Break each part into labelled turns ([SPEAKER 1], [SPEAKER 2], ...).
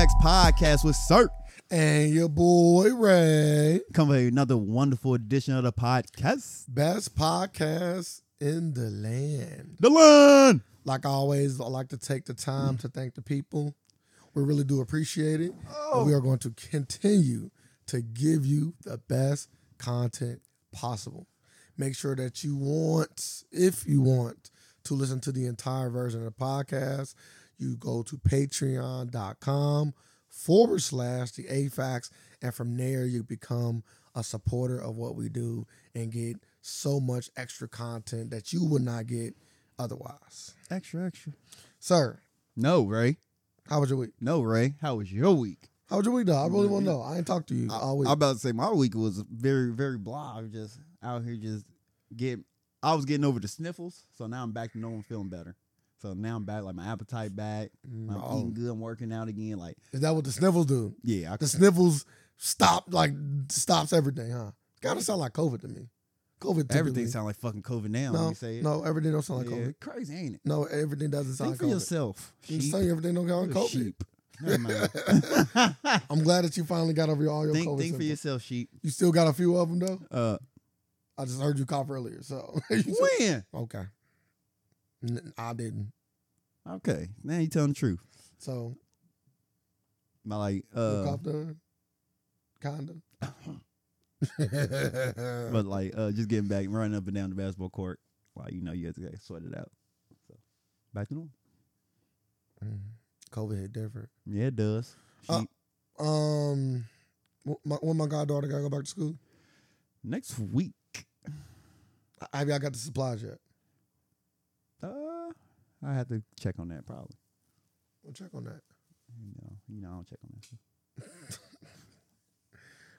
[SPEAKER 1] podcast with Sir.
[SPEAKER 2] And your boy Ray.
[SPEAKER 1] Come with another wonderful edition of the podcast.
[SPEAKER 2] Best podcast in the land.
[SPEAKER 1] Dylan!
[SPEAKER 2] Like always, I like to take the time to thank the people. We really do appreciate it. And we are going to continue to give you the best content possible. Make sure that you want, if you want, to listen to the entire version of the podcast, you go to patreon.com forward slash the AFAX. And from there, you become a supporter of what we do and get so much extra content that you would not get otherwise.
[SPEAKER 1] Extra, extra.
[SPEAKER 2] Sir,
[SPEAKER 1] No, Ray.
[SPEAKER 2] how was your week?
[SPEAKER 1] No, Ray. How was your week?
[SPEAKER 2] How was your week, though? I really want to know. I ain't talked to you all week.
[SPEAKER 1] I'm about to say my week was very, very blah. I was just out here just getting, I was getting over the sniffles. So now I'm back to normal, feeling better. So now I'm back, like my appetite back.
[SPEAKER 2] Mm,
[SPEAKER 1] I'm
[SPEAKER 2] oh.
[SPEAKER 1] eating good. I'm working out again. Like,
[SPEAKER 2] Is that what the sniffles do?
[SPEAKER 1] yeah, I
[SPEAKER 2] The sniffles stop like stops everything, huh? Gotta sound like COVID to me. COVID.
[SPEAKER 1] everything
[SPEAKER 2] typically-
[SPEAKER 1] sounds like fucking COVID now.
[SPEAKER 2] no,
[SPEAKER 1] when you say it.
[SPEAKER 2] no, everything don't sound like
[SPEAKER 1] Yeah,
[SPEAKER 2] COVID.
[SPEAKER 1] crazy, ain't it?
[SPEAKER 2] No, everything doesn't sound
[SPEAKER 1] Think for
[SPEAKER 2] like COVID.
[SPEAKER 1] yourself.
[SPEAKER 2] I'm
[SPEAKER 1] sheep.
[SPEAKER 2] just saying everything don't sound
[SPEAKER 1] You're
[SPEAKER 2] like
[SPEAKER 1] a
[SPEAKER 2] COVID.
[SPEAKER 1] sheep. Never mind.
[SPEAKER 2] I'm glad that you finally got over all your
[SPEAKER 1] think
[SPEAKER 2] COVID.
[SPEAKER 1] think for
[SPEAKER 2] symptoms.
[SPEAKER 1] yourself, sheep.
[SPEAKER 2] You still got a few of them though.
[SPEAKER 1] Uh,
[SPEAKER 2] I just heard you cough earlier, so You still-
[SPEAKER 1] when?
[SPEAKER 2] okay. N- I didn't.
[SPEAKER 1] Okay, now you telling the truth.
[SPEAKER 2] So
[SPEAKER 1] My like,
[SPEAKER 2] you
[SPEAKER 1] uh,
[SPEAKER 2] coughed done. Kinda.
[SPEAKER 1] but like, uh, just getting back, running up and down the basketball court. Like, you know, you have to like, sweat it out. So, back to normal.
[SPEAKER 2] Mm. COVID hit different.
[SPEAKER 1] Yeah, it does.
[SPEAKER 2] Uh,
[SPEAKER 1] Sheep.
[SPEAKER 2] Um, wh- my, when my goddaughter gotta go back to school,
[SPEAKER 1] Next week,
[SPEAKER 2] I- have y'all got the supplies yet?
[SPEAKER 1] uh, I have to check on that probably.
[SPEAKER 2] We'll check on that.
[SPEAKER 1] You know, you know, I don't check on that. stuff.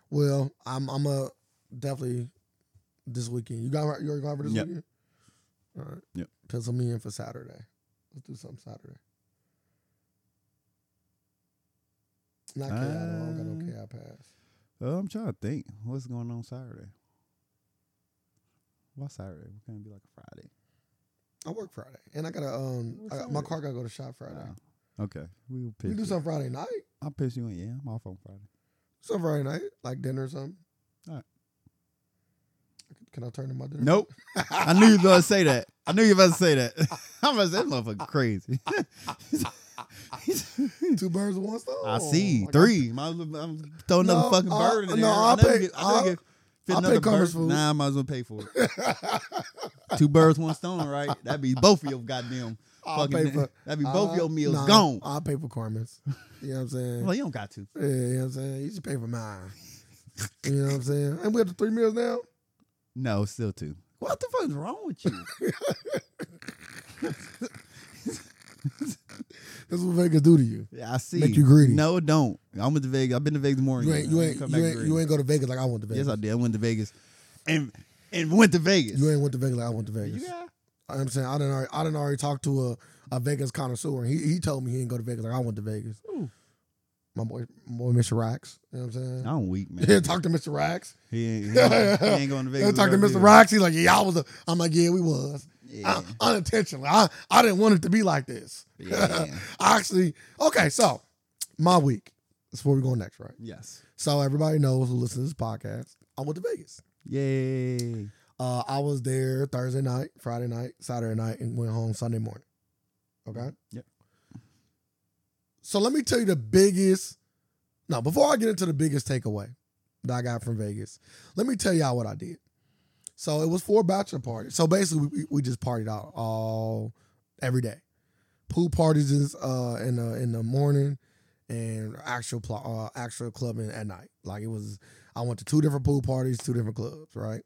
[SPEAKER 2] Well, I'm I'm a definitely this weekend. You got you already got for this
[SPEAKER 1] Yep.
[SPEAKER 2] weekend. All right.
[SPEAKER 1] Yep.
[SPEAKER 2] Pencil me in for Saturday. Let's do something Saturday. Not KI. though. I don't got no
[SPEAKER 1] Uh,
[SPEAKER 2] KI pass.
[SPEAKER 1] Uh, I'm trying to think. What's going on Saturday? Why Saturday? We're gonna be like a Friday.
[SPEAKER 2] I work Friday, and I got to um,
[SPEAKER 1] What's
[SPEAKER 2] I got, my
[SPEAKER 1] Saturday?
[SPEAKER 2] car got to go to shop Friday.
[SPEAKER 1] Oh, okay. We'll
[SPEAKER 2] we
[SPEAKER 1] piss
[SPEAKER 2] can do
[SPEAKER 1] you.
[SPEAKER 2] something Friday night.
[SPEAKER 1] I'll piss you in. Yeah, I'm off on Friday.
[SPEAKER 2] Some Friday night, like dinner or something.
[SPEAKER 1] All right.
[SPEAKER 2] Can I turn to my dinner?
[SPEAKER 1] Nope. I knew you were gonna say that. I knew you were about to say that. I'm about to say that motherfucker crazy.
[SPEAKER 2] Two birds with one stone.
[SPEAKER 1] Oh,
[SPEAKER 2] Oh
[SPEAKER 1] I see
[SPEAKER 2] Like,
[SPEAKER 1] three. Might as well- I'm throwing another
[SPEAKER 2] No,
[SPEAKER 1] fucking
[SPEAKER 2] I'll-
[SPEAKER 1] bird in there.
[SPEAKER 2] no, I'll
[SPEAKER 1] never
[SPEAKER 2] pay-
[SPEAKER 1] Get, I never
[SPEAKER 2] I'll-
[SPEAKER 1] get, fit
[SPEAKER 2] I'll pay
[SPEAKER 1] another
[SPEAKER 2] Carmen's
[SPEAKER 1] bird.
[SPEAKER 2] food.
[SPEAKER 1] Nah, I might as well pay for it. Two birds, one stone, right? That'd be both of your goddamn.
[SPEAKER 2] I'll
[SPEAKER 1] fucking,
[SPEAKER 2] pay for
[SPEAKER 1] that'd be both
[SPEAKER 2] I'll-
[SPEAKER 1] your meals
[SPEAKER 2] nah,
[SPEAKER 1] gone.
[SPEAKER 2] I'll pay for Carmen's. You know what I'm saying?
[SPEAKER 1] Well, you don't got to.
[SPEAKER 2] yeah, you know what I'm saying? You should pay for mine. You know what I'm saying? And we have the three meals now.
[SPEAKER 1] No, still two. What the fuck is wrong with you?
[SPEAKER 2] That's what Vegas do to you.
[SPEAKER 1] Yeah, I see.
[SPEAKER 2] Make you greedy.
[SPEAKER 1] No, it don't. I went to Vegas. I've been to Vegas morning.
[SPEAKER 2] You ain't you ain't you ain't, you ain't go to Vegas like I went to Vegas.
[SPEAKER 1] Yes, I did. I went to Vegas, and and went to Vegas.
[SPEAKER 2] You ain't went to Vegas like I went to Vegas.
[SPEAKER 1] You got-
[SPEAKER 2] I'm saying I didn't already, I didn't already talk to a, a Vegas connoisseur. and He he told me he didn't go to Vegas like I went to Vegas.
[SPEAKER 1] Ooh.
[SPEAKER 2] My boy, my boy, Mr. Rocks. You know what I'm saying?
[SPEAKER 1] I'm weak, man.
[SPEAKER 2] Yeah, talk to Mr. Rocks.
[SPEAKER 1] He ain't, he ain't, he ain't going to Vegas.
[SPEAKER 2] Yeah, talk to
[SPEAKER 1] without
[SPEAKER 2] Mr.
[SPEAKER 1] you.
[SPEAKER 2] Rocks. He's like, yeah, I was. A, I'm like, yeah, we was
[SPEAKER 1] Yeah.
[SPEAKER 2] I, unintentionally. I I didn't want it to be like this.
[SPEAKER 1] Yeah.
[SPEAKER 2] I actually, okay, so my week. That's where we're going next, right?
[SPEAKER 1] yes.
[SPEAKER 2] So everybody knows who listens to this podcast. I went to Vegas.
[SPEAKER 1] Yay.
[SPEAKER 2] Uh, I was there Thursday night, Friday night, Saturday night, and went home Sunday morning. Okay.
[SPEAKER 1] Yep.
[SPEAKER 2] So let me tell you the biggest. Now, before I get into the biggest takeaway that I got from Vegas, let me tell y'all what I did. So it was for a bachelor party. So basically, we, we just partied out all every day. Pool parties is, uh, in the in the morning, and actual pl- uh, actual clubbing at night. Like it was, I went to two different pool parties, two different clubs, right?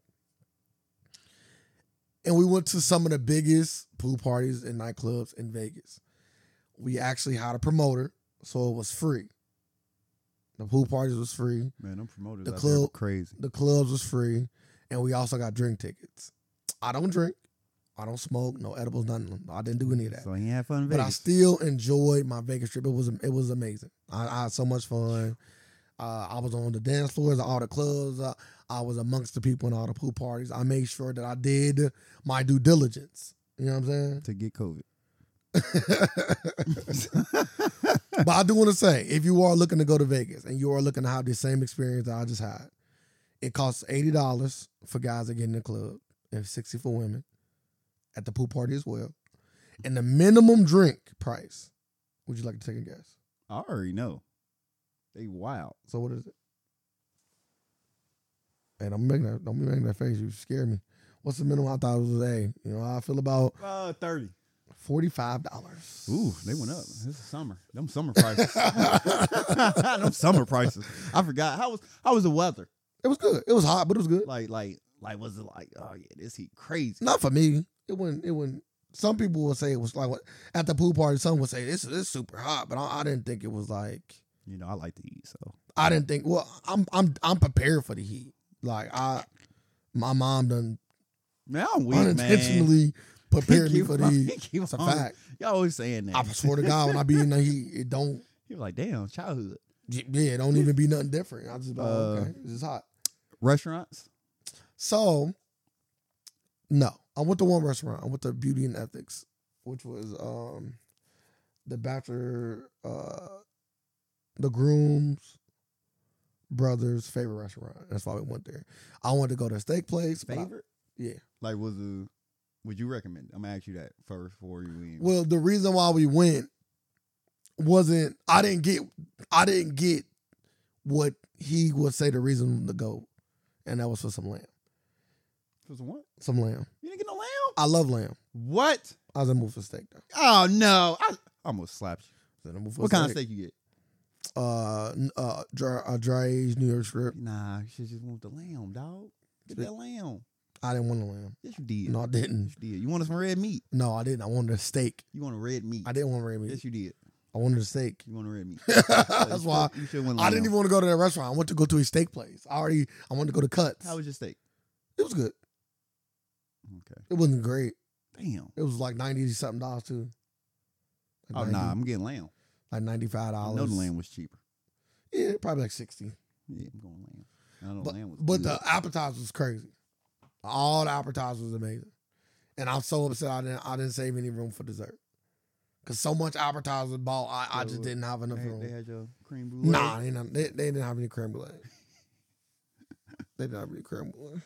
[SPEAKER 2] and we went to some of the biggest pool parties and nightclubs in Vegas. We actually had a promoter, so it was free. The pool parties was free,
[SPEAKER 1] Man, I'm promoters
[SPEAKER 2] The
[SPEAKER 1] out there were
[SPEAKER 2] club-
[SPEAKER 1] crazy.
[SPEAKER 2] the clubs was free, and we also got drink tickets. I don't drink, I don't smoke, no edibles, nothing. I didn't do any of that.
[SPEAKER 1] So he had fun in
[SPEAKER 2] But
[SPEAKER 1] Vegas.
[SPEAKER 2] I still enjoyed my Vegas trip. It was it was amazing. I, I had so much fun. Uh, I was on the dance floors, all the clubs. Uh, I was amongst the people in all the pool parties. I made sure that I did my due diligence. You know what I'm saying?
[SPEAKER 1] to get COVID.
[SPEAKER 2] but I do want to say, if you are looking to go to Vegas and you are looking to have the same experience that I just had, it costs eighty dollars for guys that get in the club and sixty for women at the pool party as well. And the minimum drink price, would you like to take a guess?
[SPEAKER 1] I already know. They wild.
[SPEAKER 2] So what is it? Hey, don't make that don't be making that face. You scared me. What's the minimum? I thought it was a. You know how I feel about
[SPEAKER 1] Uh, thirty.
[SPEAKER 2] forty five dollars.
[SPEAKER 1] Ooh, they went up. This is summer. Them summer prices. Them summer prices. I forgot. How was how was the weather?
[SPEAKER 2] It was good. It was hot, but it was good.
[SPEAKER 1] Like like like was it like oh yeah this heat crazy?
[SPEAKER 2] Not for me. It wouldn't. It wouldn't. Some people would say it was like what at the pool party. Some would say this is super hot, but I, I didn't think it was like.
[SPEAKER 1] You know I like to eat so
[SPEAKER 2] I didn't think. Well, I'm I'm I'm prepared for the heat. Like I, my mom done
[SPEAKER 1] man I'm weak man.
[SPEAKER 2] unintentionally prepared me
[SPEAKER 1] Keep
[SPEAKER 2] for the
[SPEAKER 1] on-
[SPEAKER 2] heat.
[SPEAKER 1] keep
[SPEAKER 2] It's a
[SPEAKER 1] on.
[SPEAKER 2] fact.
[SPEAKER 1] Y'all always saying that.
[SPEAKER 2] I swear to God, when I be in the heat, it don't.
[SPEAKER 1] He was like damn childhood
[SPEAKER 2] Yeah, it don't even be nothing different. I just be like,
[SPEAKER 1] Uh,
[SPEAKER 2] okay, it's just hot.
[SPEAKER 1] restaurants.
[SPEAKER 2] So, no, I went to one restaurant. I went to Beauty and Ethics, which was um, the bachelor, uh, the groom's brother's favorite restaurant. That's why we went there. I wanted to go to a steak place. but I-
[SPEAKER 1] Favorite?
[SPEAKER 2] yeah.
[SPEAKER 1] Like was it? Would you recommend? I'm gonna ask you that first before you leave.
[SPEAKER 2] Well, the reason why we went wasn't I didn't get I didn't get what he would say the reason to go, and that was for some lamb.
[SPEAKER 1] was it what?
[SPEAKER 2] Some lamb.
[SPEAKER 1] You didn't get no lamb?
[SPEAKER 2] I love lamb.
[SPEAKER 1] What?
[SPEAKER 2] I was in the mood for steak though.
[SPEAKER 1] Oh no! I almost slapped you.
[SPEAKER 2] I was in the mood for
[SPEAKER 1] What kind of
[SPEAKER 2] steak?
[SPEAKER 1] steak you get?
[SPEAKER 2] uh, n- uh, dry, uh, dry aged New York strip.
[SPEAKER 1] Nah, you should just want the lamb, dog. Get
[SPEAKER 2] Sweet.
[SPEAKER 1] that lamb.
[SPEAKER 2] I didn't want a lamb.
[SPEAKER 1] Yes, you did.
[SPEAKER 2] No, I didn't.
[SPEAKER 1] Yes, you did. You wanted some red meat.
[SPEAKER 2] No, I didn't. I wanted a steak.
[SPEAKER 1] You want a red meat.
[SPEAKER 2] I didn't want red meat.
[SPEAKER 1] Yes, you did.
[SPEAKER 2] I wanted a steak.
[SPEAKER 1] You want a red meat. You
[SPEAKER 2] That's
[SPEAKER 1] should-
[SPEAKER 2] why
[SPEAKER 1] you should want
[SPEAKER 2] I
[SPEAKER 1] lamb.
[SPEAKER 2] didn't even want to go to that restaurant. I went to go to a steak place. I already I wanted to go to Cuts.
[SPEAKER 1] How was your steak?
[SPEAKER 2] it was good.
[SPEAKER 1] Okay.
[SPEAKER 2] It wasn't great.
[SPEAKER 1] Damn.
[SPEAKER 2] It was like ninety something dollars too.
[SPEAKER 1] Oh
[SPEAKER 2] Like
[SPEAKER 1] nah,
[SPEAKER 2] 90
[SPEAKER 1] I'm getting lamb.
[SPEAKER 2] like ninety five
[SPEAKER 1] I
[SPEAKER 2] dollars.
[SPEAKER 1] know the lamb was cheaper.
[SPEAKER 2] Yeah, probably like sixty.
[SPEAKER 1] Yeah, I'm going lamb. I know
[SPEAKER 2] But,
[SPEAKER 1] lamb was.
[SPEAKER 2] but
[SPEAKER 1] good.
[SPEAKER 2] the appetizer was crazy. All the appetizers was amazing, and I'm so upset I didn't I didn't save any room for dessert because so much appetizer bought I, I
[SPEAKER 1] So,
[SPEAKER 2] just didn't have enough
[SPEAKER 1] they, they
[SPEAKER 2] room.
[SPEAKER 1] had your cream brulee.
[SPEAKER 2] Nah, they didn't, have, they, they didn't have any creme brulee. they didn't have any creme brulee.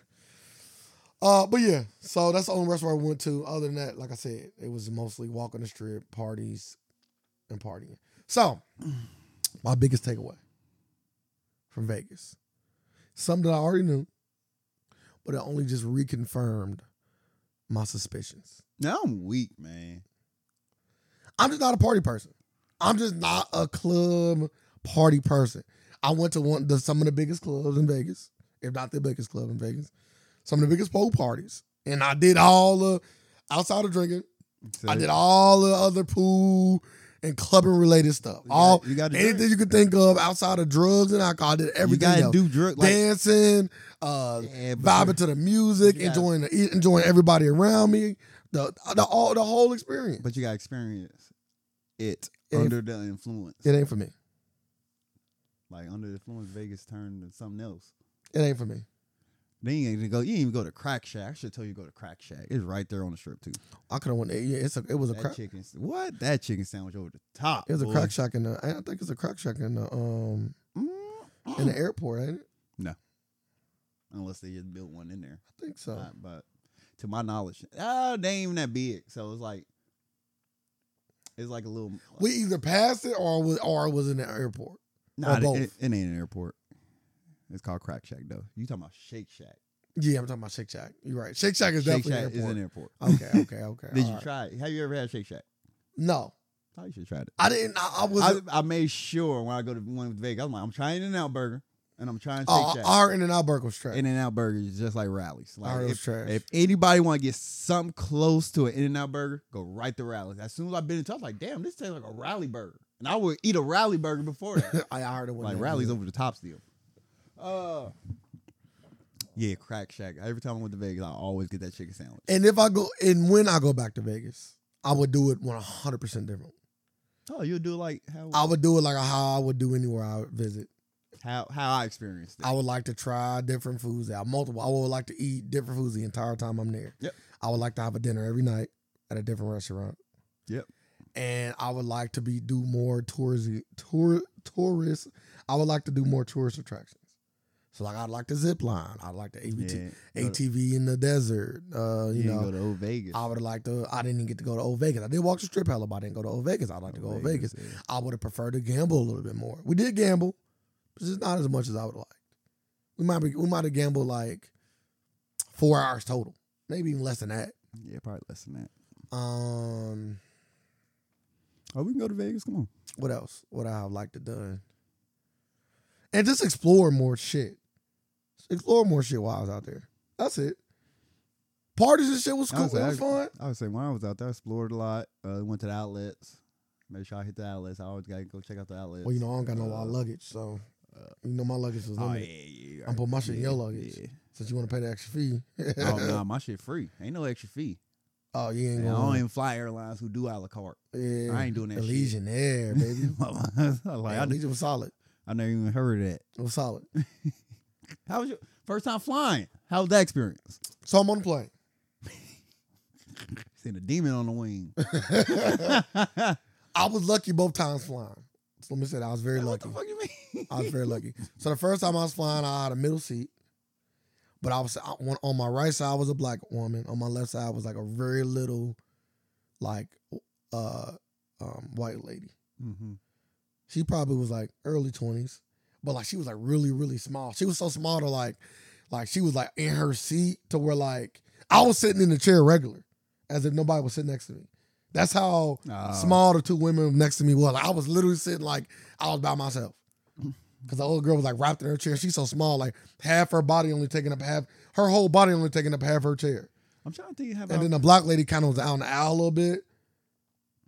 [SPEAKER 2] Uh, but yeah, so that's the only restaurant I went to. Other than that, like I said, it was mostly walking the strip, parties, and partying. So, my biggest takeaway from Vegas, something that I already knew, but it only just reconfirmed my suspicions.
[SPEAKER 1] Now I'm weak, man.
[SPEAKER 2] I'm just not a party person. I'm just not a club party person. I went to one the, some of the biggest clubs in Vegas, if not the biggest club in Vegas, some of the biggest pool parties, and I did all the outside of drinking. I did all the other pool and clubbing related stuff.
[SPEAKER 1] You
[SPEAKER 2] All
[SPEAKER 1] got- you got to
[SPEAKER 2] anything
[SPEAKER 1] drink.
[SPEAKER 2] you could think of outside of drugs and alcohol. I did
[SPEAKER 1] You
[SPEAKER 2] everything.
[SPEAKER 1] gotta
[SPEAKER 2] else.
[SPEAKER 1] do drug like
[SPEAKER 2] Dancing, uh,
[SPEAKER 1] Yeah, but
[SPEAKER 2] vibing to the music,
[SPEAKER 1] You gotta-
[SPEAKER 2] enjoying the, enjoying everybody around me, the the all the whole experience.
[SPEAKER 1] But you gotta experience it
[SPEAKER 2] It ain't-
[SPEAKER 1] under the influence.
[SPEAKER 2] It ain't for me.
[SPEAKER 1] Like under the influence, Vegas turned to something else.
[SPEAKER 2] It ain't for me.
[SPEAKER 1] Then you ain't even go. You ain't even go to Crack Shack. I should tell you to go to Crack Shack. It's right there on the strip too.
[SPEAKER 2] I could have went. Yeah, it's a, it was a
[SPEAKER 1] that
[SPEAKER 2] crack.
[SPEAKER 1] chicken. What that chicken sandwich over the top?
[SPEAKER 2] It was a
[SPEAKER 1] boy.
[SPEAKER 2] crack shack in the. I think it's a crack shack in the um in the
[SPEAKER 1] Mm-mm.
[SPEAKER 2] airport. Ain't it?
[SPEAKER 1] Mm-hmm. Unless they just built one in there,
[SPEAKER 2] I think so.
[SPEAKER 1] Not- but to my knowledge, oh, they ain't even that big. So it's like it's like a little.
[SPEAKER 2] We either passed it or was or it was in the airport.
[SPEAKER 1] nah,
[SPEAKER 2] or
[SPEAKER 1] it-
[SPEAKER 2] both.
[SPEAKER 1] It, it ain't an airport. It's called Crack Shack though. You talking about Shake Shack?
[SPEAKER 2] Yeah, I'm talking about Shake Shack. You're right. Shake Shack is
[SPEAKER 1] Shake
[SPEAKER 2] definitely
[SPEAKER 1] Shack
[SPEAKER 2] an
[SPEAKER 1] is
[SPEAKER 2] airport. Oh,
[SPEAKER 1] an airport.
[SPEAKER 2] Okay, okay, okay.
[SPEAKER 1] Did
[SPEAKER 2] all
[SPEAKER 1] you
[SPEAKER 2] right.
[SPEAKER 1] try it? Have you ever had Shake Shack?
[SPEAKER 2] No,
[SPEAKER 1] Thought you should try it.
[SPEAKER 2] I didn't. I, I was.
[SPEAKER 1] I, I made sure when I go to one with Vegas, I'm like, I'm trying In and Out Burger, and I'm trying Shake
[SPEAKER 2] uh,
[SPEAKER 1] Shack.
[SPEAKER 2] our In and Out burger was trash.
[SPEAKER 1] In and Out Burger is just like Rallies. Like
[SPEAKER 2] Ours was
[SPEAKER 1] if,
[SPEAKER 2] trash.
[SPEAKER 1] if anybody want to get something close to an In and Out Burger, go right to Rallies. As soon as I've been into, it, I was like, damn, this tastes like a Rally Burger, and I would eat a Rally Burger before that.
[SPEAKER 2] I heard it was
[SPEAKER 1] like Rallies over the top still. Uh, yeah, Crack Shack. Every time I went to Vegas, I always get that chicken sandwich.
[SPEAKER 2] And if I go and when I go back to Vegas, I would do it 100 percent different.
[SPEAKER 1] Oh, you'll do like how
[SPEAKER 2] I would do it like how I would do anywhere I would visit.
[SPEAKER 1] how how I experienced it.
[SPEAKER 2] I would like to try different foods out, multiple. I would like to eat different foods the entire time I'm there.
[SPEAKER 1] Yep.
[SPEAKER 2] I would like to have a dinner every night at a different restaurant.
[SPEAKER 1] Yep.
[SPEAKER 2] and I would like to be do more touristy tour tourist. I would like to do more tourist attractions. So like I'd like to zip line. I'd like to AVT,
[SPEAKER 1] go to-
[SPEAKER 2] ATV in the desert. Uh, you
[SPEAKER 1] you
[SPEAKER 2] know,
[SPEAKER 1] go to old Vegas.
[SPEAKER 2] I would have liked to. I didn't even get to go to Old Vegas. I did walk the strip hella, but I didn't go to Old Vegas. I'd like to go to Old Vegas.
[SPEAKER 1] yeah.
[SPEAKER 2] I would have preferred to gamble a little bit more. We did gamble, but just not as much as I would have liked. We might be, we might have gambled like four hours total, maybe even less than that.
[SPEAKER 1] Yeah, probably less than that.
[SPEAKER 2] Um,
[SPEAKER 1] Oh, we can go to Vegas. Come on.
[SPEAKER 2] what else would I have liked to done? And just explore more shit. Explore more shit while I was out there. That's it. Parties and shit was
[SPEAKER 1] I
[SPEAKER 2] cool.
[SPEAKER 1] would say
[SPEAKER 2] It was
[SPEAKER 1] I-
[SPEAKER 2] fun.
[SPEAKER 1] I would say when I was out there, I explored a lot. Uh, went to the outlets. Made sure I hit the outlets. I always gotta go check out the outlets.
[SPEAKER 2] Well, you know, I don't got no
[SPEAKER 1] Uh,
[SPEAKER 2] lot of luggage, so
[SPEAKER 1] uh,
[SPEAKER 2] you know my luggage was
[SPEAKER 1] oh,
[SPEAKER 2] limited.
[SPEAKER 1] yeah, yeah, yeah.
[SPEAKER 2] I'm putting my shit in your luggage.
[SPEAKER 1] Yeah.
[SPEAKER 2] Since you want to pay the extra fee.
[SPEAKER 1] oh no, my shit free. Ain't no extra fee.
[SPEAKER 2] Oh, you ain't
[SPEAKER 1] And I don't
[SPEAKER 2] going.
[SPEAKER 1] even fly airlines who do a la carte.
[SPEAKER 2] Yeah.
[SPEAKER 1] I ain't doing that shit.
[SPEAKER 2] Elysian Air, baby.
[SPEAKER 1] like,
[SPEAKER 2] yeah,
[SPEAKER 1] I,
[SPEAKER 2] Elysian was solid.
[SPEAKER 1] I never even heard of that.
[SPEAKER 2] It was solid.
[SPEAKER 1] How was your first time flying? How was that experience?
[SPEAKER 2] So I'm on the plane.
[SPEAKER 1] Seeing a demon on the wing.
[SPEAKER 2] I was lucky both times flying. So let me say that I was very
[SPEAKER 1] what
[SPEAKER 2] lucky.
[SPEAKER 1] the fuck you mean?
[SPEAKER 2] I was very lucky. So the first time I was flying, I had a middle seat, but I was I- on- on my right side was a black woman. On my left side was like a very little, like, uh, um, white lady.
[SPEAKER 1] hmm
[SPEAKER 2] She probably was like early twenties, but like she was like really, really small. She was so small to like, like she was like in her seat to where like I was sitting in the chair regular, as if nobody was sitting next to me. That's how
[SPEAKER 1] Uh,
[SPEAKER 2] small the two women next to me were. Like I was literally sitting like I was by myself, because the old girl was like wrapped in her chair. She's so small, like half her body only taking up half her whole body only taking up half her chair.
[SPEAKER 1] I'm trying to think. How about,
[SPEAKER 2] And then the black lady kind of was out in the aisle a little bit.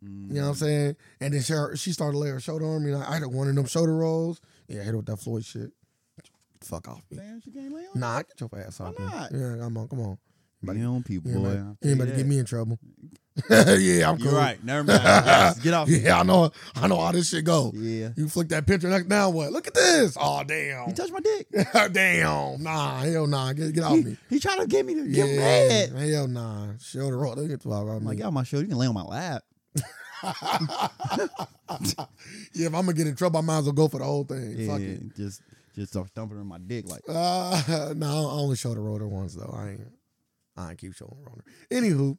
[SPEAKER 1] Mm.
[SPEAKER 2] You know what I'm saying? And then she, she started to lay her shoulder on me. And I had one of them shoulder rolls. Yeah, hit her with that Floyd shit. Fuck off me.
[SPEAKER 1] Damn, she can't lay on.
[SPEAKER 2] Nah, get your ass
[SPEAKER 1] Why
[SPEAKER 2] off me.
[SPEAKER 1] not?
[SPEAKER 2] Yeah, come on, come on.
[SPEAKER 1] Be on people,
[SPEAKER 2] You
[SPEAKER 1] boy.
[SPEAKER 2] ain't
[SPEAKER 1] I'll
[SPEAKER 2] about,
[SPEAKER 1] tell
[SPEAKER 2] you ain't about to
[SPEAKER 1] that.
[SPEAKER 2] get me in trouble. yeah, I'm cool.
[SPEAKER 1] You're right. Never mind. Yes, get off.
[SPEAKER 2] Yeah, I know. I know how this shit go.
[SPEAKER 1] Yeah.
[SPEAKER 2] You flick that picture. Like, now what? Look at this. Oh damn.
[SPEAKER 1] He touched my dick.
[SPEAKER 2] damn. Nah, hell nah. Get get off
[SPEAKER 1] He,
[SPEAKER 2] me.
[SPEAKER 1] he tried to get me to get
[SPEAKER 2] Yeah, Mm.
[SPEAKER 1] mad.
[SPEAKER 2] hell nah. Shoulder roll. Look at
[SPEAKER 1] I'm like, yeah, my shoulder. You can lay on my lap.
[SPEAKER 2] yeah, if I'm gonna get in trouble, I might as well go for the whole thing.
[SPEAKER 1] Yeah,
[SPEAKER 2] Fuck it.
[SPEAKER 1] just just start thumping her in my dick like.
[SPEAKER 2] Uh, no, I only show the rotor once though. I ain't, I ain't keep showing the rotor. Anywho,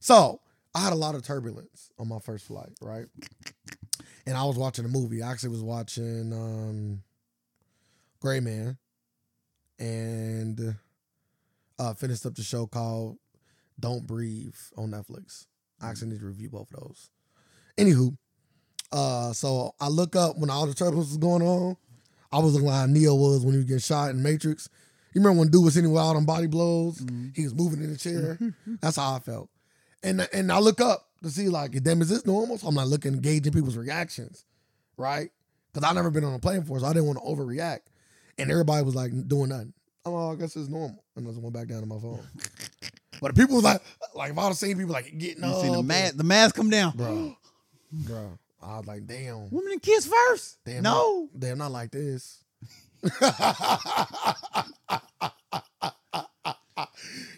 [SPEAKER 2] so I had a lot of turbulence on my first flight, right? And I was watching a movie. I actually was watching um, Gray Man, and uh, finished up the show called "Don't Breathe" on Netflix. I actually need to review both of those. Anywho, uh, so I look up when all the turbulence was going on. I was looking like how Neo was when he was getting shot in Matrix. You remember when dude was hitting with all them body blows?
[SPEAKER 1] Mhm.
[SPEAKER 2] He was moving in the chair. That's how I felt. And and I look up to see like, damn, is this normal? So I'm not looking, gauging people's reactions, right? Because I've never been on a plane before, so I didn't want to overreact. And everybody was like doing nothing. I'm like, oh, I guess it's normal. And I just went back down to my phone. but people was like, like if I'd have seen people like getting
[SPEAKER 1] You
[SPEAKER 2] up,
[SPEAKER 1] seen the
[SPEAKER 2] and-
[SPEAKER 1] mask? The mask come down,
[SPEAKER 2] Bruh. bro. I was like, damn.
[SPEAKER 1] Women and kids first.
[SPEAKER 2] Damn,
[SPEAKER 1] no.
[SPEAKER 2] Damn, not like this.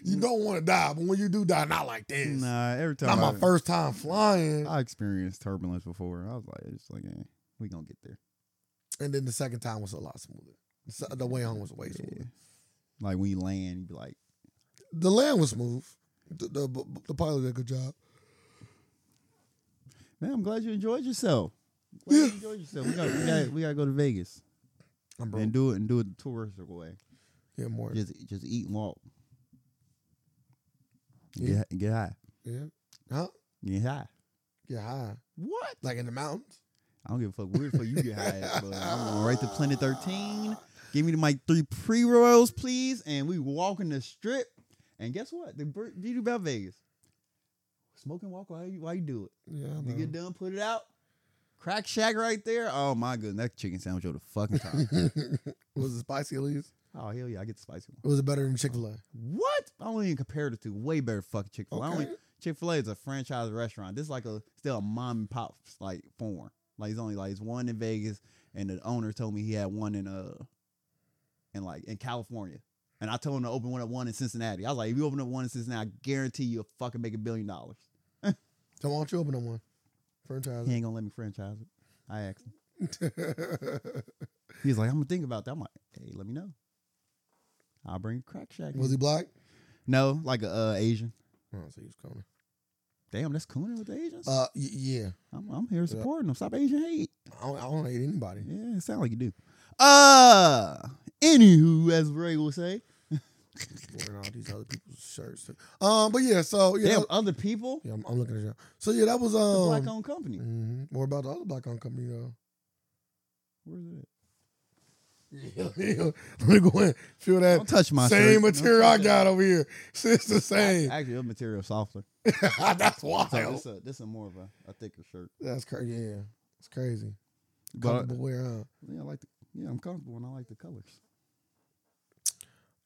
[SPEAKER 2] you don't want to die, but when you do die, not like this.
[SPEAKER 1] Nah, every time.
[SPEAKER 2] not my
[SPEAKER 1] I-
[SPEAKER 2] first time flying.
[SPEAKER 1] I experienced turbulence before. I was like, it's like, eh, we gonna get there.
[SPEAKER 2] and then the second time was a lot smoother. So the way home was way smoother.
[SPEAKER 1] Yeah. Like when you land, you be like,
[SPEAKER 2] The land was smooth. The, the, the pilot did a good job.
[SPEAKER 1] man, I'm glad you enjoyed yourself. Glad you
[SPEAKER 2] Yeah.
[SPEAKER 1] enjoyed yourself. We gotta, we gotta, we gotta go to Vegas
[SPEAKER 2] I'm
[SPEAKER 1] and
[SPEAKER 2] broke.
[SPEAKER 1] do it and do it the touristic way.
[SPEAKER 2] Yeah, more.
[SPEAKER 1] Just, just eat and walk.
[SPEAKER 2] Yeah.
[SPEAKER 1] Get, get high.
[SPEAKER 2] Yeah. Huh?
[SPEAKER 1] Get high.
[SPEAKER 2] Get high.
[SPEAKER 1] What?
[SPEAKER 2] Like in the mountains?
[SPEAKER 1] I don't give a fuck. Weird for you get high, at, but I'm going right to Planet 13. Give me my three pre rolls, please, and we walk in the strip. And guess what? The bir- beauty about Vegas, smoke and walk while you while you do it.
[SPEAKER 2] Yeah. I
[SPEAKER 1] You get
[SPEAKER 2] know.
[SPEAKER 1] done, put it out. Crack Shack right there. Oh my goodness, that chicken sandwich over the fucking top.
[SPEAKER 2] was it spicy at least?
[SPEAKER 1] oh hell yeah, I get the spicy one.
[SPEAKER 2] Was it better than Chick fil A?
[SPEAKER 1] What? I don't even compare the two. Way better fucking Chick Fil A.
[SPEAKER 2] Okay.
[SPEAKER 1] Chick Fil A is a franchise restaurant. This is like a still a mom and pop like form. Like it's only like it's one in Vegas, and the owner told me he had one in uh, in like in California. And I told him to open one up one in Cincinnati. I was like, if you open up one in Cincinnati, I guarantee you'll fucking make a billion dollars.
[SPEAKER 2] So why don't you open up one? Franchise.
[SPEAKER 1] He ain't gonna let me franchise it. I asked him.
[SPEAKER 2] was
[SPEAKER 1] He's like, I'm gonna think about that. I'm like, hey, let me know. I'll bring a crack shack.
[SPEAKER 2] he black?
[SPEAKER 1] No, like a uh, Asian.
[SPEAKER 2] I don't see who's coming.
[SPEAKER 1] Damn, that's cooning with the Asians.
[SPEAKER 2] Uh, y- yeah.
[SPEAKER 1] I'm, I'm here supporting them. Stop Asian hate.
[SPEAKER 2] I don't, I don't hate anybody.
[SPEAKER 1] Yeah, it sounds like you do. Uh anywho, as Ray will say.
[SPEAKER 2] Wearing all these other people's shirts. Um, but yeah, so yeah,
[SPEAKER 1] Damn,
[SPEAKER 2] that-
[SPEAKER 1] other people.
[SPEAKER 2] yeah, I'm, I'm looking at you. So yeah, that was
[SPEAKER 1] It's a
[SPEAKER 2] um.
[SPEAKER 1] black owned company.
[SPEAKER 2] mhm. More about the other black owned company though.
[SPEAKER 1] Where's it?
[SPEAKER 2] Yeah, yeah. Let me go and feel that
[SPEAKER 1] Don't touch my
[SPEAKER 2] same
[SPEAKER 1] shirt. Don't
[SPEAKER 2] material I
[SPEAKER 1] touch
[SPEAKER 2] got over here. So It's the
[SPEAKER 1] it.
[SPEAKER 2] same.
[SPEAKER 1] Actually, the material softer.
[SPEAKER 2] That's
[SPEAKER 1] So this
[SPEAKER 2] wild.
[SPEAKER 1] a this a more of a, a thicker shirt.
[SPEAKER 2] That's crazy. Yeah, it's crazy.
[SPEAKER 1] But
[SPEAKER 2] Comfortable wear, huh?
[SPEAKER 1] yeah, I like the, yeah, I'm comfortable and I like the colors.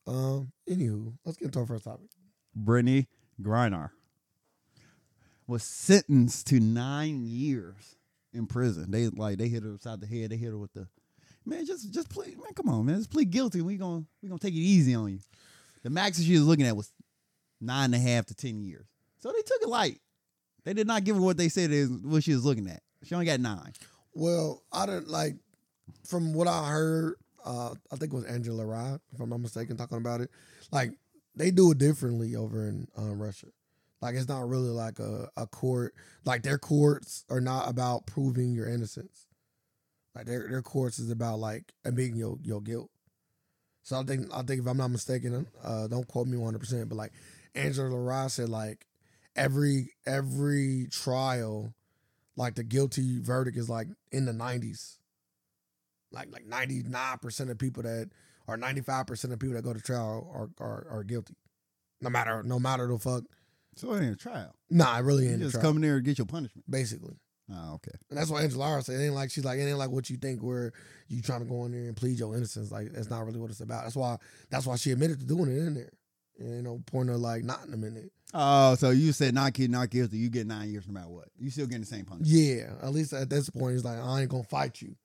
[SPEAKER 2] Um, anywho, let's get into our first topic.
[SPEAKER 1] Brittany Griner was sentenced to nine years in prison. They like they hit her upside the head. They hit her with the man. Just just plead, man. Come on, man. Just plead guilty. We gonna we gonna take it easy on you. The max that she was looking at was nine and a half to ten years. So they took it light. They did not give her what they said is what she was looking at. She only got nine.
[SPEAKER 2] Well, I didn't like from what I heard, uh, I think it was Angela Rye, if I'm not mistaken, talking about it. Like they do it differently over in um, Russia. Like it's not really like a, a court. Like their courts are not about proving your innocence. Like their their courts is about like admitting your your guilt. So I think I think if I'm not mistaken, uh, don't quote me 100, percent but like Angela Rye said, like every every trial like the guilty verdict is like in the 90s like like 99% of people that or 95% of people that go to trial are are, are guilty no matter no matter the fuck
[SPEAKER 1] So it ain't a trial.
[SPEAKER 2] nah it really
[SPEAKER 1] You
[SPEAKER 2] ain't a
[SPEAKER 1] just
[SPEAKER 2] trial
[SPEAKER 1] come in there and get your punishment.
[SPEAKER 2] basically
[SPEAKER 1] Oh, okay.
[SPEAKER 2] and that's what Angela said. It ain't like she's like it ain't like what you think where you trying to go in there and plead your innocence. Like that's not really what it's about. That's why that's why she admitted to doing it in there. And you know, point of like not in a minute.
[SPEAKER 1] Oh, so you said not guilty, not guilty. You get nine years no matter what. You still getting the same punishment.
[SPEAKER 2] Yeah, at least at this point, it's like I ain't gonna fight you.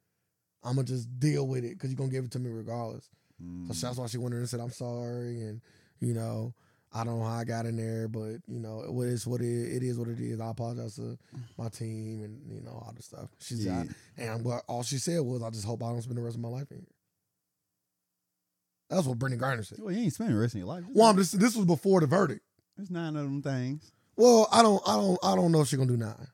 [SPEAKER 2] I'm gonna just deal with it because you're gonna give it to me regardless. So
[SPEAKER 1] Mm.
[SPEAKER 2] that's why she went in and said, "I'm sorry," and you know, I don't know how I got in there, but you know, it is what it, it is. What it is. I apologize to my team and you know all this stuff. She's
[SPEAKER 1] Yeah.
[SPEAKER 2] like, and I'm glad- all she said was, "I just hope I don't spend the rest of my life in here." That's what Brittany Griner said.
[SPEAKER 1] Well, you ain't spending the rest of your life. There's,
[SPEAKER 2] Well, I'm just, this was before the verdict.
[SPEAKER 1] there's nine of them things.
[SPEAKER 2] Well, I don't, I don't, I don't know if she's gonna do nine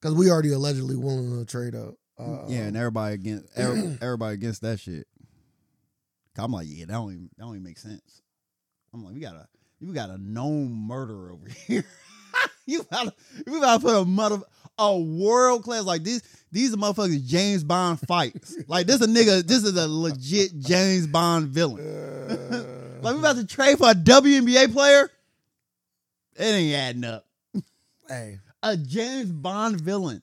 [SPEAKER 2] because we already allegedly willing to trade up. Uh,
[SPEAKER 1] yeah, and everybody against every- everybody against that shit. 'Cause I'm like, yeah, that don't even that don't even make sense. I'm like, we got a you got a known murderer over here. you about to, you about to put a mother a world class like these these are motherfuckers James Bond fights. like this a nigga, this is a legit James Bond villain.
[SPEAKER 2] uh,
[SPEAKER 1] Like we about to trade for a WNBA player? It ain't adding up.
[SPEAKER 2] hey,
[SPEAKER 1] a James Bond villain.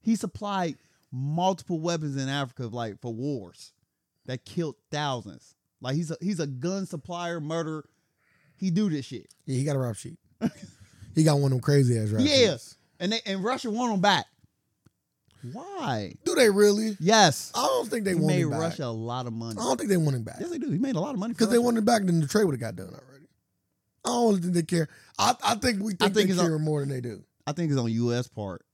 [SPEAKER 1] He supplied multiple weapons in Africa, like for wars that killed thousands. Like he's a he's a gun supplier, murderer. He do this shit,
[SPEAKER 2] yeah, he got a rap sheet. he got one of them crazy ass rap
[SPEAKER 1] Yeah.
[SPEAKER 2] sheets.
[SPEAKER 1] and they and Russia want him back. Why?
[SPEAKER 2] Do they really?
[SPEAKER 1] Yes,
[SPEAKER 2] I don't think they
[SPEAKER 1] he
[SPEAKER 2] want
[SPEAKER 1] made
[SPEAKER 2] him back.
[SPEAKER 1] Russia a lot of money.
[SPEAKER 2] I don't think they want him back
[SPEAKER 1] Yes, they do. He made a lot of money for
[SPEAKER 2] because they
[SPEAKER 1] Russia.
[SPEAKER 2] want him back. Then the trade would have got done already. I don't think they care. I, I think we think,
[SPEAKER 1] think
[SPEAKER 2] they
[SPEAKER 1] it's
[SPEAKER 2] care more than they do.
[SPEAKER 1] I think it's on U.S. part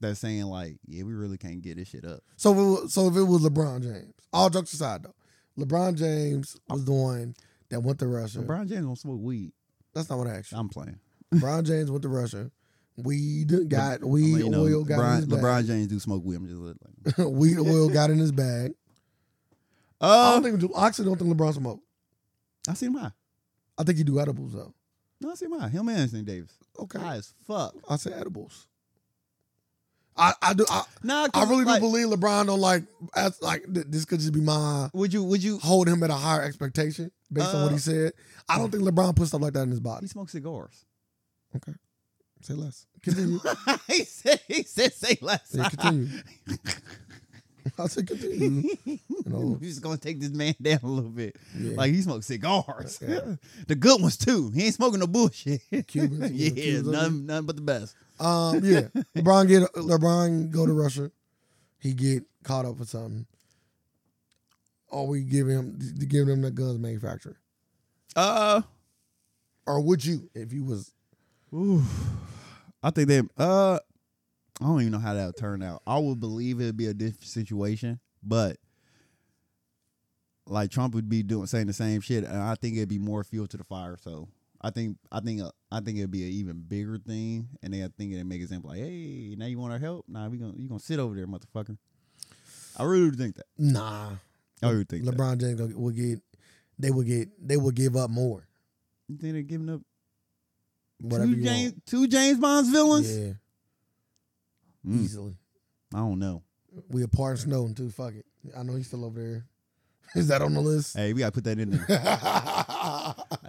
[SPEAKER 1] that's saying like, yeah, we really can't get this shit up.
[SPEAKER 2] So if it was, so if it was LeBron James, all jokes aside though, LeBron James was the one that went to Russia.
[SPEAKER 1] LeBron James don't smoke weed.
[SPEAKER 2] That's not what I asked. you.
[SPEAKER 1] I'm playing.
[SPEAKER 2] LeBron James went to Russia. Weed got
[SPEAKER 1] I'm
[SPEAKER 2] weed
[SPEAKER 1] letting you know,
[SPEAKER 2] oil got in
[SPEAKER 1] LeBron,
[SPEAKER 2] his bag.
[SPEAKER 1] LeBron James do smoke weed. I'm just like,
[SPEAKER 2] weed oil got in his bag. I
[SPEAKER 1] oh,
[SPEAKER 2] don't think I actually don't think LeBron smoked.
[SPEAKER 1] I seen him high.
[SPEAKER 2] I think he do edibles though.
[SPEAKER 1] No, I see mine. Him and Anthony Davis.
[SPEAKER 2] Okay,
[SPEAKER 1] High as fuck.
[SPEAKER 2] I say edibles. I I do I,
[SPEAKER 1] Nah,
[SPEAKER 2] I
[SPEAKER 1] 'cause,
[SPEAKER 2] really
[SPEAKER 1] like,
[SPEAKER 2] do believe LeBron don't like as like th- this could just be my
[SPEAKER 1] Would you? Would you?
[SPEAKER 2] hold him at a higher expectation based on what
[SPEAKER 1] Uh,
[SPEAKER 2] he said. I don't think LeBron puts stuff like that in his
[SPEAKER 1] He
[SPEAKER 2] body.
[SPEAKER 1] smokes cigars.
[SPEAKER 2] Say less. Continue.
[SPEAKER 1] he said. He said. Say less.
[SPEAKER 2] Say continue. I said continue. know.
[SPEAKER 1] He's just gonna take this man down a little bit.
[SPEAKER 2] Yeah.
[SPEAKER 1] Mm-hmm. Like he smokes cigars,
[SPEAKER 2] Yeah.
[SPEAKER 1] the good ones too. He ain't smoking no bullshit.
[SPEAKER 2] Cubans,
[SPEAKER 1] yeah,
[SPEAKER 2] you know, Cubans over
[SPEAKER 1] none, none but the best.
[SPEAKER 2] um, yeah. LeBron get LeBron go to Russia. He get caught up with something. Or we give him to give him the guns manufacturer.
[SPEAKER 1] Uh,
[SPEAKER 2] Or would you if you was
[SPEAKER 1] ooh. I think they. Uh, I don't even know how that would turn out. I would believe it'd be a different situation, but like Trump would be doing saying the same shit, and I think it'd be more fuel to the fire. So I think I think uh, I think it'd be an even bigger thing, and then I think it'd make example like, hey, now you want our help? Nah, we gonna you gonna sit over there, motherfucker. I really do think that.
[SPEAKER 2] Nah,
[SPEAKER 1] I really think that.
[SPEAKER 2] LeBron James gonna- will get. They will get. They will give up more.
[SPEAKER 1] You think they're giving up
[SPEAKER 2] Whatever
[SPEAKER 1] two
[SPEAKER 2] you
[SPEAKER 1] James two James Bonds villains?
[SPEAKER 2] want. Yeah,
[SPEAKER 1] Mm,
[SPEAKER 2] easily.
[SPEAKER 1] I don't know.
[SPEAKER 2] We apart in Snowden too. Fuck it. I know he's still over there. Is that on the list?
[SPEAKER 1] Hey, we gotta put that in there.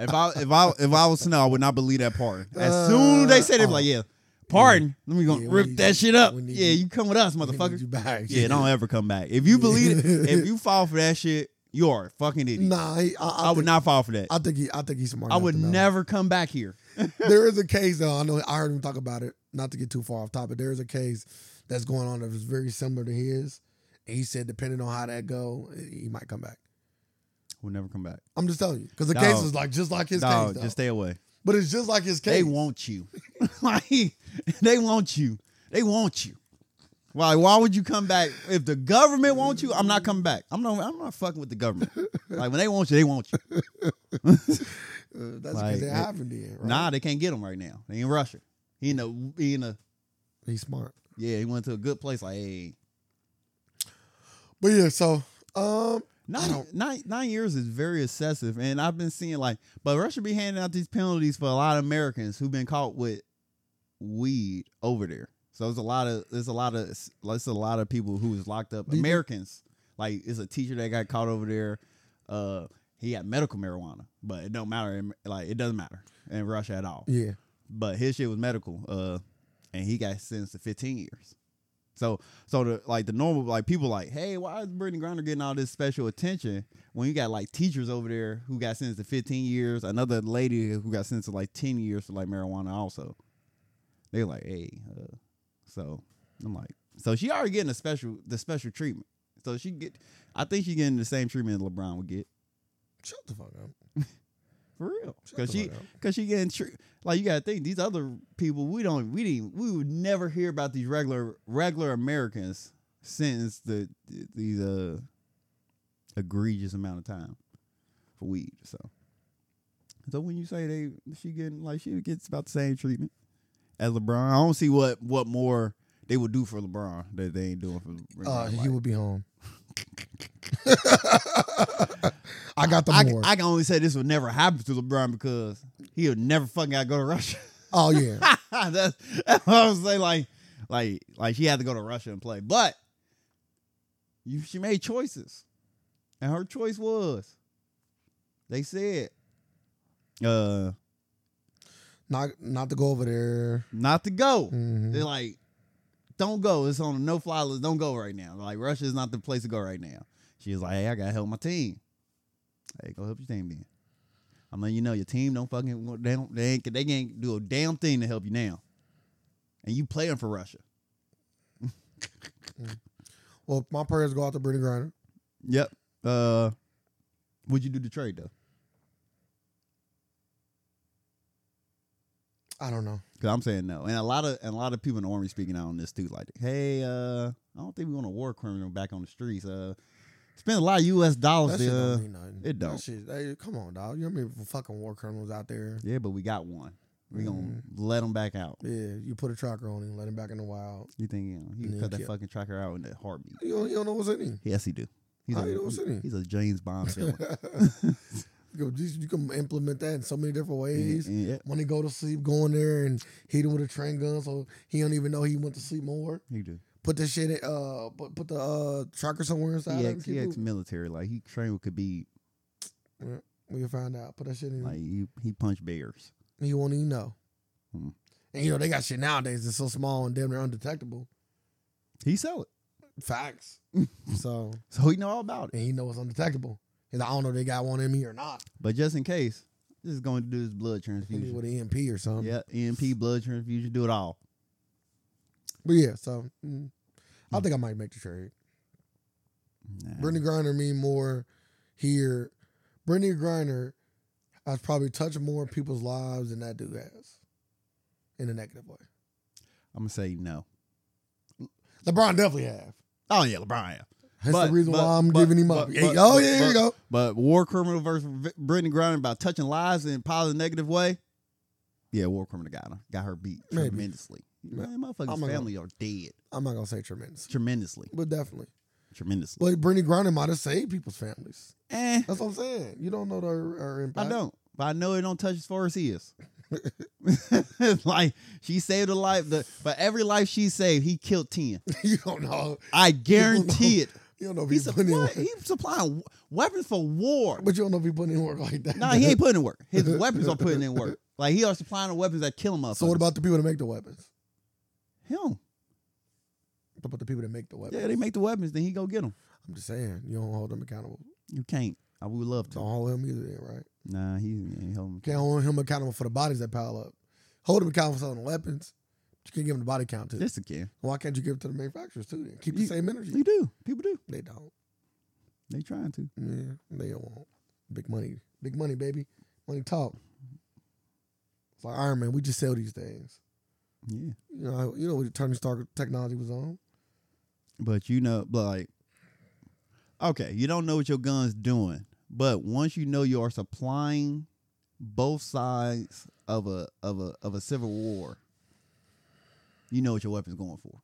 [SPEAKER 1] If I if I if I was Snow, I would not believe that pardon. As soon as they said it,
[SPEAKER 2] Uh,
[SPEAKER 1] like yeah, pardon. Let me go
[SPEAKER 2] Yeah, we
[SPEAKER 1] rip
[SPEAKER 2] need
[SPEAKER 1] that
[SPEAKER 2] you.
[SPEAKER 1] shit up.
[SPEAKER 2] We need
[SPEAKER 1] Yeah,
[SPEAKER 2] you.
[SPEAKER 1] you come with us,
[SPEAKER 2] We need
[SPEAKER 1] motherfucker.
[SPEAKER 2] you back.
[SPEAKER 1] Yeah, don't ever come back. If you believe it, if you fall for that shit, you are a fucking idiot.
[SPEAKER 2] Nah, he, I,
[SPEAKER 1] I would
[SPEAKER 2] think,
[SPEAKER 1] not fall for that.
[SPEAKER 2] I think he. I think he's smart.
[SPEAKER 1] I
[SPEAKER 2] enough
[SPEAKER 1] would
[SPEAKER 2] to know.
[SPEAKER 1] never come back here.
[SPEAKER 2] there is a case though. I know I heard him talk about it. Not to get too far off topic, there is a case that's going on that is very similar to his. And he said, depending on how that go, he might come back.
[SPEAKER 1] I would never come back.
[SPEAKER 2] I'm just telling you because the
[SPEAKER 1] Dog.
[SPEAKER 2] case is like just like his
[SPEAKER 1] No,
[SPEAKER 2] case, though.
[SPEAKER 1] just stay away.
[SPEAKER 2] but it's just like his case.
[SPEAKER 1] They want you. like they want you. They want you. Why? Why would you come back if the government wants you? I'm not coming back. I'm not. I'm not fucking with the government. like when they want you, they want you.
[SPEAKER 2] Uh, that's
[SPEAKER 1] Like,
[SPEAKER 2] because they
[SPEAKER 1] it-
[SPEAKER 2] happened then. Right?
[SPEAKER 1] Nah, they can't get him right now. They in Russia. He in a he in a
[SPEAKER 2] he's smart.
[SPEAKER 1] yeah. He went to a good place. Like hey,
[SPEAKER 2] But yeah, so um,
[SPEAKER 1] nine,
[SPEAKER 2] don't-
[SPEAKER 1] nine, nine years is very excessive, and I've been seeing like, but Russia be handing out these penalties for a lot of Americans who've been caught with weed over there. So it's a lot of there's a lot of there's a lot of people who was locked up.
[SPEAKER 2] Do you-
[SPEAKER 1] Americans like it's a teacher that got caught over there. Uh, he had medical marijuana, but it don't matter. in- Like it doesn't matter in Russia at all.
[SPEAKER 2] yeah,
[SPEAKER 1] but his shit was medical, uh, and he got sentenced to 15 years. So, so the like the normal like people like, hey, why is Brittany Grinder getting all this special attention when you got like teachers over there who got sentenced to 15 years, another lady who got sentenced to like 10 years for like marijuana also. They like, hey, uh, so I'm like, so she already getting a special the special treatment. So she get, I think she getting the same treatment LeBron would get
[SPEAKER 2] shut the fuck up.
[SPEAKER 1] for real
[SPEAKER 2] Shut
[SPEAKER 1] because
[SPEAKER 2] the
[SPEAKER 1] she
[SPEAKER 2] fuck up.
[SPEAKER 1] Cause she getting tr- like you gotta think these other people we don't we didn't we would never hear about these regular regular Americans sentenced the these uh egregious amount of time for weed. So so when you say they she getting like she gets about the same treatment as LeBron, I don't see what what more they would do for LeBron that they ain't doing for LeBron.
[SPEAKER 2] Uh,
[SPEAKER 1] Like,
[SPEAKER 2] he will be home. I got the
[SPEAKER 1] I,
[SPEAKER 2] more.
[SPEAKER 1] I can only say this would never happen to LeBron because he'll never fucking gotta go to Russia.
[SPEAKER 2] oh yeah.
[SPEAKER 1] that's, that's what I was saying. Like, like, like she had to go to Russia and play, but you, she made choices, and her choice was. They said, uh,
[SPEAKER 2] not not to go over there.
[SPEAKER 1] not to go.
[SPEAKER 2] Mhm.
[SPEAKER 1] They're like, don't go. It's on a no fly list. Don't go right now. Like Russia is not the place to go right now. She was like, hey, I gotta help my team. Hey, go help your team then. I'm letting you know your team don't fucking they don't they ain't, they can't do a damn thing to help you now. And you playing for Russia.
[SPEAKER 2] Well, my prayers go out to Brittany Griner.
[SPEAKER 1] Yep. Uh would you do the trade though?
[SPEAKER 2] I don't know.
[SPEAKER 1] Cause I'm saying no. And a lot of and a lot of people in the army speaking out on this too, like, hey, uh, I don't think we want a war criminal back on the streets. Uh spend a lot of US dollars
[SPEAKER 2] That shit
[SPEAKER 1] to, uh,
[SPEAKER 2] don't mean nothing.
[SPEAKER 1] it don't.
[SPEAKER 2] That shit, hey, come on, dog. You know how many fucking war criminals out there?
[SPEAKER 1] Yeah, but we got one. We gonna
[SPEAKER 2] Mhm.
[SPEAKER 1] let him back out.
[SPEAKER 2] Yeah, you put a tracker on him, let him back in the wild.
[SPEAKER 1] You think you know, he
[SPEAKER 2] Yeah,
[SPEAKER 1] cut that
[SPEAKER 2] yeah.
[SPEAKER 1] fucking tracker out in that heartbeat?
[SPEAKER 2] You don't, you don't know what's in him.
[SPEAKER 1] Yes, he do. He's
[SPEAKER 2] How you know what's in
[SPEAKER 1] a,
[SPEAKER 2] him?
[SPEAKER 1] he's a James Bond villain.
[SPEAKER 2] You can- you can implement that in so many different
[SPEAKER 1] And-
[SPEAKER 2] ways.
[SPEAKER 1] and yeah,
[SPEAKER 2] When he go to sleep, go in there and hit him with a train gun, so he don't even know he went to sleep more.
[SPEAKER 1] he do.
[SPEAKER 2] Put the shit, in, uh, put, put the uh tracker somewhere inside.
[SPEAKER 1] He
[SPEAKER 2] him,
[SPEAKER 1] ex,
[SPEAKER 2] keep
[SPEAKER 1] he ex
[SPEAKER 2] moving.
[SPEAKER 1] military. Like he trained with Khabib.
[SPEAKER 2] We'll find out. Put that shit in.
[SPEAKER 1] Like he, he punched bears.
[SPEAKER 2] He won't even know.
[SPEAKER 1] Hmm.
[SPEAKER 2] And you know they got shit nowadays that's so small and damn near undetectable.
[SPEAKER 1] He sell it,
[SPEAKER 2] Facts. so
[SPEAKER 1] so he know all about it.
[SPEAKER 2] and he knows it's undetectable. And I don't know if they got one in me or not.
[SPEAKER 1] But just in case, this is going to do his blood
[SPEAKER 2] Hit me
[SPEAKER 1] transfusion.
[SPEAKER 2] with an EMP or something.
[SPEAKER 1] Yeah, EMP blood transfusion. Do it all.
[SPEAKER 2] But yeah, so mm, I think I might make the trade.
[SPEAKER 1] Nah.
[SPEAKER 2] Brittany Griner mean more here. Brittany Griner has probably touched more people's lives than that dude has. In a negative way.
[SPEAKER 1] I'm gonna say no.
[SPEAKER 2] LeBron definitely have.
[SPEAKER 1] Oh yeah, LeBron. Yeah.
[SPEAKER 2] That's
[SPEAKER 1] But-
[SPEAKER 2] the reason
[SPEAKER 1] but-
[SPEAKER 2] why I'm
[SPEAKER 1] but-
[SPEAKER 2] giving him
[SPEAKER 1] but-
[SPEAKER 2] up.
[SPEAKER 1] but-
[SPEAKER 2] Hey, oh
[SPEAKER 1] but-
[SPEAKER 2] yeah, here you go.
[SPEAKER 1] But war criminal versus V- Brittany Griner about touching lives in a positive negative way. Yeah, war criminal got her, got her beat
[SPEAKER 2] Maybe.
[SPEAKER 1] tremendously.
[SPEAKER 2] Yeah.
[SPEAKER 1] Man, motherfuckers'
[SPEAKER 2] I'm not
[SPEAKER 1] family are dead
[SPEAKER 2] I'm not gonna say tremendous,
[SPEAKER 1] tremendously,
[SPEAKER 2] but definitely.
[SPEAKER 1] tremendously.
[SPEAKER 2] But Brittany Griner might have saved people's families.
[SPEAKER 1] eh,
[SPEAKER 2] That's what I'm saying. You don't know her, her impact.
[SPEAKER 1] I don't, but I know it don't touch as far as he is. It's like she saved a life, the, but every life she saved, he killed ten.
[SPEAKER 2] you don't know.
[SPEAKER 1] I guarantee it.
[SPEAKER 2] You don't know if
[SPEAKER 1] He's
[SPEAKER 2] he's
[SPEAKER 1] a,
[SPEAKER 2] putting in
[SPEAKER 1] what?
[SPEAKER 2] work.
[SPEAKER 1] He supplying w- weapons for war.
[SPEAKER 2] But you don't know if he's putting in work like that.
[SPEAKER 1] No, nah, he ain't putting in work. His weapons are putting in work. Like he are supplying the weapons that kill him up.
[SPEAKER 2] So what about the people that make the weapons?
[SPEAKER 1] him?
[SPEAKER 2] What about the people that make the weapons?
[SPEAKER 1] Yeah, they make the weapons, then he go get them.
[SPEAKER 2] I'm just saying, you don't hold them accountable.
[SPEAKER 1] You can't. I would love
[SPEAKER 2] Don't
[SPEAKER 1] to.
[SPEAKER 2] hold him either, then, right?
[SPEAKER 1] Nah, he ain't helping.
[SPEAKER 2] Can't hold him accountable for the bodies that pile up. Hold him accountable for selling the weapons. But you can't give him the body count too.
[SPEAKER 1] This again.
[SPEAKER 2] Why can't you give it to the manufacturers too? Then keep the
[SPEAKER 1] You-
[SPEAKER 2] same energy.
[SPEAKER 1] You do. People do.
[SPEAKER 2] They don't.
[SPEAKER 1] They trying to.
[SPEAKER 2] Yeah, they don't want big money. Big money, baby. Money talk. It's like Iron Man. We just sell these things.
[SPEAKER 1] Yeah.
[SPEAKER 2] You know, you know what Tony Stark technology was on.
[SPEAKER 1] But you know, but like, okay, you don't know what your gun's doing, but once you know you are supplying both sides of a of a of a civil war, you know what your weapon's going for.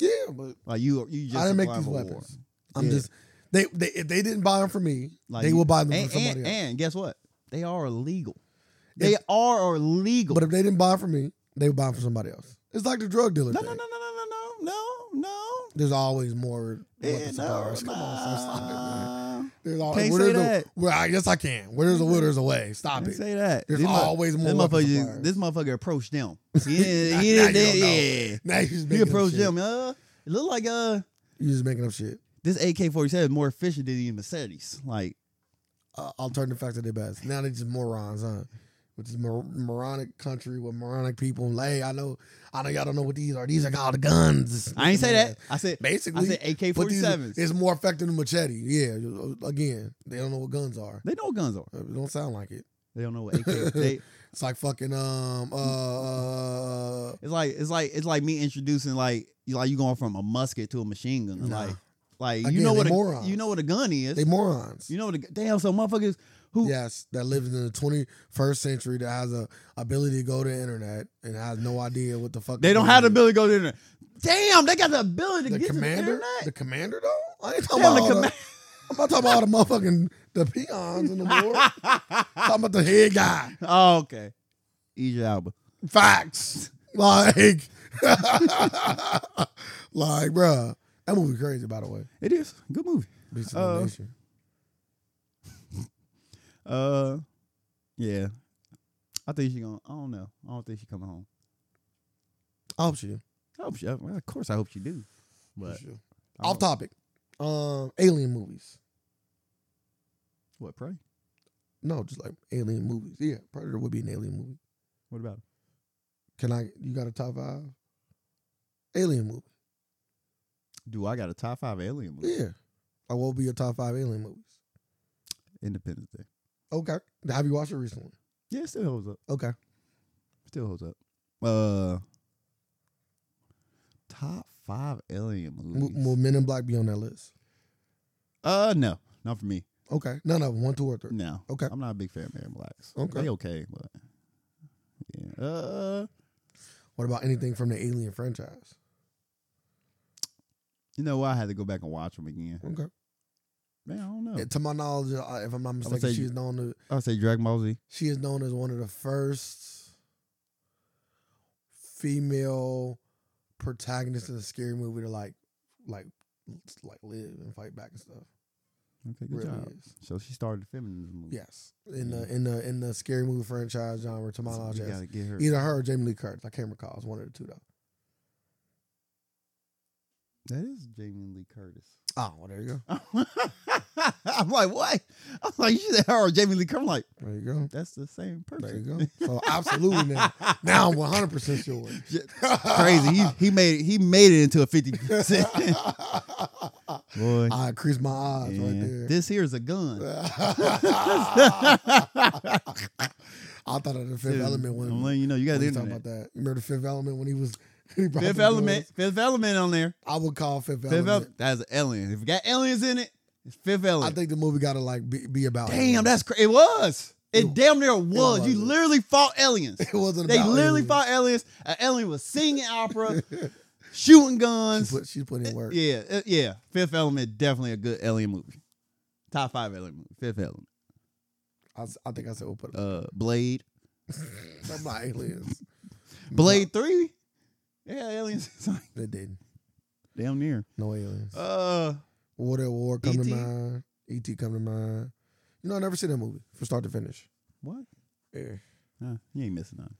[SPEAKER 2] Yeah, but
[SPEAKER 1] Like you, you just
[SPEAKER 2] I didn't make
[SPEAKER 1] supplying
[SPEAKER 2] these
[SPEAKER 1] for war.
[SPEAKER 2] weapons. I'm
[SPEAKER 1] Yeah.
[SPEAKER 2] just they, they if they didn't buy them for me,
[SPEAKER 1] Like
[SPEAKER 2] they
[SPEAKER 1] you-
[SPEAKER 2] will buy them
[SPEAKER 1] And,
[SPEAKER 2] for somebody
[SPEAKER 1] and,
[SPEAKER 2] else.
[SPEAKER 1] and guess what? They are illegal. They are illegal.
[SPEAKER 2] But if they didn't buy them for me, they would buy them for somebody else. It's like the drug dealer.
[SPEAKER 1] no,
[SPEAKER 2] thing.
[SPEAKER 1] no, no, no, no, no, no, no, no.
[SPEAKER 2] There's always more.
[SPEAKER 1] Yeah,
[SPEAKER 2] weapons to
[SPEAKER 1] no,
[SPEAKER 2] bars. Come on, son, stop it, man.
[SPEAKER 1] nah.
[SPEAKER 2] There's always
[SPEAKER 1] Can't
[SPEAKER 2] where
[SPEAKER 1] say
[SPEAKER 2] there's a-
[SPEAKER 1] that.
[SPEAKER 2] where I, yes, I can. Where there's a will, there's a way. Stop
[SPEAKER 1] Can't
[SPEAKER 2] it.
[SPEAKER 1] say that.
[SPEAKER 2] There's
[SPEAKER 1] This mo-
[SPEAKER 2] always more
[SPEAKER 1] this
[SPEAKER 2] weapons
[SPEAKER 1] motherfucker,
[SPEAKER 2] suppliers.
[SPEAKER 1] just- this motherfucker approached them. He didn't, he
[SPEAKER 2] Now you
[SPEAKER 1] didn't,
[SPEAKER 2] don't know.
[SPEAKER 1] yeah.
[SPEAKER 2] Now you just
[SPEAKER 1] He
[SPEAKER 2] making up
[SPEAKER 1] approached
[SPEAKER 2] shit.
[SPEAKER 1] them. Uh, it looked like uh,
[SPEAKER 2] You just making up shit.
[SPEAKER 1] this AK forty seven is more efficient than the Mercedes. Like,
[SPEAKER 2] Uh, alternative facts are their best. Now they just morons, huh? Which is mor- moronic country with moronic people. Like, hey, I know, I know y'all don't know what these are. These are called guns.
[SPEAKER 1] I ain't say that. I said,
[SPEAKER 2] Basically,
[SPEAKER 1] I said AK
[SPEAKER 2] But
[SPEAKER 1] forty
[SPEAKER 2] these-
[SPEAKER 1] seven.
[SPEAKER 2] It's more effective than machete. Yeah. Again, they don't know what guns are. Uh,
[SPEAKER 1] They know what guns are.
[SPEAKER 2] It don't sound like it.
[SPEAKER 1] They don't know what AK. they,
[SPEAKER 2] It's like fucking um uh.
[SPEAKER 1] it's like it's like it's like me introducing like you like you going from a musket to a machine gun.
[SPEAKER 2] Nah.
[SPEAKER 1] Like, like you
[SPEAKER 2] Again,
[SPEAKER 1] know
[SPEAKER 2] they
[SPEAKER 1] what a,
[SPEAKER 2] morons.
[SPEAKER 1] you know what a gun is.
[SPEAKER 2] They morons.
[SPEAKER 1] you know what a, damn. So motherfuckers who
[SPEAKER 2] Yes, that lives in the 21st century that has a ability to go to the internet and has no idea what the fuck.
[SPEAKER 1] They
[SPEAKER 2] is
[SPEAKER 1] don't
[SPEAKER 2] going
[SPEAKER 1] have the
[SPEAKER 2] on.
[SPEAKER 1] ability to go to the internet. Damn, they got the ability to
[SPEAKER 2] The
[SPEAKER 1] get to the
[SPEAKER 2] commander,
[SPEAKER 1] internet.
[SPEAKER 2] the commander though. I ain't talking
[SPEAKER 1] Damn,
[SPEAKER 2] about all
[SPEAKER 1] the
[SPEAKER 2] the, I'm not talking about all the motherfucking the peons in the war. I'm
[SPEAKER 1] commander.
[SPEAKER 2] talking about the head guy.
[SPEAKER 1] oh, okay. EJ Alba.
[SPEAKER 2] Facts. Like, like, bruh. That movie crazy, by the way.
[SPEAKER 1] It is. Good movie.
[SPEAKER 2] Beast of
[SPEAKER 1] Uh,
[SPEAKER 2] No Nation.
[SPEAKER 1] Uh yeah. I think she gonna I don't know. I don't think she coming home.
[SPEAKER 2] I hope she. do.
[SPEAKER 1] I hope she well, of course I hope she do. But
[SPEAKER 2] She do.
[SPEAKER 1] I
[SPEAKER 2] Off
[SPEAKER 1] don't-
[SPEAKER 2] topic. Um, alien movies.
[SPEAKER 1] what pray?
[SPEAKER 2] No, just like alien movies. Yeah, Predator would be an alien movie.
[SPEAKER 1] What about it?
[SPEAKER 2] Can I? You got a top five alien movie?
[SPEAKER 1] do I got a top five alien movie?
[SPEAKER 2] Yeah. I will be your top five alien movies.
[SPEAKER 1] Independence Day.
[SPEAKER 2] Okay. Have you watched it recently?
[SPEAKER 1] Yeah, it still holds up.
[SPEAKER 2] Okay.
[SPEAKER 1] Still holds up. Uh top five alien movies.
[SPEAKER 2] M- will Men in Black be on that list?
[SPEAKER 1] Uh, no, not for me.
[SPEAKER 2] Okay. None of them. One, two, or three.
[SPEAKER 1] No.
[SPEAKER 2] Okay.
[SPEAKER 1] I'm not a big fan of Aaron Blacks.
[SPEAKER 2] Okay.
[SPEAKER 1] They okay, but yeah. Uh,
[SPEAKER 2] What about anything from the Alien franchise?
[SPEAKER 1] you know what? I had to go back and watch them again.
[SPEAKER 2] Okay.
[SPEAKER 1] Man, I don't know.
[SPEAKER 2] Uh, To my knowledge, uh, if I'm not mistaken,
[SPEAKER 1] say
[SPEAKER 2] she
[SPEAKER 1] you-
[SPEAKER 2] is known to,
[SPEAKER 1] I'll say Dragon Ball Z.
[SPEAKER 2] she is known as one of the first female protagonists in a scary movie to like, like, like live and fight back and stuff.
[SPEAKER 1] Okay, good
[SPEAKER 2] Really
[SPEAKER 1] job.
[SPEAKER 2] is.
[SPEAKER 1] So she started the feminism movie.
[SPEAKER 2] Yes, in the in the in the scary movie franchise genre, to my
[SPEAKER 1] So
[SPEAKER 2] knowledge,
[SPEAKER 1] Mm-hmm. we
[SPEAKER 2] yes.
[SPEAKER 1] gotta get her.
[SPEAKER 2] either her or Jamie Lee Curtis. I can't recall. It's one of the two though.
[SPEAKER 1] That is Jamie Lee Curtis.
[SPEAKER 2] Oh, well, there you go.
[SPEAKER 1] I'm like, what? I'm like, you said her or Jamie Lee Curtis. I'm like,
[SPEAKER 2] There you go.
[SPEAKER 1] that's the same
[SPEAKER 2] There you
[SPEAKER 1] person.
[SPEAKER 2] go. So absolutely now. Now I'm 100 percent sure.
[SPEAKER 1] Crazy. He, he made it, he made it into a fifty percent.
[SPEAKER 2] I
[SPEAKER 1] Boy,
[SPEAKER 2] increased my odds right
[SPEAKER 1] yeah.
[SPEAKER 2] there.
[SPEAKER 1] this here is a gun.
[SPEAKER 2] I thought of the Fifth
[SPEAKER 1] Dude,
[SPEAKER 2] Element when,
[SPEAKER 1] I'm letting you know you got
[SPEAKER 2] when
[SPEAKER 1] the
[SPEAKER 2] he talked
[SPEAKER 1] internet.
[SPEAKER 2] about that. You remember the Fifth Element when he was He probably
[SPEAKER 1] Fifth
[SPEAKER 2] does.
[SPEAKER 1] Element. Fifth Element on there.
[SPEAKER 2] I would call Fifth,
[SPEAKER 1] Fifth
[SPEAKER 2] Element.
[SPEAKER 1] Element. That's an alien. If you got aliens in it, it's Fifth
[SPEAKER 2] I
[SPEAKER 1] Element.
[SPEAKER 2] think the movie gotta like be, be about.
[SPEAKER 1] damn,
[SPEAKER 2] aliens.
[SPEAKER 1] that's crazy. It was. It
[SPEAKER 2] It-
[SPEAKER 1] damn near was. you
[SPEAKER 2] wasn't.
[SPEAKER 1] literally fought aliens.
[SPEAKER 2] it wasn't.
[SPEAKER 1] They
[SPEAKER 2] about
[SPEAKER 1] literally
[SPEAKER 2] aliens.
[SPEAKER 1] fought aliens. An alien was singing opera, shooting guns.
[SPEAKER 2] She put, she put in work.
[SPEAKER 1] Yeah, uh, yeah. Fifth Element definitely a good alien movie. Top five alien movie. Fifth Element.
[SPEAKER 2] I, s- I think I said we'll put.
[SPEAKER 1] Uh, Blade.
[SPEAKER 2] I'm not aliens.
[SPEAKER 1] Blade three. Yeah, aliens. It's like
[SPEAKER 2] No, they didn't.
[SPEAKER 1] damn near.
[SPEAKER 2] No aliens.
[SPEAKER 1] Uh, E
[SPEAKER 2] Water of War come
[SPEAKER 1] E.T.?
[SPEAKER 2] to mind. E.T. come to mind. You know, I never seen that movie from start to finish.
[SPEAKER 1] what?
[SPEAKER 2] Yeah.
[SPEAKER 1] Uh, you ain't missing nothing.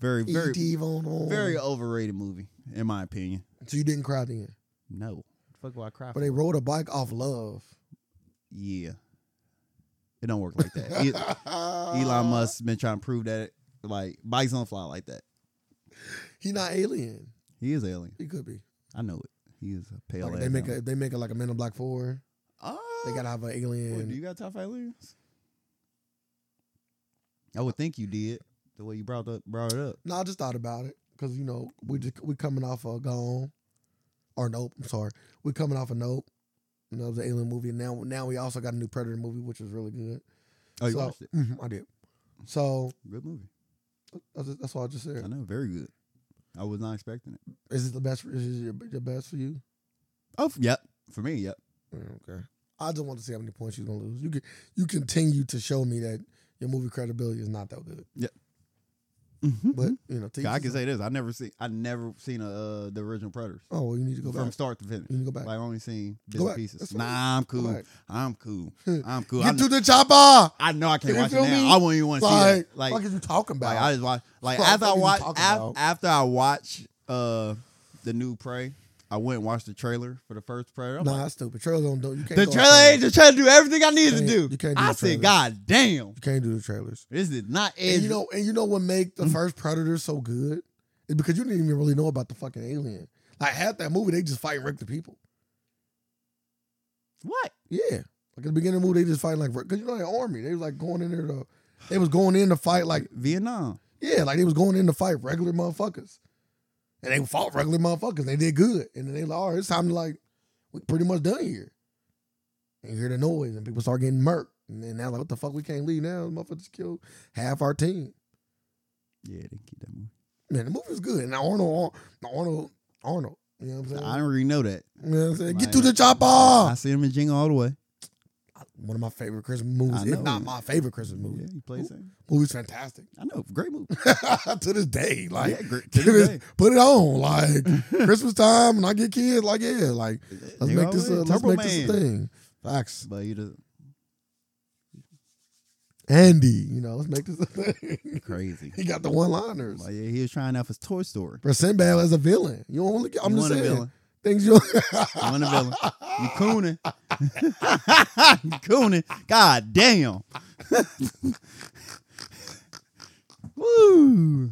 [SPEAKER 1] Very, very,
[SPEAKER 2] E.T. Von Horn.
[SPEAKER 1] very overrated movie, in my opinion.
[SPEAKER 2] So you didn't cry then.
[SPEAKER 1] No. Fuck, why I cry?
[SPEAKER 2] But they rode a bike off love.
[SPEAKER 1] yeah, it don't work like that. E- Elon Musk been trying to prove that like bikes don't fly like that.
[SPEAKER 2] He not alien.
[SPEAKER 1] He is alien.
[SPEAKER 2] He could be.
[SPEAKER 1] I know it. He is a pale.
[SPEAKER 2] Like
[SPEAKER 1] ass
[SPEAKER 2] they make
[SPEAKER 1] alien.
[SPEAKER 2] a, they make it like a Men in Black Four.
[SPEAKER 1] Oh,
[SPEAKER 2] They gotta have an
[SPEAKER 1] Wait, do
[SPEAKER 2] alien.
[SPEAKER 1] you got top five aliens? I would think you did the way you brought up brought it up.
[SPEAKER 2] No, I just thought about it because you know we just we coming off of Gone, or Nope. I'm sorry, we coming off of Nope. And that was an alien movie. And now now we also got a new Predator movie, which was really good.
[SPEAKER 1] Oh, you
[SPEAKER 2] So-
[SPEAKER 1] watched it.
[SPEAKER 2] Mhm, I did. So
[SPEAKER 1] Good movie.
[SPEAKER 2] that's, that's what I just
[SPEAKER 1] I
[SPEAKER 2] said.
[SPEAKER 1] know, very good. I was not expecting it.
[SPEAKER 2] Is it the best? Is it your, your best for you?
[SPEAKER 1] Oh, f- yep. For me, yep.
[SPEAKER 2] Mm, Okay. I just want to see how many points you're gonna lose. You can, you continue to show me that your movie credibility is not that good. Mm-hmm. But you know, to
[SPEAKER 1] Mm-hmm. I can
[SPEAKER 2] each his own.
[SPEAKER 1] say this: I never see, I never seen a, uh, the original Predators
[SPEAKER 2] Oh, well, you need to go
[SPEAKER 1] from
[SPEAKER 2] back.
[SPEAKER 1] start to finish.
[SPEAKER 2] You need to go back.
[SPEAKER 1] Like, I only seen bits
[SPEAKER 2] Go
[SPEAKER 1] and
[SPEAKER 2] back.
[SPEAKER 1] pieces.
[SPEAKER 2] That's fine.
[SPEAKER 1] Nah, I'm
[SPEAKER 2] Go
[SPEAKER 1] cool.
[SPEAKER 2] back.
[SPEAKER 1] I'm cool. I'm cool. I
[SPEAKER 2] Get to
[SPEAKER 1] know,
[SPEAKER 2] the chopper.
[SPEAKER 1] I know I can't
[SPEAKER 2] You
[SPEAKER 1] watch it
[SPEAKER 2] feel
[SPEAKER 1] now.
[SPEAKER 2] me?
[SPEAKER 1] I wouldn't even want to see
[SPEAKER 2] Like,
[SPEAKER 1] that. Like,
[SPEAKER 2] what are you talking about?
[SPEAKER 1] Like I just watch like
[SPEAKER 2] Fuck,
[SPEAKER 1] after I
[SPEAKER 2] what you
[SPEAKER 1] watch
[SPEAKER 2] talking
[SPEAKER 1] af-
[SPEAKER 2] about?
[SPEAKER 1] after I watch uh the new Prey, I went and watched the trailer for the first Prey. I'm like,
[SPEAKER 2] nah, that's stupid. Trailer don't. don't you can't
[SPEAKER 1] the
[SPEAKER 2] go
[SPEAKER 1] trailer
[SPEAKER 2] off
[SPEAKER 1] ain't just trying to do everything I needed to
[SPEAKER 2] You
[SPEAKER 1] do.
[SPEAKER 2] can't- you can't do
[SPEAKER 1] I
[SPEAKER 2] the
[SPEAKER 1] said,
[SPEAKER 2] trailers.
[SPEAKER 1] God damn,
[SPEAKER 2] You can't do the trailers.
[SPEAKER 1] this is Mm-hmm. not
[SPEAKER 2] And
[SPEAKER 1] edge.
[SPEAKER 2] you know, and you know what make the first Predator so good is because you didn't even really know about the fucking alien. Like half that movie, they just fight regular people.
[SPEAKER 1] what?
[SPEAKER 2] Yeah. Like at the beginning of the movie, they just fight like because you know the army. They was like going in there to. They was going in to fight like
[SPEAKER 1] Vietnam.
[SPEAKER 2] Yeah, like they was going in to fight regular motherfuckers. And they fought regular motherfuckers. And they did good. And then they like, all right, it's time to like, we pretty much done here. And you hear the noise and people start getting murked. And then now like, what the fuck? We can't leave now. Motherfuckers killed half our team.
[SPEAKER 1] Yeah, they keep that movie.
[SPEAKER 2] Man, the movie was good. And now Arnold, Arnold, Arnold. You know what I'm saying?
[SPEAKER 1] I already know that.
[SPEAKER 2] you know what I'm saying?
[SPEAKER 1] Like-
[SPEAKER 2] Get to the
[SPEAKER 1] I
[SPEAKER 2] chopper.
[SPEAKER 1] see him in Jingle all the way.
[SPEAKER 2] One of my favorite Christmas
[SPEAKER 1] I
[SPEAKER 2] movies,
[SPEAKER 1] know.
[SPEAKER 2] if not my favorite Christmas movie.
[SPEAKER 1] Yeah, he plays that.
[SPEAKER 2] Movie's fantastic.
[SPEAKER 1] I know, great movie.
[SPEAKER 2] to this day, like
[SPEAKER 1] yeah, great.
[SPEAKER 2] to this- put it on. Like Christmas time and I get kids. Like yeah, like let's make this a, let's make this a thing. Facts,
[SPEAKER 1] But you just
[SPEAKER 2] Andy. You know, let's make this a thing.
[SPEAKER 1] crazy.
[SPEAKER 2] he got the one liners.
[SPEAKER 1] Like, yeah, he was trying out his Toy Story.
[SPEAKER 2] For Sinbad as a villain, you don't want to. I'm
[SPEAKER 1] You
[SPEAKER 2] just
[SPEAKER 1] want a
[SPEAKER 2] saying
[SPEAKER 1] villain.
[SPEAKER 2] things you.
[SPEAKER 1] You want a villain. You cooning. you cooning. God damn. Woo.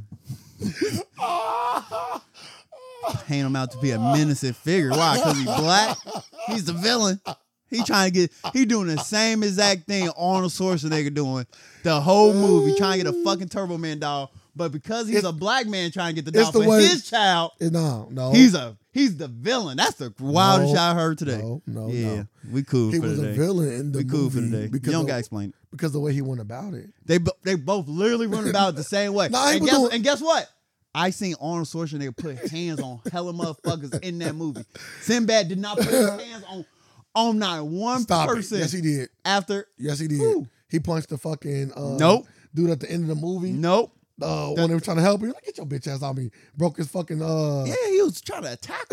[SPEAKER 1] Paint him out to be a menacing figure. Why? Because he black? He's the villain. He trying to get, he doing the same exact thing Arnold Schwarzenegger doing the whole movie, trying to get a fucking Turbo Man doll. But because he's
[SPEAKER 2] It's-
[SPEAKER 1] a black man trying to get the
[SPEAKER 2] it's
[SPEAKER 1] doll
[SPEAKER 2] the
[SPEAKER 1] for
[SPEAKER 2] way-
[SPEAKER 1] his child,
[SPEAKER 2] no, no,
[SPEAKER 1] He's a he's the villain. That's the wildest
[SPEAKER 2] No,
[SPEAKER 1] shit I heard today.
[SPEAKER 2] No, no,
[SPEAKER 1] yeah,
[SPEAKER 2] no.
[SPEAKER 1] we cool
[SPEAKER 2] He
[SPEAKER 1] for
[SPEAKER 2] was a
[SPEAKER 1] today.
[SPEAKER 2] villain in the
[SPEAKER 1] We cool for
[SPEAKER 2] movie
[SPEAKER 1] today. You
[SPEAKER 2] because
[SPEAKER 1] don't gotta
[SPEAKER 2] of,
[SPEAKER 1] explain. it.
[SPEAKER 2] because the way he went about it.
[SPEAKER 1] They bo- they both literally run about it the same way.
[SPEAKER 2] Nah, I ain't
[SPEAKER 1] and,
[SPEAKER 2] was
[SPEAKER 1] guess,
[SPEAKER 2] doing-
[SPEAKER 1] and guess what? I seen Arnold Schwarzenegger put hands on hella motherfuckers in that movie. Sinbad did not put his hands on on not one
[SPEAKER 2] Stop it.
[SPEAKER 1] person
[SPEAKER 2] Yes, he did.
[SPEAKER 1] after.
[SPEAKER 2] Yes, he did.
[SPEAKER 1] Who?
[SPEAKER 2] He punched the fucking uh,
[SPEAKER 1] Nope.
[SPEAKER 2] dude at the end of the movie.
[SPEAKER 1] Nope.
[SPEAKER 2] Uh, when they were trying to help him, like, get your bitch ass on me. Broke his fucking uh.
[SPEAKER 1] Yeah, he was trying to attack.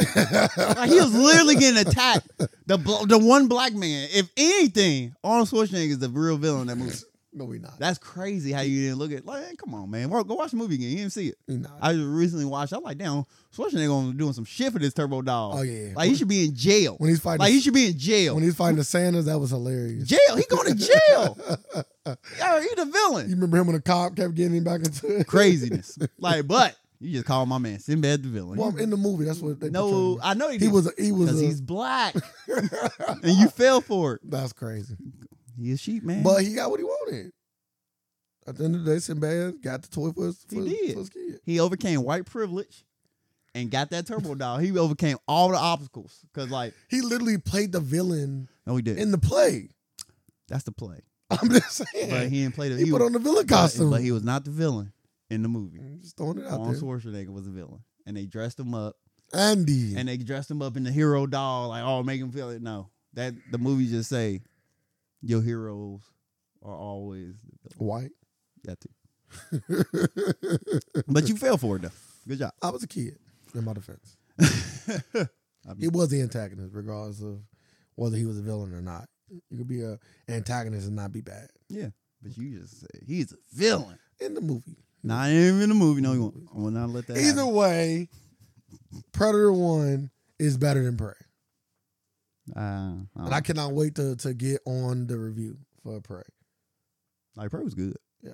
[SPEAKER 1] Him. like, he was literally getting attacked. The bl- the one black man. If anything, Arnold Schwarzenegger is the real villain in that movie.
[SPEAKER 2] No, we not.
[SPEAKER 1] That's crazy how you didn't look at like come on man. Wa- Go watch the movie again. You didn't see it.
[SPEAKER 2] we not.
[SPEAKER 1] I just recently watched. I'm like, damn, Schwarzenegger gonna doing some shit for this Turbo Dog.
[SPEAKER 2] Oh, yeah.
[SPEAKER 1] like he should be in jail.
[SPEAKER 2] when he's fighting,
[SPEAKER 1] like he should be in jail.
[SPEAKER 2] when he's fighting the Sanders, that was hilarious.
[SPEAKER 1] jail. He going to jail. yeah, he the
[SPEAKER 2] You
[SPEAKER 1] villain.
[SPEAKER 2] remember him when the cop kept getting him back into it?
[SPEAKER 1] Craziness. like, but you just call my man Sinbad the villain.
[SPEAKER 2] Well, in the movie, that's what they
[SPEAKER 1] no,
[SPEAKER 2] portrayed him.
[SPEAKER 1] I know he,
[SPEAKER 2] he
[SPEAKER 1] did,
[SPEAKER 2] was. He was.
[SPEAKER 1] because
[SPEAKER 2] A,
[SPEAKER 1] he's black, and you fell for it.
[SPEAKER 2] that's crazy.
[SPEAKER 1] He a sheep man.
[SPEAKER 2] But he got what he wanted. At the end of the day, Sinbad got the toy for his,
[SPEAKER 1] He
[SPEAKER 2] for, his-
[SPEAKER 1] did.
[SPEAKER 2] for his kid.
[SPEAKER 1] he overcame white privilege. and got that turbo dog. He overcame all the obstacles because, like,
[SPEAKER 2] He literally played the villain
[SPEAKER 1] no, he did.
[SPEAKER 2] in the play.
[SPEAKER 1] That's the play,
[SPEAKER 2] I'm just
[SPEAKER 1] but
[SPEAKER 2] saying.
[SPEAKER 1] he didn't play the.
[SPEAKER 2] he, put
[SPEAKER 1] was,
[SPEAKER 2] on the villain
[SPEAKER 1] but-
[SPEAKER 2] costume.
[SPEAKER 1] but he was not the villain in the movie.
[SPEAKER 2] I'm just throwing it out
[SPEAKER 1] Arnold
[SPEAKER 2] there.
[SPEAKER 1] Schwarzenegger was the villain, and they dressed him up,
[SPEAKER 2] Andy.
[SPEAKER 1] and they dressed him up in the hero doll, like, oh, make him feel it. No, that the movie just say, your heroes are always the villain.
[SPEAKER 2] White.
[SPEAKER 1] That too. But you fell for it though. Good job.
[SPEAKER 2] I was a kid, in my defense.
[SPEAKER 1] I mean-
[SPEAKER 2] He was the antagonist, regardless of whether he was a villain or not. You could be a antagonist and not be bad.
[SPEAKER 1] But you just said he's a villain.
[SPEAKER 2] In the movie.
[SPEAKER 1] Not even in the movie. No, you won't. I will not let that.
[SPEAKER 2] Either
[SPEAKER 1] happen.
[SPEAKER 2] way, Predator 1 is better than Prey.
[SPEAKER 1] Uh,
[SPEAKER 2] And I cannot wait to, to get on the review for Prey.
[SPEAKER 1] Like Prey was good.
[SPEAKER 2] Yeah.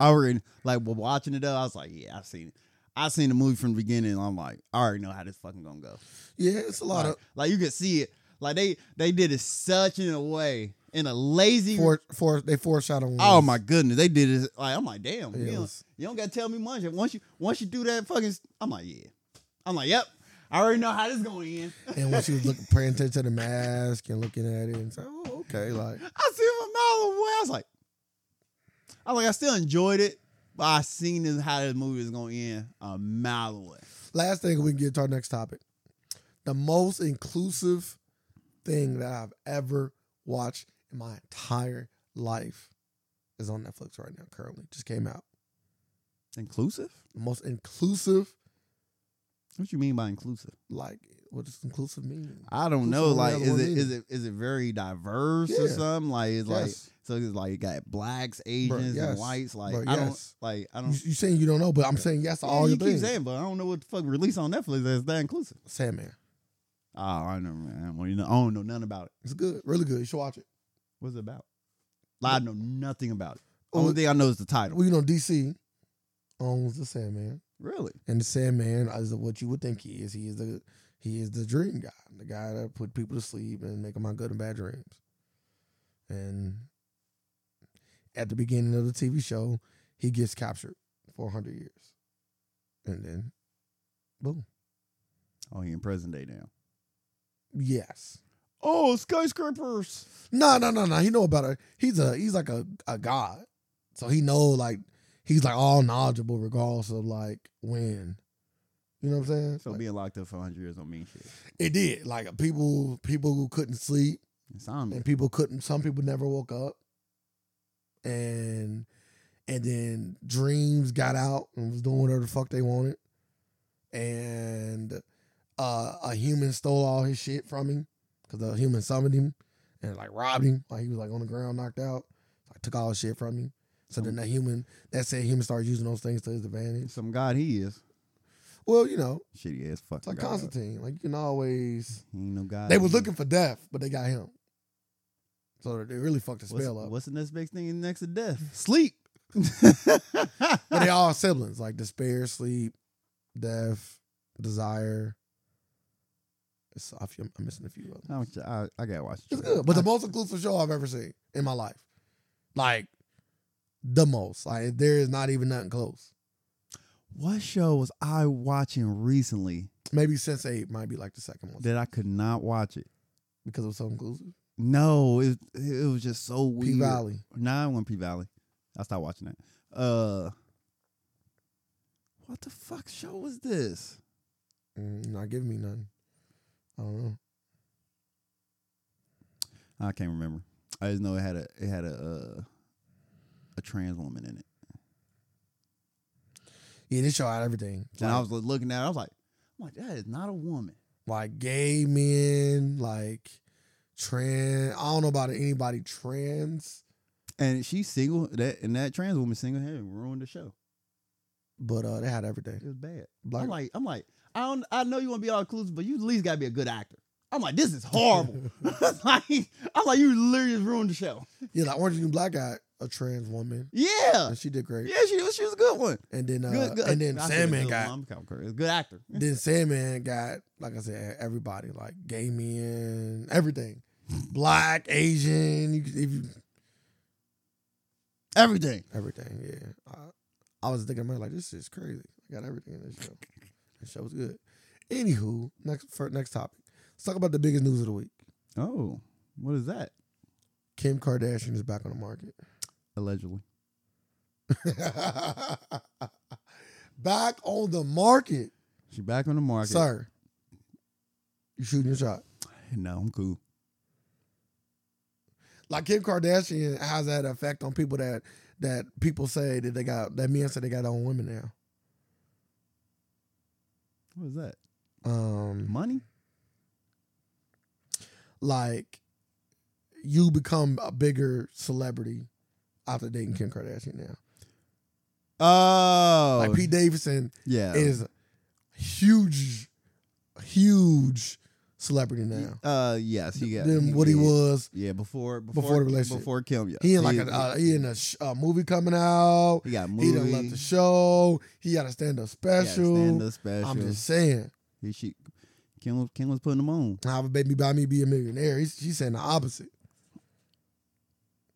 [SPEAKER 1] I already like while watching it though, I was like, yeah, I've seen it. I seen the movie from the beginning. and I'm like, I already know how this fucking gonna go.
[SPEAKER 2] Yeah, it's a lot
[SPEAKER 1] like,
[SPEAKER 2] of
[SPEAKER 1] like, you could see it. Like they they did it such in a way in a lazy.
[SPEAKER 2] for, for they foreshadowing.
[SPEAKER 1] oh my goodness, they did it. Like I'm like, damn,
[SPEAKER 2] Yeah,
[SPEAKER 1] you,
[SPEAKER 2] it
[SPEAKER 1] don't,
[SPEAKER 2] was-
[SPEAKER 1] you don't gotta tell me much. And once you once you do that fucking, I'm like, yeah. I'm like, yep. I already know how this gonna end.
[SPEAKER 2] and when she was looking, paying attention to the mask and looking at it, and it's like, oh, okay, like
[SPEAKER 1] I seen it from a mile away. I was like, I was like, I still enjoyed it, but I seen this, how this movie is gonna end a mile away.
[SPEAKER 2] last thing we can get to our next topic. The most inclusive thing that I've ever watched in my entire life is on Netflix right now. Currently, just came out.
[SPEAKER 1] Inclusive?
[SPEAKER 2] The most inclusive,
[SPEAKER 1] What you mean by inclusive?
[SPEAKER 2] like what does inclusive mean?
[SPEAKER 1] I don't know.
[SPEAKER 2] Inclusive
[SPEAKER 1] Like,
[SPEAKER 2] only
[SPEAKER 1] is
[SPEAKER 2] has
[SPEAKER 1] it
[SPEAKER 2] one
[SPEAKER 1] is it is it very diverse or
[SPEAKER 2] Yeah.
[SPEAKER 1] something? Like, it's like
[SPEAKER 2] Yes.
[SPEAKER 1] so it's like you got blacks, Asians,
[SPEAKER 2] yes.
[SPEAKER 1] and whites. Like,
[SPEAKER 2] Bruh,
[SPEAKER 1] I don't
[SPEAKER 2] yes.
[SPEAKER 1] like I
[SPEAKER 2] You,
[SPEAKER 1] don't.
[SPEAKER 2] you saying you don't know, but I'm saying yes to
[SPEAKER 1] Yeah,
[SPEAKER 2] all
[SPEAKER 1] you
[SPEAKER 2] your
[SPEAKER 1] keep
[SPEAKER 2] things.
[SPEAKER 1] saying, but I don't know what the fuck release on Netflix that's that inclusive.
[SPEAKER 2] Sandman,
[SPEAKER 1] Oh, I don't know. man. Well, you know, I don't know nothing about it.
[SPEAKER 2] it's good, really good. You should watch it.
[SPEAKER 1] What's it about? Like, I know nothing about it.
[SPEAKER 2] Oh,
[SPEAKER 1] Only thing I know is the title.
[SPEAKER 2] well, you know, DC owns the Sandman.
[SPEAKER 1] Really?
[SPEAKER 2] And the Sandman is what you would think he is. He is the he is the dream guy, the guy that put people to sleep and make them have good and bad dreams. And at the beginning of the TV show, he gets captured for hundred years, and then, boom,
[SPEAKER 1] Oh, he in present day now.
[SPEAKER 2] yes,
[SPEAKER 1] Oh, skyscrapers.
[SPEAKER 2] no, no, no, no. He know about it. He's a he's like a a god, so he know like he's like all knowledgeable regardless of like when, you know what I'm saying?
[SPEAKER 1] So
[SPEAKER 2] Like,
[SPEAKER 1] being locked up for 100 years don't mean shit.
[SPEAKER 2] it did like people people who couldn't sleep.
[SPEAKER 1] Insomnia.
[SPEAKER 2] and people couldn't some people never woke up and and then dreams got out and was doing whatever the fuck they wanted and uh a human stole all his shit from him because the human summoned him and like robbed him like he was like on the ground knocked out like took all his shit from him so then that human that said human started using those things to his advantage
[SPEAKER 1] Some god he is.
[SPEAKER 2] well you know
[SPEAKER 1] Shitty ass fucking
[SPEAKER 2] it's like
[SPEAKER 1] god.
[SPEAKER 2] constantine like you can always
[SPEAKER 1] He ain't no god.
[SPEAKER 2] they was
[SPEAKER 1] he is.
[SPEAKER 2] looking for death but they got him so they really fucked the
[SPEAKER 1] what's,
[SPEAKER 2] spell up
[SPEAKER 1] what's the next big thing next to death? Sleep.
[SPEAKER 2] but they all siblings like despair, sleep, death, desire. It's, I feel, I'm missing a few of them.
[SPEAKER 1] I'm j- I, I gotta watch.
[SPEAKER 2] It's good, but the most inclusive show I've ever seen in my life, like the most. Like there is not even nothing close.
[SPEAKER 1] what show was I watching recently
[SPEAKER 2] Maybe Sense Eight might be like the second one
[SPEAKER 1] that I could not watch it?
[SPEAKER 2] because it was so inclusive.
[SPEAKER 1] No, it it was just so weird.
[SPEAKER 2] P Valley.
[SPEAKER 1] Nah, I went P Valley. I stopped watching that. Uh, what the fuck show was this?
[SPEAKER 2] Mm, not giving me none. I don't know.
[SPEAKER 1] I can't remember. I just know it had a it had a uh, a trans woman in it,
[SPEAKER 2] Yeah, this show had everything.
[SPEAKER 1] and I
[SPEAKER 2] Like-
[SPEAKER 1] was like, looking at. it, I was like, I'm like, that is not a woman.
[SPEAKER 2] like gay men, like trans. I don't know about anybody trans.
[SPEAKER 1] And she's single. That and that trans woman single handed ruined the show.
[SPEAKER 2] But uh, they had everything.
[SPEAKER 1] It was bad.
[SPEAKER 2] Black
[SPEAKER 1] I'm like, I'm like, I don't. I know you want to be all inclusive, but you at least gotta be a good actor. I'm like, this is horrible. like, I'm like, you literally just ruined the show.
[SPEAKER 2] yeah, like Orange is the New Black got a trans woman,
[SPEAKER 1] Yeah,
[SPEAKER 2] and she did great.
[SPEAKER 1] yeah, she was she was a good one.
[SPEAKER 2] And then, uh,
[SPEAKER 1] good, good.
[SPEAKER 2] and then
[SPEAKER 1] I said
[SPEAKER 2] Sandman
[SPEAKER 1] good
[SPEAKER 2] got,
[SPEAKER 1] one, I'm kind of crazy. good actor.
[SPEAKER 2] then Sandman got, like I said, e, everybody, like gay men, everything, black, Asian, you, could- if you,
[SPEAKER 1] Everything.
[SPEAKER 2] everything. Yeah, I, I was thinking, man, like this is crazy. I got everything in this show. The show was good. Anywho, next for next topic. Let's talk about the biggest news of the week.
[SPEAKER 1] Oh, what is that?
[SPEAKER 2] Kim Kardashian is back on the market.
[SPEAKER 1] Allegedly.
[SPEAKER 2] back on the market,
[SPEAKER 1] She back on the market.
[SPEAKER 2] sir. You shooting your shot.
[SPEAKER 1] No, I'm cool.
[SPEAKER 2] Like Kim Kardashian has that effect on people that that people say that they got that men say they got their own women now.
[SPEAKER 1] What is that?
[SPEAKER 2] Um,
[SPEAKER 1] Money?
[SPEAKER 2] like you become a bigger celebrity after dating Kim Kardashian now.
[SPEAKER 1] Oh.
[SPEAKER 2] Like Pete Davidson
[SPEAKER 1] yeah.
[SPEAKER 2] is huge, huge celebrity now
[SPEAKER 1] Uh, yes, he got.
[SPEAKER 2] than what he
[SPEAKER 1] did.
[SPEAKER 2] was.
[SPEAKER 1] Yeah, before before,
[SPEAKER 2] Before the relationship.
[SPEAKER 1] Before Kim, yeah.
[SPEAKER 2] He in like a, uh, he in a, sh- a movie coming out.
[SPEAKER 1] he got
[SPEAKER 2] He
[SPEAKER 1] movie.
[SPEAKER 2] done left the show. He got a stand up special.
[SPEAKER 1] Stand up special.
[SPEAKER 2] I'm just saying.
[SPEAKER 1] he, she, Kim, was- Kim was putting him on.
[SPEAKER 2] Have a baby by me, be a millionaire. He's, she's saying the opposite.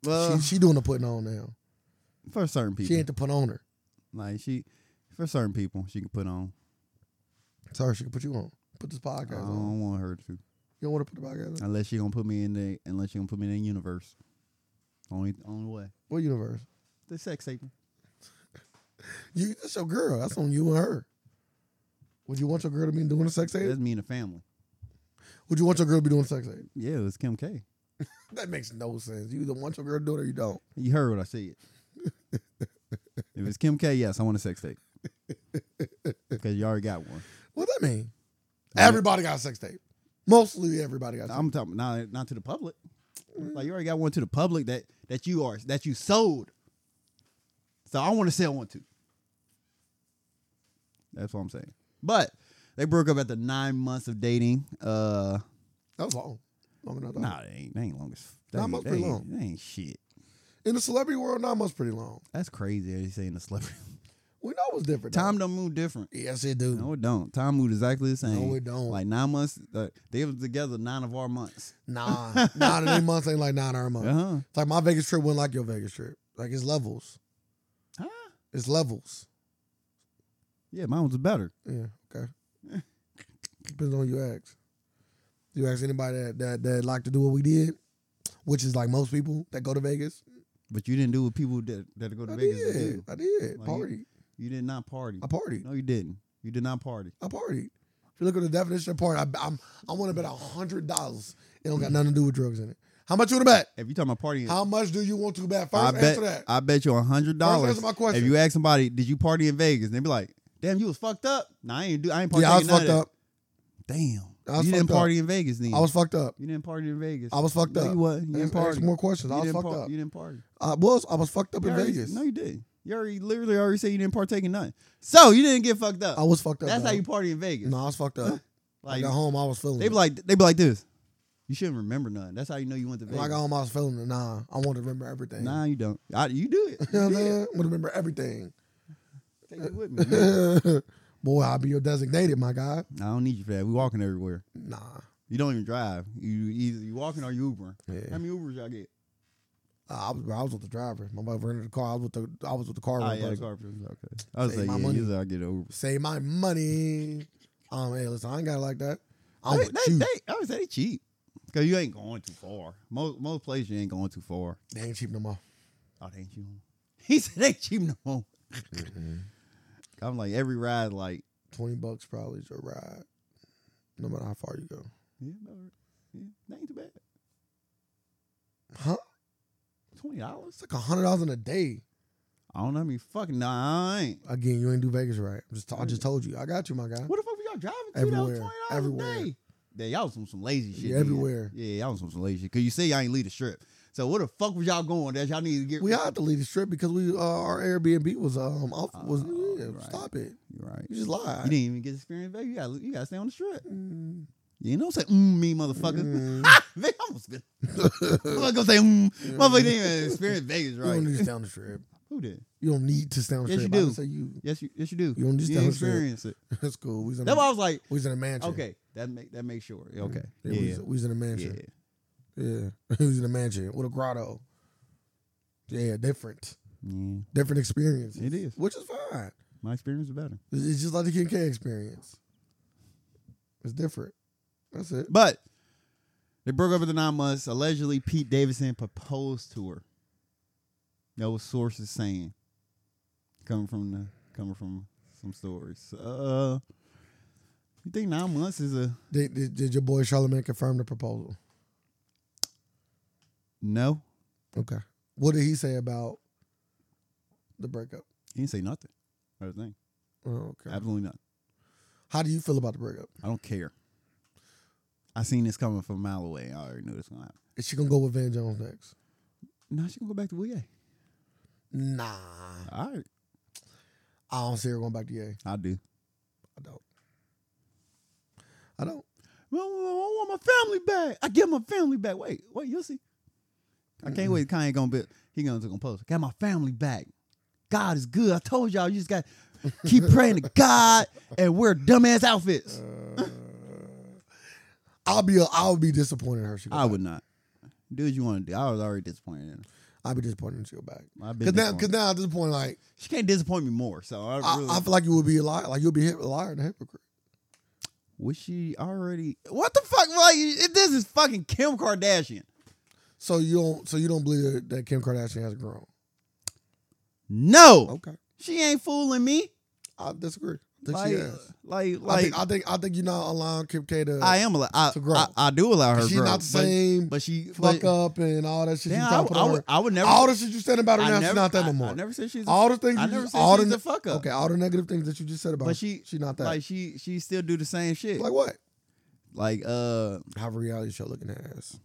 [SPEAKER 1] Well,
[SPEAKER 2] she, she doing the putting on now.
[SPEAKER 1] for certain Uh. people,
[SPEAKER 2] She ain't the put on her.
[SPEAKER 1] like she, for certain people, she can put on.
[SPEAKER 2] Sorry, she can put you on. Put this
[SPEAKER 1] I
[SPEAKER 2] podcast on.
[SPEAKER 1] don't want her to,
[SPEAKER 2] You don't want to put the podcast on?
[SPEAKER 1] unless she gonna put me in the, unless she gonna put me in the universe. Only, only way.
[SPEAKER 2] What universe?
[SPEAKER 1] The sex tape.
[SPEAKER 2] You that's your girl. That's on you and her. Would you want your girl to be doing a sex aid?
[SPEAKER 1] That's me and the family.
[SPEAKER 2] Would you want your girl to be doing sex aid?
[SPEAKER 1] Yeah, it was Kim K.
[SPEAKER 2] That makes no sense. You either want your girl to do it or you don't.
[SPEAKER 1] You heard what I said. if it's Kim K, yes, I want a sex tape. Because you already got one.
[SPEAKER 2] What that mean? Everybody got a sex tape. Mostly everybody got. a Sex
[SPEAKER 1] I'm talking not not to the public. Like you already got one to the public that that you are that you sold. So I want to sell one too. That's what I'm saying. But they broke up after nine months of dating. Uh,
[SPEAKER 2] That was long, long enough. though.
[SPEAKER 1] nah, they ain't they ain't long as that
[SPEAKER 2] Nine
[SPEAKER 1] ain't-
[SPEAKER 2] months
[SPEAKER 1] they
[SPEAKER 2] pretty
[SPEAKER 1] ain't-
[SPEAKER 2] long.
[SPEAKER 1] They ain't shit.
[SPEAKER 2] In the celebrity world, nine months pretty long.
[SPEAKER 1] That's crazy. They saying the celebrity.
[SPEAKER 2] We know it's different. though.
[SPEAKER 1] Time don't move different.
[SPEAKER 2] yes, it do.
[SPEAKER 1] No, it don't. Time moved exactly the
[SPEAKER 2] No,
[SPEAKER 1] same.
[SPEAKER 2] it don't.
[SPEAKER 1] Like nine months. Uh, they was together nine of our months.
[SPEAKER 2] Nah, nine and eight months ain't like nine hour month.
[SPEAKER 1] Uh huh.
[SPEAKER 2] It's like my Vegas trip wasn't like your Vegas trip. Like it's levels.
[SPEAKER 1] Huh?
[SPEAKER 2] It's levels.
[SPEAKER 1] Yeah, mine was better.
[SPEAKER 2] Yeah. Okay. Depends on who you ask. You ask anybody that, that that like to do what we did, which is like most people that go to Vegas.
[SPEAKER 1] But you didn't do what people that that go to
[SPEAKER 2] I
[SPEAKER 1] Vegas
[SPEAKER 2] did.
[SPEAKER 1] do.
[SPEAKER 2] I did.
[SPEAKER 1] Like,
[SPEAKER 2] party.
[SPEAKER 1] You did not party.
[SPEAKER 2] I partied.
[SPEAKER 1] No, you didn't. You did not party.
[SPEAKER 2] I partied. If you look at the definition of party, I, I'm I want to bet a hundred dollars. It don't got nothing to do with drugs in it. How much you want to bet?
[SPEAKER 1] If you talking about partying,
[SPEAKER 2] How much do you want to bet? First
[SPEAKER 1] I bet
[SPEAKER 2] answer that.
[SPEAKER 1] I bet you a hundred dollars.
[SPEAKER 2] answer my question.
[SPEAKER 1] If you ask somebody, did you party in Vegas? They be like, "Damn, you was fucked up." Nah, I ain't do. I ain't party.
[SPEAKER 2] yeah, I was fucked up.
[SPEAKER 1] Damn,
[SPEAKER 2] I was
[SPEAKER 1] you didn't
[SPEAKER 2] fucked up.
[SPEAKER 1] party in Vegas. Then
[SPEAKER 2] I was fucked up.
[SPEAKER 1] You didn't party in Vegas.
[SPEAKER 2] I was fucked
[SPEAKER 1] no,
[SPEAKER 2] up.
[SPEAKER 1] You wasn't. You
[SPEAKER 2] Ask-
[SPEAKER 1] didn't
[SPEAKER 2] ask
[SPEAKER 1] party.
[SPEAKER 2] more questions.
[SPEAKER 1] You
[SPEAKER 2] I was
[SPEAKER 1] didn't
[SPEAKER 2] fucked
[SPEAKER 1] par-
[SPEAKER 2] up.
[SPEAKER 1] You didn't party.
[SPEAKER 2] I was I was fucked up
[SPEAKER 1] You
[SPEAKER 2] in
[SPEAKER 1] already-
[SPEAKER 2] Vegas.
[SPEAKER 1] No, you did. You already literally already said you didn't partake in nothing. So you didn't get fucked up.
[SPEAKER 2] I was fucked up.
[SPEAKER 1] That's how
[SPEAKER 2] dog.
[SPEAKER 1] you party in Vegas.
[SPEAKER 2] No, I was fucked up.
[SPEAKER 1] like
[SPEAKER 2] I got home, I was feeling.
[SPEAKER 1] they
[SPEAKER 2] it.
[SPEAKER 1] be like they be like this. You shouldn't remember nothing. That's how you know you went to
[SPEAKER 2] When
[SPEAKER 1] Vegas.
[SPEAKER 2] I got home, I was feeling it. Nah, I want to remember everything.
[SPEAKER 1] Nah, you don't. I, you do it.
[SPEAKER 2] You
[SPEAKER 1] You
[SPEAKER 2] know what I'm
[SPEAKER 1] did.
[SPEAKER 2] saying? I want to remember everything.
[SPEAKER 1] Take it with me. man.
[SPEAKER 2] Boy, I'll be your designated, my guy.
[SPEAKER 1] I don't need you for that. We walking everywhere.
[SPEAKER 2] Nah.
[SPEAKER 1] You don't even drive. You either you walking or you Ubering.
[SPEAKER 2] Yeah.
[SPEAKER 1] How many Ubers y'all get?
[SPEAKER 2] I was, I was with the driver. My mother rented the car. I was with the I was with the car.
[SPEAKER 1] Oh,
[SPEAKER 2] rental.
[SPEAKER 1] yeah, car prices. Okay. I was
[SPEAKER 2] Save
[SPEAKER 1] like,
[SPEAKER 2] my
[SPEAKER 1] yeah,
[SPEAKER 2] money.
[SPEAKER 1] either I get an Uber.
[SPEAKER 2] Save my money. Um, hey, listen, I ain't got it like that. I'm
[SPEAKER 1] They,
[SPEAKER 2] with
[SPEAKER 1] they,
[SPEAKER 2] you.
[SPEAKER 1] they, I would say they cheap because you ain't going too far. Most most places you ain't going too far.
[SPEAKER 2] They ain't cheap no more.
[SPEAKER 1] Oh, they ain't cheap. no more. He said they cheap no more. I'm like every ride like
[SPEAKER 2] Twenty bucks probably is your ride, no matter how far you go.
[SPEAKER 1] yeah, all right. yeah, that ain't too bad.
[SPEAKER 2] Huh?
[SPEAKER 1] Twenty dollars?
[SPEAKER 2] It's like a hundred dollars in a day.
[SPEAKER 1] I don't know. I mean, fucking nah, I ain't.
[SPEAKER 2] Again, you ain't do Vegas right. I'm just I just told you. I got you, my guy.
[SPEAKER 1] What the fuck were y'all driving to?
[SPEAKER 2] Everywhere.
[SPEAKER 1] That was $20
[SPEAKER 2] Everywhere.
[SPEAKER 1] A day. Yeah, y'all was on some lazy shit.
[SPEAKER 2] Yeah,
[SPEAKER 1] then.
[SPEAKER 2] everywhere.
[SPEAKER 1] Yeah, y'all was on some lazy shit. Cause you say y'all ain't leave the strip. So where the fuck was y'all going that y'all need to get
[SPEAKER 2] We had to leave the strip because we uh, our Airbnb was um off, was
[SPEAKER 1] Oh,
[SPEAKER 2] yeah,
[SPEAKER 1] you're right.
[SPEAKER 2] stop it.
[SPEAKER 1] You're right.
[SPEAKER 2] You just lied.
[SPEAKER 1] You didn't even get experience, baby. You gotta you gotta stay on the strip.
[SPEAKER 2] Mm.
[SPEAKER 1] You know say mm me motherfucker.
[SPEAKER 2] Mm.
[SPEAKER 1] Ha! Man, I almost been I'm not gonna say mm motherfucker didn't even experience Vegas
[SPEAKER 2] You don't
[SPEAKER 1] right.
[SPEAKER 2] need to stay on the strip.
[SPEAKER 1] Who did?
[SPEAKER 2] You don't need to stay on the
[SPEAKER 1] Yes,
[SPEAKER 2] strip.
[SPEAKER 1] you
[SPEAKER 2] I
[SPEAKER 1] do.
[SPEAKER 2] didn't say you.
[SPEAKER 1] Yes you yes you do.
[SPEAKER 2] You don't just
[SPEAKER 1] you
[SPEAKER 2] stay
[SPEAKER 1] didn't
[SPEAKER 2] on the strip.
[SPEAKER 1] experience it.
[SPEAKER 2] That's cool. We was in
[SPEAKER 1] That's why
[SPEAKER 2] a,
[SPEAKER 1] I was like,
[SPEAKER 2] we was in a mansion.
[SPEAKER 1] okay, that make that make sure.
[SPEAKER 2] Mm.
[SPEAKER 1] Okay.
[SPEAKER 2] Yeah,
[SPEAKER 1] Yeah.
[SPEAKER 2] We, was, we was in a
[SPEAKER 1] yeah.
[SPEAKER 2] mansion. Yeah. we was in a mansion with a grotto. Yeah, different,
[SPEAKER 1] Yeah.
[SPEAKER 2] different experience.
[SPEAKER 1] It is.
[SPEAKER 2] which is fine.
[SPEAKER 1] My experience is better.
[SPEAKER 2] It's it's just like the Kim K experience. It's different. That's it.
[SPEAKER 1] But they broke up after nine months. Allegedly, Pete Davidson proposed to her. That was sources saying. Coming from the coming from some stories. Uh you think nine months is a
[SPEAKER 2] Did, did, did your boy Charlemagne confirm the proposal?
[SPEAKER 1] no?
[SPEAKER 2] Okay. What did he say about the breakup?
[SPEAKER 1] He didn't say nothing. That's the thing.
[SPEAKER 2] Oh, okay.
[SPEAKER 1] Absolutely nothing.
[SPEAKER 2] How do you feel about the breakup?
[SPEAKER 1] I don't care. I seen this coming from a mile away. I already knew this was gonna happen.
[SPEAKER 2] Is she gonna go with Van Jones next?
[SPEAKER 1] Now she gonna go back to Willie.
[SPEAKER 2] Nah,
[SPEAKER 1] All right.
[SPEAKER 2] I don't see her going back to Ye.
[SPEAKER 1] I do.
[SPEAKER 2] I don't. I don't.
[SPEAKER 1] Well, I want my family back. I get my family back. Wait, wait, you'll see. I can't wait. Kanye gonna be he gonna, gonna post. Got my family back. God is good. I told y'all you just got to keep praying to God and wear dumbass outfits.
[SPEAKER 2] Uh, I'll be. I'll be disappointed in her. She. Go
[SPEAKER 1] I
[SPEAKER 2] back.
[SPEAKER 1] would not. Do what you want to do. I was already disappointed in her.
[SPEAKER 2] I'll be disappointed if she go back.
[SPEAKER 1] I've been
[SPEAKER 2] Cause now, cause
[SPEAKER 1] disappointed.
[SPEAKER 2] now at this point, like
[SPEAKER 1] she can't disappoint me more. So I
[SPEAKER 2] I,
[SPEAKER 1] really
[SPEAKER 2] I feel like you would be a liar. Like you'll be hit, a liar and a hypocrite.
[SPEAKER 1] was she already what the fuck? Like it- this is fucking Kim Kardashian.
[SPEAKER 2] So you don't. So you don't believe that, that Kim Kardashian has grown.
[SPEAKER 1] No,
[SPEAKER 2] Okay.
[SPEAKER 1] she ain't fooling me.
[SPEAKER 2] I disagree. I Oh. think
[SPEAKER 1] Like,
[SPEAKER 2] she has.
[SPEAKER 1] like,
[SPEAKER 2] I
[SPEAKER 1] like,
[SPEAKER 2] think. I think. I think you're not allowing Kim K to.
[SPEAKER 1] I am allow. I,
[SPEAKER 2] to grow.
[SPEAKER 1] I, I do allow her.
[SPEAKER 2] she's
[SPEAKER 1] grow,
[SPEAKER 2] not the
[SPEAKER 1] but-
[SPEAKER 2] same.
[SPEAKER 1] But, she
[SPEAKER 2] fuck
[SPEAKER 1] but,
[SPEAKER 2] up and all that shit. you
[SPEAKER 1] Damn, I,
[SPEAKER 2] trying to
[SPEAKER 1] would-
[SPEAKER 2] put
[SPEAKER 1] I
[SPEAKER 2] on
[SPEAKER 1] would,
[SPEAKER 2] her.
[SPEAKER 1] I would never.
[SPEAKER 2] all the shit you said about her
[SPEAKER 1] I
[SPEAKER 2] now,
[SPEAKER 1] never,
[SPEAKER 2] she's not that no
[SPEAKER 1] I-
[SPEAKER 2] more.
[SPEAKER 1] I never said she's. A,
[SPEAKER 2] all the things.
[SPEAKER 1] I
[SPEAKER 2] you
[SPEAKER 1] never
[SPEAKER 2] just-
[SPEAKER 1] said
[SPEAKER 2] all
[SPEAKER 1] she's
[SPEAKER 2] the,
[SPEAKER 1] a fuck up.
[SPEAKER 2] Okay, all the negative things that you just said about. her,
[SPEAKER 1] but she
[SPEAKER 2] she's not that.
[SPEAKER 1] like she she still do the same shit.
[SPEAKER 2] Like
[SPEAKER 1] Like,
[SPEAKER 2] what?
[SPEAKER 1] uh,
[SPEAKER 2] Have a reality show looking ass.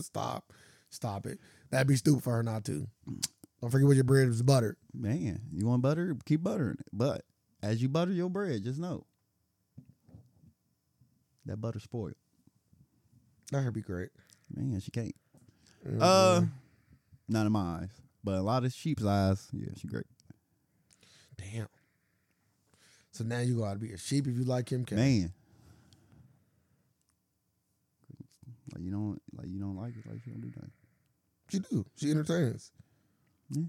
[SPEAKER 2] Stop. Stop it. That'd be stupid for her not to. Don't forget what your bread is buttered.
[SPEAKER 1] man, you want butter? Keep buttering it. But as you butter your bread, just know that butter spoiled.
[SPEAKER 2] That would be great.
[SPEAKER 1] Man, she can't.
[SPEAKER 2] Mm-hmm.
[SPEAKER 1] Uh, not in my eyes, but a lot of sheep's eyes. Yeah, she great.
[SPEAKER 2] Damn. So now you gotta be a sheep if you like Kim K.
[SPEAKER 1] Man. Like you don't like you don't like it, like she don't do that.
[SPEAKER 2] She do. She entertains.
[SPEAKER 1] Yeah.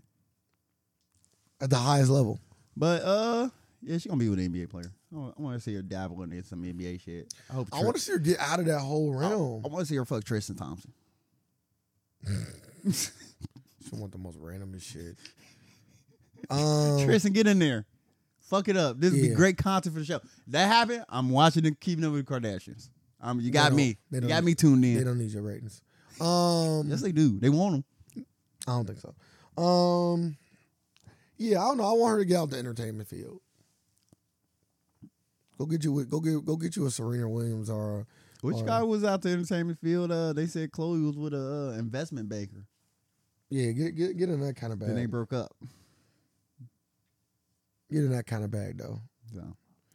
[SPEAKER 2] At the highest level.
[SPEAKER 1] But uh yeah, she gonna be with an NBA player. I wa- I wanna see her dabble in some NBA shit. I hope
[SPEAKER 2] I want to see her get out of that whole realm.
[SPEAKER 1] I wanna see her fuck Tristan Thompson.
[SPEAKER 2] She want the most randomest shit. Um,
[SPEAKER 1] Tristan, get in there. Fuck it up. This would be
[SPEAKER 2] Yeah.
[SPEAKER 1] great content for the show. That happened, I'm watching the keeping up with the Kardashians. Um you got
[SPEAKER 2] don't-
[SPEAKER 1] me.
[SPEAKER 2] they
[SPEAKER 1] You
[SPEAKER 2] don't-
[SPEAKER 1] got me tuned
[SPEAKER 2] they
[SPEAKER 1] in.
[SPEAKER 2] don't need your ratings. Um,
[SPEAKER 1] Yes, they do. They want them.
[SPEAKER 2] I don't think so. Um, yeah, I don't know. I want her to get out the entertainment field. Go get you. a- Go get. Go get you a Serena Williams or.
[SPEAKER 1] Which
[SPEAKER 2] Or-
[SPEAKER 1] guy was out the entertainment field? Uh, they said Chloe was with a uh, investment banker.
[SPEAKER 2] A, yeah, get get get in that kind of bag.
[SPEAKER 1] Then they broke up.
[SPEAKER 2] get in that kind of bag though.
[SPEAKER 1] So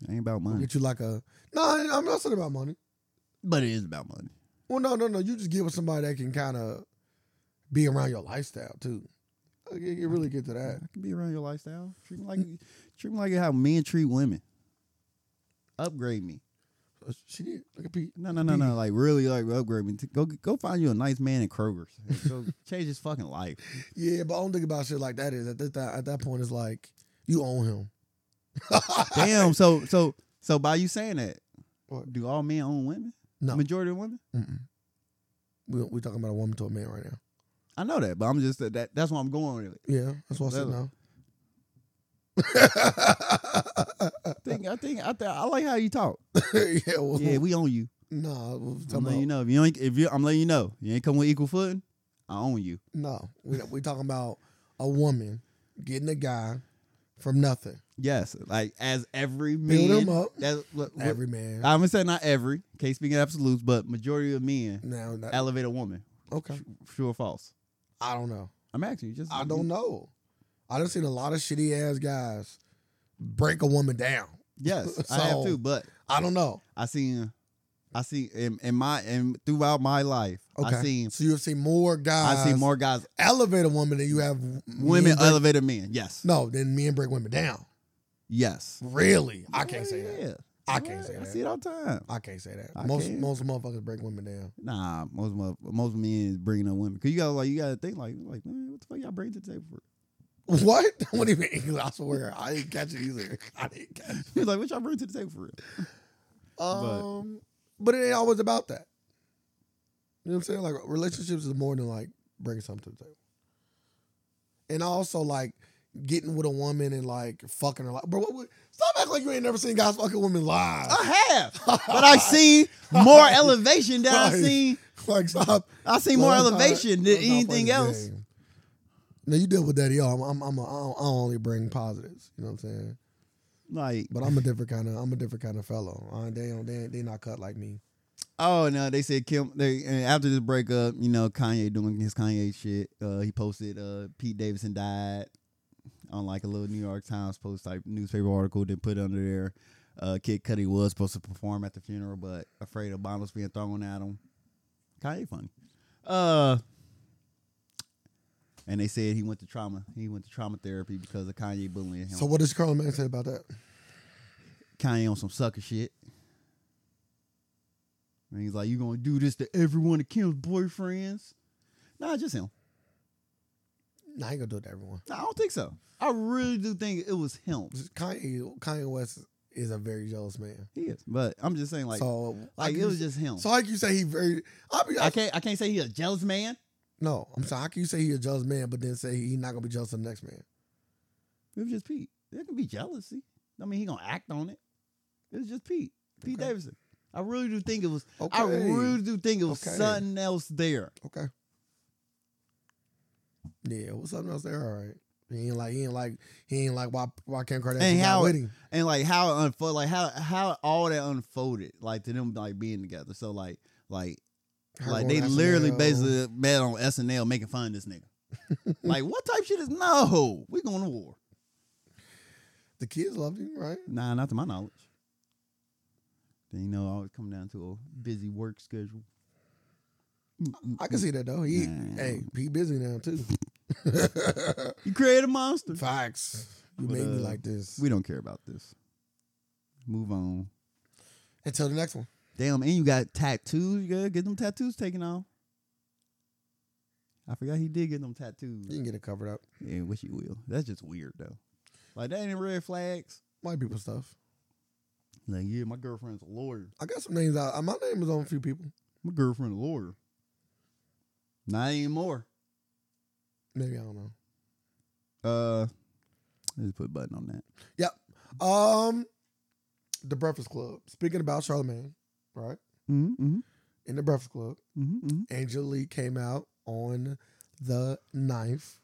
[SPEAKER 1] it ain't about
[SPEAKER 2] Go
[SPEAKER 1] money,
[SPEAKER 2] Get you like a. No, I- I'm not saying about money.
[SPEAKER 1] but it is about money.
[SPEAKER 2] Well, no, no, no. You just get with somebody that can kind of be around your lifestyle too. Like, You you really get to that.
[SPEAKER 1] I can be around your lifestyle. Treat me like treat me like how men treat women. Upgrade me.
[SPEAKER 2] Uh, She did. Look at Pete.
[SPEAKER 1] No, no, no, no. Like really, like upgrade me. Go, go find you a nice man in Kroger's. And Go change his fucking life.
[SPEAKER 2] Yeah, but I don't think about shit like that is at that at that point it's like you own him.
[SPEAKER 1] Damn. So, so, so by you saying that,
[SPEAKER 2] What?
[SPEAKER 1] do all men own women?
[SPEAKER 2] No.
[SPEAKER 1] Majority of women.
[SPEAKER 2] Mm-mm. We we talking about a woman to a man right now.
[SPEAKER 1] I know that, but I'm just uh, that. That's why I'm going with it.
[SPEAKER 2] Yeah, that's what I said.
[SPEAKER 1] Really?
[SPEAKER 2] No.
[SPEAKER 1] I think, I think, I, think, I like how you talk.
[SPEAKER 2] yeah, well,
[SPEAKER 1] Yeah, we own you.
[SPEAKER 2] nah, we
[SPEAKER 1] I'm
[SPEAKER 2] talking about,
[SPEAKER 1] letting you know if you ain't, if you, I'm letting you know you ain't come with equal footing. I own you.
[SPEAKER 2] no, we we talking about a woman getting a guy from nothing.
[SPEAKER 1] Yes, like as every man.
[SPEAKER 2] Build him up.
[SPEAKER 1] That's what, what-
[SPEAKER 2] Every man.
[SPEAKER 1] I'm gonna say not every. Can't speak in absolutes, but majority of men
[SPEAKER 2] now, that,
[SPEAKER 1] elevate a woman.
[SPEAKER 2] okay,
[SPEAKER 1] True or false?
[SPEAKER 2] I don't know.
[SPEAKER 1] I'm asking you. Just
[SPEAKER 2] I don't know. I done seen a lot of shitty ass guys break a woman down.
[SPEAKER 1] Yes, I have
[SPEAKER 2] So-
[SPEAKER 1] too, but
[SPEAKER 2] I don't know.
[SPEAKER 1] I seen, I seen in, in my and throughout my life,
[SPEAKER 2] Okay.
[SPEAKER 1] I seen,
[SPEAKER 2] so you've seen more guys.
[SPEAKER 1] I seen more guys,
[SPEAKER 2] elevate a woman than you have women.
[SPEAKER 1] women
[SPEAKER 2] break,
[SPEAKER 1] elevate a man. Yes,
[SPEAKER 2] no, then men break women down.
[SPEAKER 1] yes.
[SPEAKER 2] Really, I can't say that.
[SPEAKER 1] Yeah.
[SPEAKER 2] I can't say
[SPEAKER 1] I
[SPEAKER 2] that.
[SPEAKER 1] see it all the time.
[SPEAKER 2] I can't say that.
[SPEAKER 1] I
[SPEAKER 2] most
[SPEAKER 1] can.
[SPEAKER 2] most motherfuckers break women down.
[SPEAKER 1] Nah, most mo- most men is bringing up women because you got to like you got to think like like man, what the fuck y'all bring to the table for?
[SPEAKER 2] What? What do you mean? I swear, I didn't catch it either. I didn't catch. It.
[SPEAKER 1] He's like, what y'all bring to the table for? real?
[SPEAKER 2] Um, but, it ain't always about that. You know what I'm saying? Like relationships is more than like bringing something to the table, and also like getting with a woman and like fucking her. Like, bro, what, would stop acting like you ain't never seen guys fucking women live.
[SPEAKER 1] I have, but I see more elevation than I see.
[SPEAKER 2] like stop.
[SPEAKER 1] I see more
[SPEAKER 2] Like, I'm tired-
[SPEAKER 1] elevation
[SPEAKER 2] I'm
[SPEAKER 1] than
[SPEAKER 2] tired of playing
[SPEAKER 1] anything
[SPEAKER 2] this
[SPEAKER 1] else.
[SPEAKER 2] game. No, you deal with that, yo. I'm, I'm, I'm a, I, don't, I don't only bring positives. You know what I'm saying?
[SPEAKER 1] Like,
[SPEAKER 2] But I'm a different kind of, I'm a different kind of fellow. Uh, they don't, they, they not cut like me.
[SPEAKER 1] oh no, they said Kim. They and after this breakup, you know, Kanye doing his Kanye shit. Uh, he posted uh, Pete Davidson died on like a little New York Times post type newspaper article. Then put under there, uh, Kid Cudi was supposed to perform at the funeral, but afraid of bottles being thrown at him. Kanye funny. Uh, and they said he went to trauma. He went to trauma therapy because of Kanye bullying him.
[SPEAKER 2] So what does Carl Man say about that?
[SPEAKER 1] Kanye on some sucker shit. And he's like, You gonna do this to every one of Kim's boyfriends? Nah, just him.
[SPEAKER 2] Nah, I ain't gonna do it to everyone.
[SPEAKER 1] Nah, I don't think so. I really do think it was him.
[SPEAKER 2] Kanye, Kanye West is a very jealous man.
[SPEAKER 1] He is. But I'm just saying, like,
[SPEAKER 2] so
[SPEAKER 1] like
[SPEAKER 2] how
[SPEAKER 1] it
[SPEAKER 2] can
[SPEAKER 1] was
[SPEAKER 2] you-
[SPEAKER 1] just him.
[SPEAKER 2] So how can you say he very? I, be,
[SPEAKER 1] I can't I can't say he's a jealous man.
[SPEAKER 2] no, I'm sorry. How can you say he a jealous man, but then say he not gonna be jealous of the next man?
[SPEAKER 1] It was just Pete. It could be jealousy. I mean, he gonna act on it. It was just Pete. Pete
[SPEAKER 2] Okay.
[SPEAKER 1] Davidson. I really do think it was
[SPEAKER 2] Okay,
[SPEAKER 1] I really do think it was
[SPEAKER 2] Okay.
[SPEAKER 1] something else there.
[SPEAKER 2] okay. Yeah, what's something else there? All right. He ain't like he ain't like he ain't like why why Kim Kardashian
[SPEAKER 1] And
[SPEAKER 2] not
[SPEAKER 1] how-
[SPEAKER 2] with him?
[SPEAKER 1] and like how it unfold, like how how all that unfolded, like to them like being together. So like like
[SPEAKER 2] Her
[SPEAKER 1] like
[SPEAKER 2] going
[SPEAKER 1] they
[SPEAKER 2] to
[SPEAKER 1] literally
[SPEAKER 2] SNL.
[SPEAKER 1] basically met on SNL making fun of this nigga. like what type shit is no? We going to war?
[SPEAKER 2] the kids loved him, right?
[SPEAKER 1] Nah, not to my knowledge. Then you know, I always come down to a busy work schedule. Mm,
[SPEAKER 2] I can see that though. He
[SPEAKER 1] Nah.
[SPEAKER 2] hey, he busy now too.
[SPEAKER 1] You create a monster.
[SPEAKER 2] Facts. You
[SPEAKER 1] But,
[SPEAKER 2] made me
[SPEAKER 1] uh,
[SPEAKER 2] like this.
[SPEAKER 1] We don't care about this. Move on.
[SPEAKER 2] Until the next one.
[SPEAKER 1] Damn, and you got tattoos. You gotta get them tattoos taken off. I forgot he did get them tattoos.
[SPEAKER 2] You can get it covered up.
[SPEAKER 1] Yeah, wish you will. That's just weird though. Like that ain't red flags.
[SPEAKER 2] White people stuff.
[SPEAKER 1] Like, yeah, my girlfriend's a lawyer.
[SPEAKER 2] I got some names out. My name is on a few people.
[SPEAKER 1] My girlfriend a lawyer. Not anymore.
[SPEAKER 2] Maybe I don't know.
[SPEAKER 1] Uh let's put a button on that.
[SPEAKER 2] Um, The Breakfast Club. Speaking about Charlemagne, right?
[SPEAKER 1] Mm-hmm.
[SPEAKER 2] In The Breakfast Club,
[SPEAKER 1] Mm-hmm.
[SPEAKER 2] Angel Lee came out on the 9th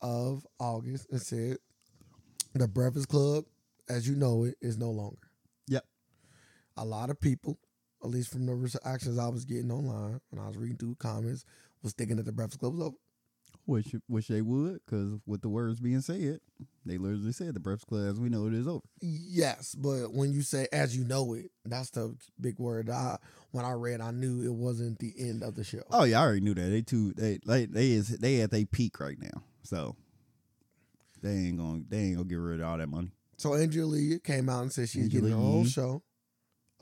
[SPEAKER 2] of August and said, The Breakfast Club, as you know it, is no longer.
[SPEAKER 1] Yep.
[SPEAKER 2] A lot of people, at least from the actions I was getting online and I was reading through comments, was thinking that The Breakfast Club was over.
[SPEAKER 1] Which which they would, because with the words being said, they literally said the breakfast club as we know it is over.
[SPEAKER 2] Yes, but when you say as you know it, that's the big word. I when I read, I knew it wasn't the end of the show.
[SPEAKER 1] Oh yeah, I already knew that. They too they they, they is they at they peak right now. So they ain't gonna they ain't gonna get rid of all that money.
[SPEAKER 2] So Angelia came out and said she's getting her
[SPEAKER 1] Angela
[SPEAKER 2] own
[SPEAKER 1] Yee.
[SPEAKER 2] show.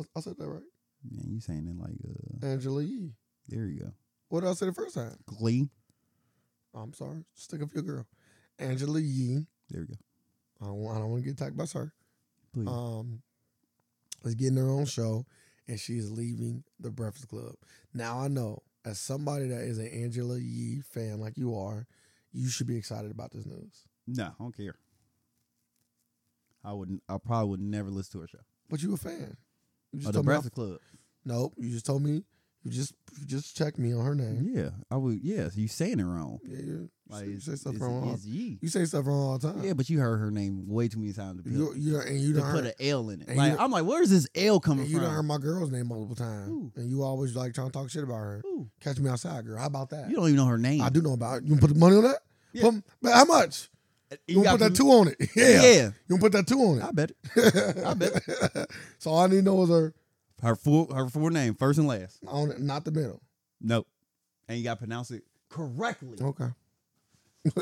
[SPEAKER 2] I, I said that right,
[SPEAKER 1] Man, you saying it like uh
[SPEAKER 2] Angela Yee.
[SPEAKER 1] there you go.
[SPEAKER 2] What did I say the first time?
[SPEAKER 1] Glee.
[SPEAKER 2] I'm sorry, stick up your girl, Angela Yee.
[SPEAKER 1] There we go.
[SPEAKER 2] I don't, I don't want to get attacked by her.
[SPEAKER 1] Please.
[SPEAKER 2] Um, is getting her own show, and she's leaving the Breakfast Club. Now I know, as somebody that is an Angela Yee fan like you are, you should be excited about this news.
[SPEAKER 1] No, I don't care. I would. I probably would never listen to her show.
[SPEAKER 2] But you a fan. You just
[SPEAKER 1] Or the
[SPEAKER 2] told me I-
[SPEAKER 1] Breakfast Club.
[SPEAKER 2] nope. You just told me. You just you just checked me on her name.
[SPEAKER 1] Yeah, I would. Yeah, so you saying it wrong.
[SPEAKER 2] Yeah, yeah. You say-
[SPEAKER 1] Like
[SPEAKER 2] you
[SPEAKER 1] it's-
[SPEAKER 2] say stuff
[SPEAKER 1] it's-
[SPEAKER 2] wrong. All,
[SPEAKER 1] it's ye.
[SPEAKER 2] you say stuff wrong all the time.
[SPEAKER 1] Yeah, but you heard her name way too many times to, put-
[SPEAKER 2] You you and you
[SPEAKER 1] to
[SPEAKER 2] done
[SPEAKER 1] put
[SPEAKER 2] heard,
[SPEAKER 1] an L in it.
[SPEAKER 2] and
[SPEAKER 1] Like
[SPEAKER 2] you-
[SPEAKER 1] I'm like, where's this L coming
[SPEAKER 2] and you done heard
[SPEAKER 1] from?
[SPEAKER 2] my girl's name multiple times,
[SPEAKER 1] Ooh.
[SPEAKER 2] and you always like trying to talk shit about her.
[SPEAKER 1] Ooh,
[SPEAKER 2] Catch me outside, girl. How about that?
[SPEAKER 1] you don't even know her name.
[SPEAKER 2] I do know about it. You gonna put the money on that?
[SPEAKER 1] Yeah.
[SPEAKER 2] Put- but how much? You,
[SPEAKER 1] got
[SPEAKER 2] gonna put that
[SPEAKER 1] to-
[SPEAKER 2] two on it? Yeah.
[SPEAKER 1] Yeah,
[SPEAKER 2] You gonna put that two on it?
[SPEAKER 1] I bet it.
[SPEAKER 2] I
[SPEAKER 1] bet.
[SPEAKER 2] so all I need to know is her
[SPEAKER 1] Her full her full name, first and last.
[SPEAKER 2] on it, not the middle.
[SPEAKER 1] Nope. And you got to pronounce it correctly.
[SPEAKER 2] Okay.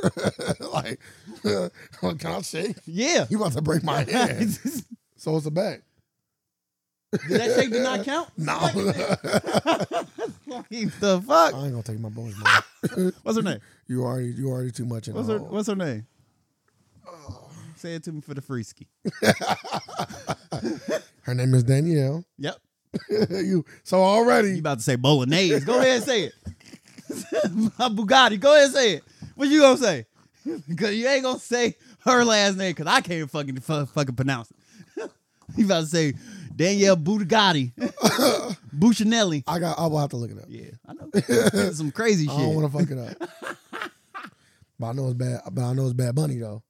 [SPEAKER 2] like, can I shake?
[SPEAKER 1] Yeah.
[SPEAKER 2] You about to break my hand.
[SPEAKER 1] Did
[SPEAKER 2] so it's a bet.
[SPEAKER 1] that shake did not count?
[SPEAKER 2] No. I
[SPEAKER 1] Like, the fuck?
[SPEAKER 2] ain't gonna take my boys. Man.
[SPEAKER 1] What's her name?
[SPEAKER 2] You already, you already too much in
[SPEAKER 1] What's
[SPEAKER 2] the
[SPEAKER 1] her
[SPEAKER 2] hole.
[SPEAKER 1] What's her name? Say it to me for the freeski.
[SPEAKER 2] Her name is Danielle.
[SPEAKER 1] Yep.
[SPEAKER 2] you so
[SPEAKER 1] You
[SPEAKER 2] already
[SPEAKER 1] about to say bolognese. Go ahead and say it. My Bugatti. Go ahead and say it. What you gonna say? Cause you ain't gonna say her last name because I can't fucking fu- fucking pronounce it. you about to say Danielle Bugatti. Buccinelli.
[SPEAKER 2] I got I will have to look it up.
[SPEAKER 1] Yeah, I know. Some crazy
[SPEAKER 2] I don't
[SPEAKER 1] shit.
[SPEAKER 2] want to fuck it up. but I know it's bad but I know it's bad bunny though.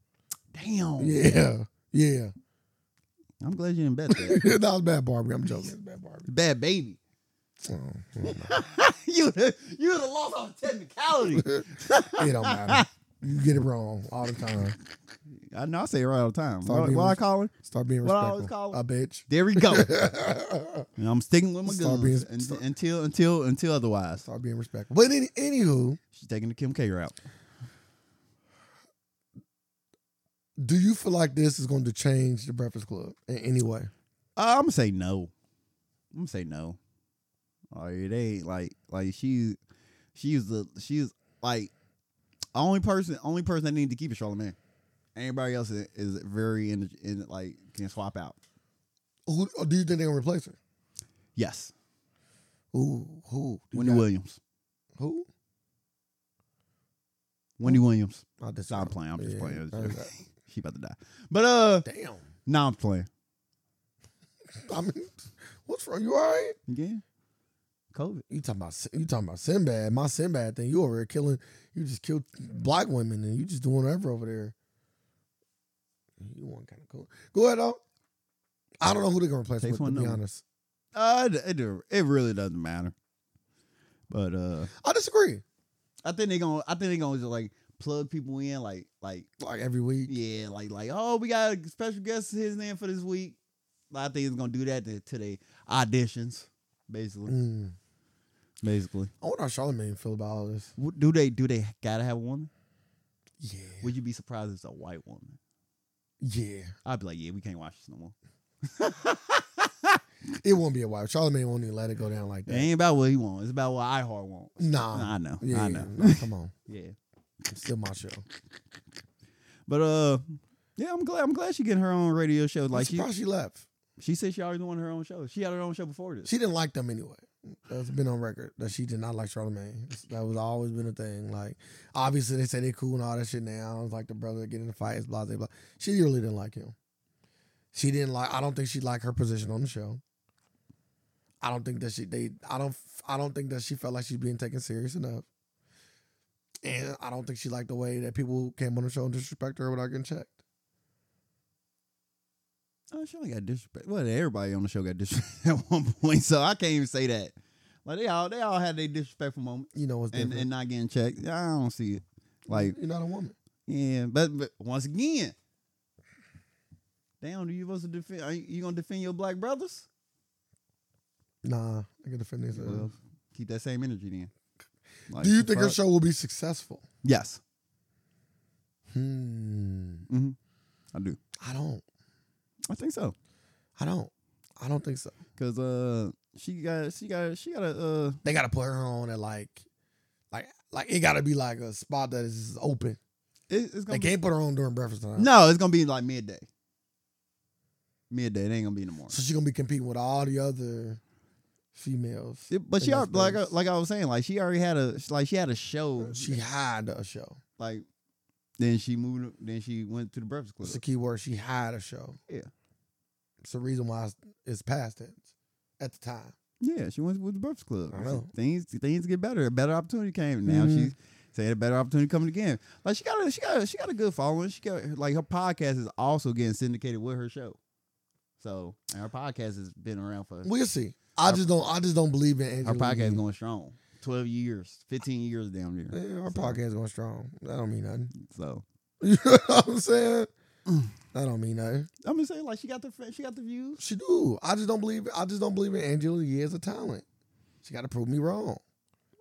[SPEAKER 1] Damn.
[SPEAKER 2] Yeah. Yeah.
[SPEAKER 1] I'm glad you didn't bet that.
[SPEAKER 2] that was bad Barbie. I'm joking. It's bad Barbie.
[SPEAKER 1] Bad baby.
[SPEAKER 2] Oh, mm.
[SPEAKER 1] you would've- you would have lost on technicality.
[SPEAKER 2] it don't matter. You get it wrong all the time.
[SPEAKER 1] I know I say it right all the time.
[SPEAKER 2] Start
[SPEAKER 1] What,
[SPEAKER 2] being
[SPEAKER 1] what I
[SPEAKER 2] res-
[SPEAKER 1] call her?
[SPEAKER 2] Start being
[SPEAKER 1] What I always
[SPEAKER 2] respectful.
[SPEAKER 1] call it?
[SPEAKER 2] A bitch.
[SPEAKER 1] There we go. And I'm sticking with my
[SPEAKER 2] Start
[SPEAKER 1] guns
[SPEAKER 2] being-
[SPEAKER 1] un-
[SPEAKER 2] start-
[SPEAKER 1] until until until otherwise.
[SPEAKER 2] Start being respectful. But any, anywho,
[SPEAKER 1] She's taking the Kim K route.
[SPEAKER 2] do you feel like this is going to change the Breakfast Club in any way?
[SPEAKER 1] I'm gonna Uh, say no. I'm gonna say no. Oh, it ain't like like she she is the she is like only person only person that need to keep it Charlamagne. Everybody else is, is very in, in like can swap out.
[SPEAKER 2] Who or do you think they're going to replace her?
[SPEAKER 1] Yes,
[SPEAKER 2] Who? Who? Do you
[SPEAKER 1] Wendy
[SPEAKER 2] got-
[SPEAKER 1] Williams.
[SPEAKER 2] Who?
[SPEAKER 1] Wendy Williams.
[SPEAKER 2] I just,
[SPEAKER 1] Stop playing. I'm just playing.
[SPEAKER 2] okay.
[SPEAKER 1] She about to die. But uh,
[SPEAKER 2] Damn.
[SPEAKER 1] nah, I'm playing.
[SPEAKER 2] I mean, what's wrong? You all right?
[SPEAKER 1] Yeah, COVID.
[SPEAKER 2] You talking about Sin- you talking about Sinbad? My Sinbad thing. You over here killing. You just killed black women, and you just doing whatever over there. You want kind of cool. Go ahead though. I don't know who they're gonna replace
[SPEAKER 1] Takes
[SPEAKER 2] with. To
[SPEAKER 1] one
[SPEAKER 2] be
[SPEAKER 1] number.
[SPEAKER 2] honest,
[SPEAKER 1] Uh, it, it, it really doesn't matter. But uh,
[SPEAKER 2] I disagree.
[SPEAKER 1] I think they gonna I think they gonna just like plug people in like like
[SPEAKER 2] Like every week,
[SPEAKER 1] yeah like like oh we got a special guest his name for this week. I think it's gonna do that to, to the auditions basically.
[SPEAKER 2] Mm.
[SPEAKER 1] Basically,
[SPEAKER 2] I wonder how Charlamagne feel about all this.
[SPEAKER 1] W- do they do they gotta have a woman?
[SPEAKER 2] Yeah,
[SPEAKER 1] Would you be surprised if it's a white woman?
[SPEAKER 2] yeah.
[SPEAKER 1] I'd be like, yeah, we can't watch this no more.
[SPEAKER 2] It won't be a while. Charlamagne won't even let it go down like
[SPEAKER 1] It
[SPEAKER 2] that.
[SPEAKER 1] ain't about what he wants. It's about what I heart wants.
[SPEAKER 2] Nah.
[SPEAKER 1] Nah, I know.
[SPEAKER 2] Uh-huh. Yeah,
[SPEAKER 1] I know.
[SPEAKER 2] nah, come on,
[SPEAKER 1] Yeah.
[SPEAKER 2] it's still my show.
[SPEAKER 1] But uh, yeah, I'm glad. I'm glad she getting her own radio show.
[SPEAKER 2] Like
[SPEAKER 1] Like
[SPEAKER 2] she,
[SPEAKER 1] she,
[SPEAKER 2] she left.
[SPEAKER 1] she said she already wanted her own show. She had her own show before this.
[SPEAKER 2] She didn't like them anyway. That's been on record that she did not like Charlamagne. That was always been a thing. Like, obviously they say they cool and all that shit now. It's like the brother getting in fights, blah blah blah. She really didn't like him. She didn't like. I don't think she liked her position on the show. I don't think that she they. I don't. I don't think that she felt like she's being taken serious enough. And I don't think she liked the way that people came on the show and disrespect her without getting checked.
[SPEAKER 1] oh, she only got disrespect. Well, everybody on the show got disrespect at one point, so I can't even say that. Like they all, they all had their disrespectful moment
[SPEAKER 2] You know what's
[SPEAKER 1] and,
[SPEAKER 2] different.
[SPEAKER 1] and not getting checked. I don't see it. Like
[SPEAKER 2] you're not a woman.
[SPEAKER 1] yeah, but, but once again, damn, do you supposed to defend? Are you, you gonna defend your black brothers?
[SPEAKER 2] Nah, I can defend this.
[SPEAKER 1] Well, keep that same energy then. Like,
[SPEAKER 2] Do you think her
[SPEAKER 1] fuck.
[SPEAKER 2] show will be successful?
[SPEAKER 1] Yes,
[SPEAKER 2] Hmm.
[SPEAKER 1] I do.
[SPEAKER 2] I don't.
[SPEAKER 1] I think so.
[SPEAKER 2] I don't. I don't think so.
[SPEAKER 1] Cause uh, she got she got she got a uh,
[SPEAKER 2] They gotta put her on at like, like, like it gotta be like a spot that is open.
[SPEAKER 1] it, it's
[SPEAKER 2] They
[SPEAKER 1] gonna be,
[SPEAKER 2] can't put her on during breakfast time.
[SPEAKER 1] no, it's gonna be like midday. Midday, it ain't gonna be in the morning.
[SPEAKER 2] So she's gonna be competing with all the other females.
[SPEAKER 1] It- but
[SPEAKER 2] in
[SPEAKER 1] she
[SPEAKER 2] that
[SPEAKER 1] al- like I-
[SPEAKER 2] space.
[SPEAKER 1] like I was saying, like she already had a like she had a show,
[SPEAKER 2] She had a show.
[SPEAKER 1] like then she moved, then she went to the Breakfast Club.
[SPEAKER 2] That's the key word. She had a show.
[SPEAKER 1] Yeah.
[SPEAKER 2] It's the reason why it's- it's past tense at the time.
[SPEAKER 1] Yeah, she went with the Breakfast Club.
[SPEAKER 2] I know.
[SPEAKER 1] things things get better. A better opportunity came. Now
[SPEAKER 2] Mhm.
[SPEAKER 1] she's saying a better opportunity coming again. Like she got a she got a, she got a good following. She got like her podcast is also getting syndicated with her show. So and her podcast has been around for
[SPEAKER 2] We'll see. I
[SPEAKER 1] Her-
[SPEAKER 2] just don't. I just don't believe in Angela.
[SPEAKER 1] Our podcast
[SPEAKER 2] Yee.
[SPEAKER 1] going strong. Twelve years, fifteen years down there.
[SPEAKER 2] Yeah, our
[SPEAKER 1] So-
[SPEAKER 2] podcast going strong. That don't mean nothing.
[SPEAKER 1] So
[SPEAKER 2] You know what I'm saying?
[SPEAKER 1] Mm.
[SPEAKER 2] That don't mean nothing.
[SPEAKER 1] I'm gonna say like she got the fr- she got the views.
[SPEAKER 2] She do. I just don't believe. I just don't believe in Angela Yee as a talent. She got to prove me wrong.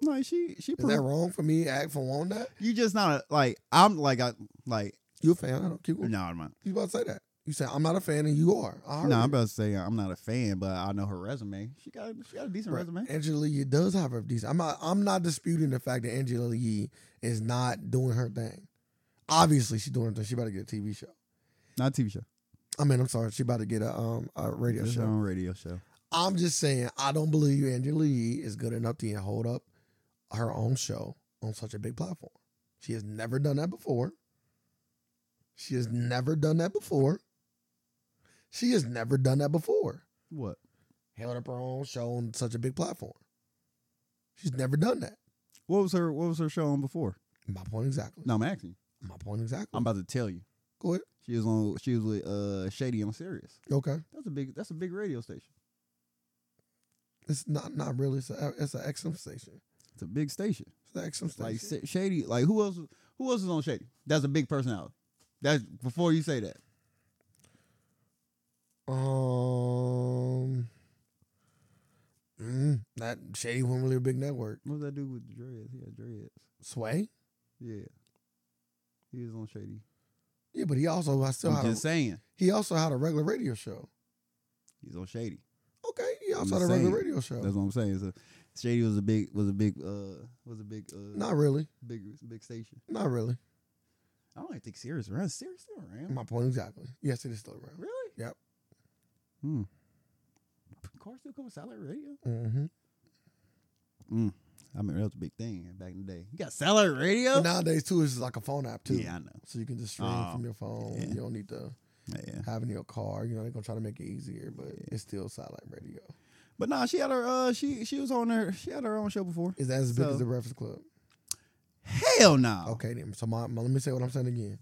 [SPEAKER 1] Like she she
[SPEAKER 2] Is that
[SPEAKER 1] proved-
[SPEAKER 2] wrong for me? to Act for wanting that?
[SPEAKER 1] you just not a, like I'm like I like
[SPEAKER 2] You a fan? I don't keep.
[SPEAKER 1] no I'm not
[SPEAKER 2] You about to say that? You say I'm not a fan, and you are. I
[SPEAKER 1] no
[SPEAKER 2] heard
[SPEAKER 1] I'm
[SPEAKER 2] you.
[SPEAKER 1] about to say I'm not a fan, but I know her resume. She got she got a decent
[SPEAKER 2] Right.
[SPEAKER 1] resume.
[SPEAKER 2] Angela Yee does have her decent. I'm not. I'm not disputing the fact that Angela Yee is not doing her thing. Obviously, she's doing her thing. She better get a TV show.
[SPEAKER 1] Not a TV show.
[SPEAKER 2] I mean, I'm sorry, she about to get a um a radio
[SPEAKER 1] Just her
[SPEAKER 2] show.
[SPEAKER 1] own radio show.
[SPEAKER 2] I'm just saying, I don't believe Angela Yee is good enough to even hold up her own show on such a big platform. She has never done that before. She has never done that before. She has never done that before.
[SPEAKER 1] What?
[SPEAKER 2] Held up her own show on such a big platform. She's never done that.
[SPEAKER 1] What was her What was her show on before?
[SPEAKER 2] My point exactly.
[SPEAKER 1] No, I'm asking. you.
[SPEAKER 2] My point exactly.
[SPEAKER 1] I'm about to tell you.
[SPEAKER 2] Go ahead.
[SPEAKER 1] She was on. She was with uh Shady on Sirius.
[SPEAKER 2] Okay.
[SPEAKER 1] That's a big. That's a big radio station.
[SPEAKER 2] It's not not really. It's a it's an XM station.
[SPEAKER 1] It's a big station.
[SPEAKER 2] It's an XM station.
[SPEAKER 1] Like Sa- Shady. Like who else? Who else is on Shady? That's a big personality. That's before you say that.
[SPEAKER 2] Um, mm, that shady one really a big network.
[SPEAKER 1] What was that dude with the dreads? He had dreads.
[SPEAKER 2] Sway,
[SPEAKER 1] Yeah. He was on Shady.
[SPEAKER 2] yeah, but he also I still
[SPEAKER 1] I'm
[SPEAKER 2] had a,
[SPEAKER 1] just saying.
[SPEAKER 2] he also had a regular radio show.
[SPEAKER 1] He's on Shady.
[SPEAKER 2] Okay, he
[SPEAKER 1] I'm
[SPEAKER 2] also
[SPEAKER 1] just
[SPEAKER 2] had a regular
[SPEAKER 1] saying.
[SPEAKER 2] radio show.
[SPEAKER 1] That's what I'm saying. So Shady was a big was a big uh was a big uh
[SPEAKER 2] not really,
[SPEAKER 1] big big station.
[SPEAKER 2] not really.
[SPEAKER 1] I don't even think Sirius around. Sirius still around.
[SPEAKER 2] My point exactly. Yes, it is still around.
[SPEAKER 1] Really?
[SPEAKER 2] Yep.
[SPEAKER 1] Hmm. Car still coming satellite radio.
[SPEAKER 2] Mm-hmm.
[SPEAKER 1] Mm. I mean that was a big thing back in the day. You got satellite radio?
[SPEAKER 2] But nowadays too, it's like a phone app too.
[SPEAKER 1] Yeah, I know.
[SPEAKER 2] So you can just stream
[SPEAKER 1] Oh,
[SPEAKER 2] from your phone.
[SPEAKER 1] yeah.
[SPEAKER 2] You don't need to
[SPEAKER 1] Yeah.
[SPEAKER 2] have it in your car. You know they're gonna try to make it easier, but it's still satellite radio.
[SPEAKER 1] But nah, she had her uh she she was on her she had her own show before.
[SPEAKER 2] Is that as big
[SPEAKER 1] So- Oh.
[SPEAKER 2] as the Breakfast Club?
[SPEAKER 1] Hell no.
[SPEAKER 2] Okay, then. So my, my let me say what I'm saying again.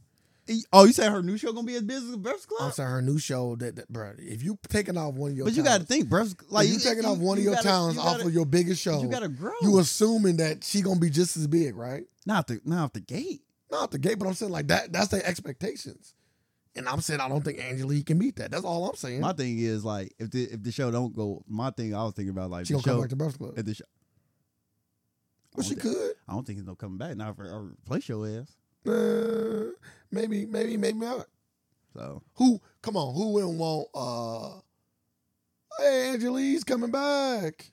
[SPEAKER 1] E- Oh, you said her new show gonna be as busy as Breakfast Club?
[SPEAKER 2] I'm sorry, her new show that, that bro, if you taking off one of your
[SPEAKER 1] But you got to
[SPEAKER 2] talents,
[SPEAKER 1] think, Breakfast
[SPEAKER 2] like
[SPEAKER 1] like
[SPEAKER 2] you, taking off one of
[SPEAKER 1] you
[SPEAKER 2] your
[SPEAKER 1] gotta-
[SPEAKER 2] talents
[SPEAKER 1] you
[SPEAKER 2] off
[SPEAKER 1] gotta-
[SPEAKER 2] of your biggest show,
[SPEAKER 1] You gotta grow.
[SPEAKER 2] you assuming that she gonna be just as big, right?
[SPEAKER 1] not the not off the gate.
[SPEAKER 2] Not the gate, but I'm saying like that. That's their expectations, and I'm saying I don't think Angelique can meet that. That's all I'm saying.
[SPEAKER 1] My thing is like if the if the show don't go, my thing I was thinking about like
[SPEAKER 2] she
[SPEAKER 1] the
[SPEAKER 2] gonna come
[SPEAKER 1] show
[SPEAKER 2] back to Breakfast Club,
[SPEAKER 1] if the Oh, show.
[SPEAKER 2] well,
[SPEAKER 1] I
[SPEAKER 2] she
[SPEAKER 1] don't thi-
[SPEAKER 2] could.
[SPEAKER 1] I don't think it's no coming back now for or replace your ass.
[SPEAKER 2] Uh, maybe, maybe, maybe not.
[SPEAKER 1] So
[SPEAKER 2] Who? Come on, who wouldn't want? uh Hey, Angelique's coming back.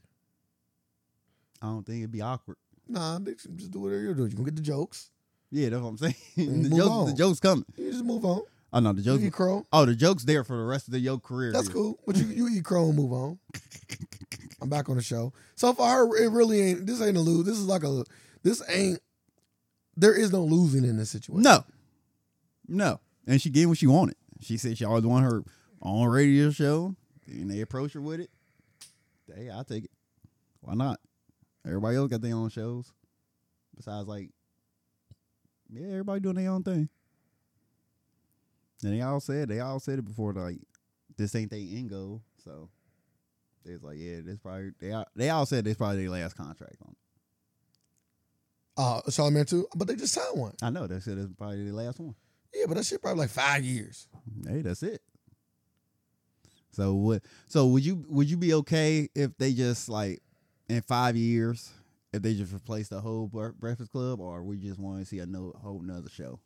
[SPEAKER 1] I don't think it'd be awkward.
[SPEAKER 2] Nah, they should just do whatever you're doing. You gonna get the jokes.
[SPEAKER 1] Yeah, that's what I'm saying. the,
[SPEAKER 2] Move
[SPEAKER 1] jokes, the
[SPEAKER 2] on.
[SPEAKER 1] jokes coming.
[SPEAKER 2] You just move on.
[SPEAKER 1] Oh no, the
[SPEAKER 2] You
[SPEAKER 1] jokes.
[SPEAKER 2] eat crow.
[SPEAKER 1] Oh, the jokes there for the rest of the, your career.
[SPEAKER 2] That's
[SPEAKER 1] here.
[SPEAKER 2] cool. But you, you eat crow and move on. I'm back on the show. So for her, it really ain't. This ain't a lose. This is like a. This ain't. There is no losing in this situation.
[SPEAKER 1] No, no. And she gave what she wanted. She said she always wanted her own radio show, and they approached her with it. Hey, I'll take it. Why not? Everybody else got their own shows. Besides, like, yeah, everybody doing their own thing. And they all said they all said it before, like, this ain't their end goal. So they was like, yeah, this probably they all, they all said this probably their last contract on. it.
[SPEAKER 2] Uh, Charlamagne too. But they just signed one.
[SPEAKER 1] I know they said it's probably their last one.
[SPEAKER 2] Yeah, but that shit probably like five years.
[SPEAKER 1] Hey, that's it. So what? So would you would you be okay if they just like in five years if they just replace the whole Bre- Breakfast Club, or would you just want to see a no, whole nother show?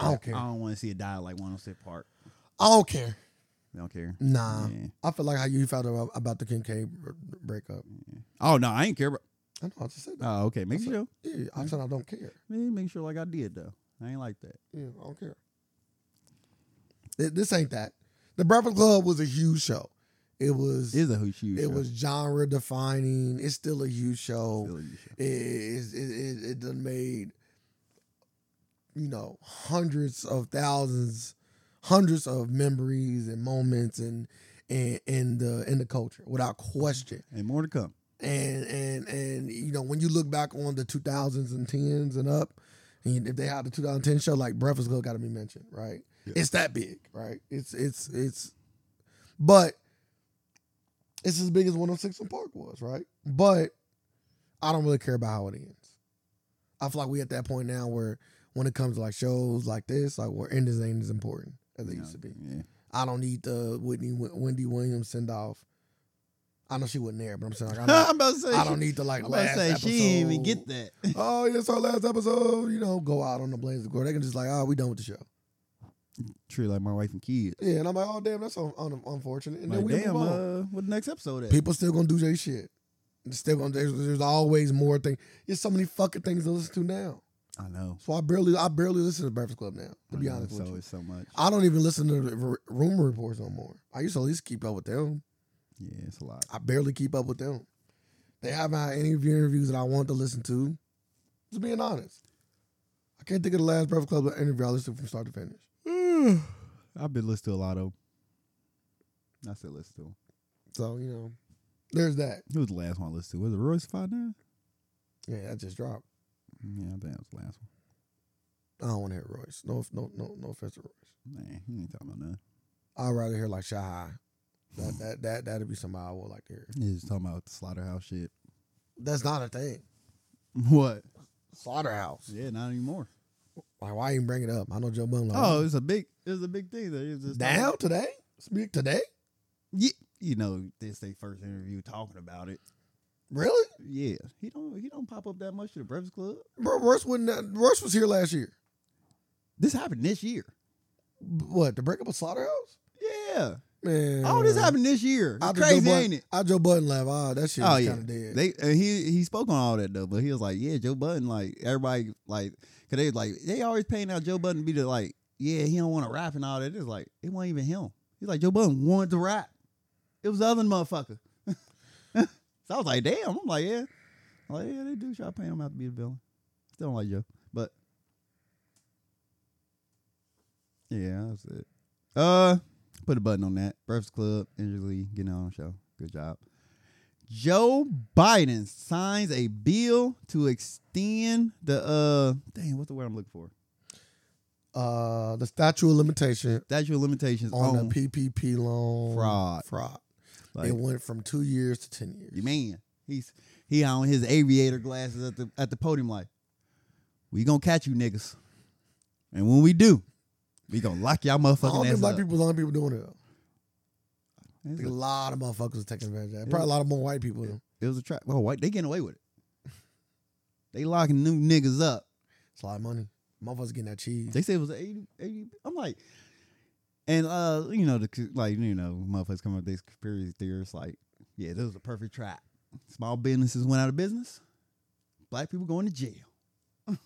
[SPEAKER 2] I don't care.
[SPEAKER 1] I don't want to see it die like 106 Park.
[SPEAKER 2] I don't care.
[SPEAKER 1] I don't care.
[SPEAKER 2] Nah.
[SPEAKER 1] Yeah.
[SPEAKER 2] I feel like how you felt about, about the Kincaid br- breakup.
[SPEAKER 1] Oh no, I ain't care. About,
[SPEAKER 2] I know. I just said that.
[SPEAKER 1] oh okay, make sure.
[SPEAKER 2] Yeah, I said I don't care.
[SPEAKER 1] Man, make sure like I did though. I ain't like that.
[SPEAKER 2] Yeah, I don't care. Th- This ain't that. The Breakfast Club was a huge show. It was.
[SPEAKER 1] It's a huge huge.
[SPEAKER 2] it
[SPEAKER 1] show.
[SPEAKER 2] was genre defining. It's still a huge
[SPEAKER 1] Still
[SPEAKER 2] show.
[SPEAKER 1] a huge show.
[SPEAKER 2] It it, it, it done made you know hundreds of thousands, hundreds of memories and moments and and in the in the culture without question.
[SPEAKER 1] And more to come.
[SPEAKER 2] And and and you know when you look back on the 2000s and 10s and up, and if they had the 2010 show like Breakfast Club got to be mentioned, right?
[SPEAKER 1] Yeah.
[SPEAKER 2] It's that big, right? It's it's it's, but it's as big as 106 and Park was, right? But I don't really care about how it ends. I feel like we at that point now where when it comes to like shows like this, like where endings ain't as important as they
[SPEAKER 1] You
[SPEAKER 2] used to
[SPEAKER 1] know,
[SPEAKER 2] be.
[SPEAKER 1] Yeah.
[SPEAKER 2] I don't need the Whitney Wendy Williams send off. I know she wasn't there, but I'm saying like I'm not,
[SPEAKER 1] I'm about to say.
[SPEAKER 2] I
[SPEAKER 1] she-
[SPEAKER 2] don't need to like
[SPEAKER 1] I'm about to
[SPEAKER 2] last
[SPEAKER 1] say
[SPEAKER 2] episode.
[SPEAKER 1] she didn't even get that.
[SPEAKER 2] Oh, yeah, it's our last episode. You know, go out on the blaze of glory. They can just like, oh, we done with the show.
[SPEAKER 1] Treat like my wife and kids.
[SPEAKER 2] Yeah, and I'm like, oh damn, that's un- un- unfortunate. And
[SPEAKER 1] Like,
[SPEAKER 2] then we
[SPEAKER 1] damn,
[SPEAKER 2] move on.
[SPEAKER 1] uh, what the next episode at?
[SPEAKER 2] People still gonna do their shit. They're still gonna. There's, there's always more things. There's so many fucking things to listen to now.
[SPEAKER 1] I know.
[SPEAKER 2] So I barely I barely listen to Breakfast Club now.
[SPEAKER 1] I
[SPEAKER 2] To be
[SPEAKER 1] know,
[SPEAKER 2] honest
[SPEAKER 1] Mm, so
[SPEAKER 2] with you,
[SPEAKER 1] it's so much.
[SPEAKER 2] I don't even listen to the r- rumor reports no more. I used to at least keep up with them.
[SPEAKER 1] yeah, it's a lot.
[SPEAKER 2] I barely keep up with them. They haven't had any of the interviews that I want to listen to. Just being honest, I can't think of the last Breakfast Club interview I listened to from start to finish.
[SPEAKER 1] I've been listening to a lot of. 'em. I said listen to. 'em.
[SPEAKER 2] So you know, there's that.
[SPEAKER 1] Who was the last one I listened to? Was it Royce Five Nine?
[SPEAKER 2] Yeah, that just dropped.
[SPEAKER 1] Yeah, I think that was the last one.
[SPEAKER 2] I don't want to hear Royce. No, no, no, no offense to Royce.
[SPEAKER 1] Man, he ain't talking about nothing.
[SPEAKER 2] I'd rather hear like Shy High. That that that that'd be somebody I would like to hear.
[SPEAKER 1] He's just talking about the slaughterhouse shit.
[SPEAKER 2] That's not a thing.
[SPEAKER 1] What?
[SPEAKER 2] Slaughterhouse.
[SPEAKER 1] Yeah, not anymore.
[SPEAKER 2] Like, why even bring it up? I know Joe Budden. Like,
[SPEAKER 1] Oh, it's a big, it's a big thing. That he was just talking-
[SPEAKER 2] now today, speak today.
[SPEAKER 1] Yeah, you know, this they first interview talking about it.
[SPEAKER 2] Really,
[SPEAKER 1] Yeah, he don't he don't pop up that much to the Breakfast Club.
[SPEAKER 2] bro? Rush wouldn't. Rush was here last year.
[SPEAKER 1] This happened this year.
[SPEAKER 2] B- What to break up a slaughterhouse?
[SPEAKER 1] Yeah,
[SPEAKER 2] Man,
[SPEAKER 1] all this happened this year. It's
[SPEAKER 2] After Joe
[SPEAKER 1] crazy,
[SPEAKER 2] Budden,
[SPEAKER 1] ain't it?
[SPEAKER 2] I Joe Budden left. Ah, that shit.
[SPEAKER 1] Oh,
[SPEAKER 2] was
[SPEAKER 1] yeah.
[SPEAKER 2] kind of dead.
[SPEAKER 1] They and he he spoke on all that though, but he was like, yeah, Joe Budden, like everybody, like, cause they was like they always paying out Joe Budden to be the like, yeah, he don't want to rap and all that. It's like it wasn't even him. He's like Joe Budden wanted to rap. It was the other motherfucker. so I was like, damn. I'm like, yeah, I'm like yeah, they do try paying him out to be the villain. Still don't like Joe, but yeah, that's it. Uh, put a button on that. Breakfast Club, injury, getting on the show. Good job. Joe Biden signs a bill to extend the uh dang, what's the word I'm looking for?
[SPEAKER 2] uh, the statute of limitation
[SPEAKER 1] Statute of limitations
[SPEAKER 2] on,
[SPEAKER 1] on,
[SPEAKER 2] the PPP loan
[SPEAKER 1] fraud.
[SPEAKER 2] Fraud.
[SPEAKER 1] Like,
[SPEAKER 2] it went from two years to ten years.
[SPEAKER 1] you man, he's he on his aviator glasses at the at the podium like, we gonna catch you niggas, and when we do, we gonna lock y'all
[SPEAKER 2] I don't
[SPEAKER 1] motherfucking
[SPEAKER 2] think
[SPEAKER 1] ass
[SPEAKER 2] black
[SPEAKER 1] up.
[SPEAKER 2] people, a lot of people doing it. Though. I
[SPEAKER 1] It's
[SPEAKER 2] think a
[SPEAKER 1] like-
[SPEAKER 2] lot of motherfuckers are taking advantage of that.
[SPEAKER 1] Yeah.
[SPEAKER 2] Probably a lot of more white people. though.
[SPEAKER 1] it was a trap. Well, white they getting away with it. They locking new niggas up.
[SPEAKER 2] It's a lot of money. Motherfuckers getting that cheese.
[SPEAKER 1] They said it was 80, 80 I'm like, and uh, you know, the c- like, you know, motherfuckers come up with these conspiracy theorists. Like, yeah, this was a perfect trap. Small businesses went out of business. Black people going to jail. Cause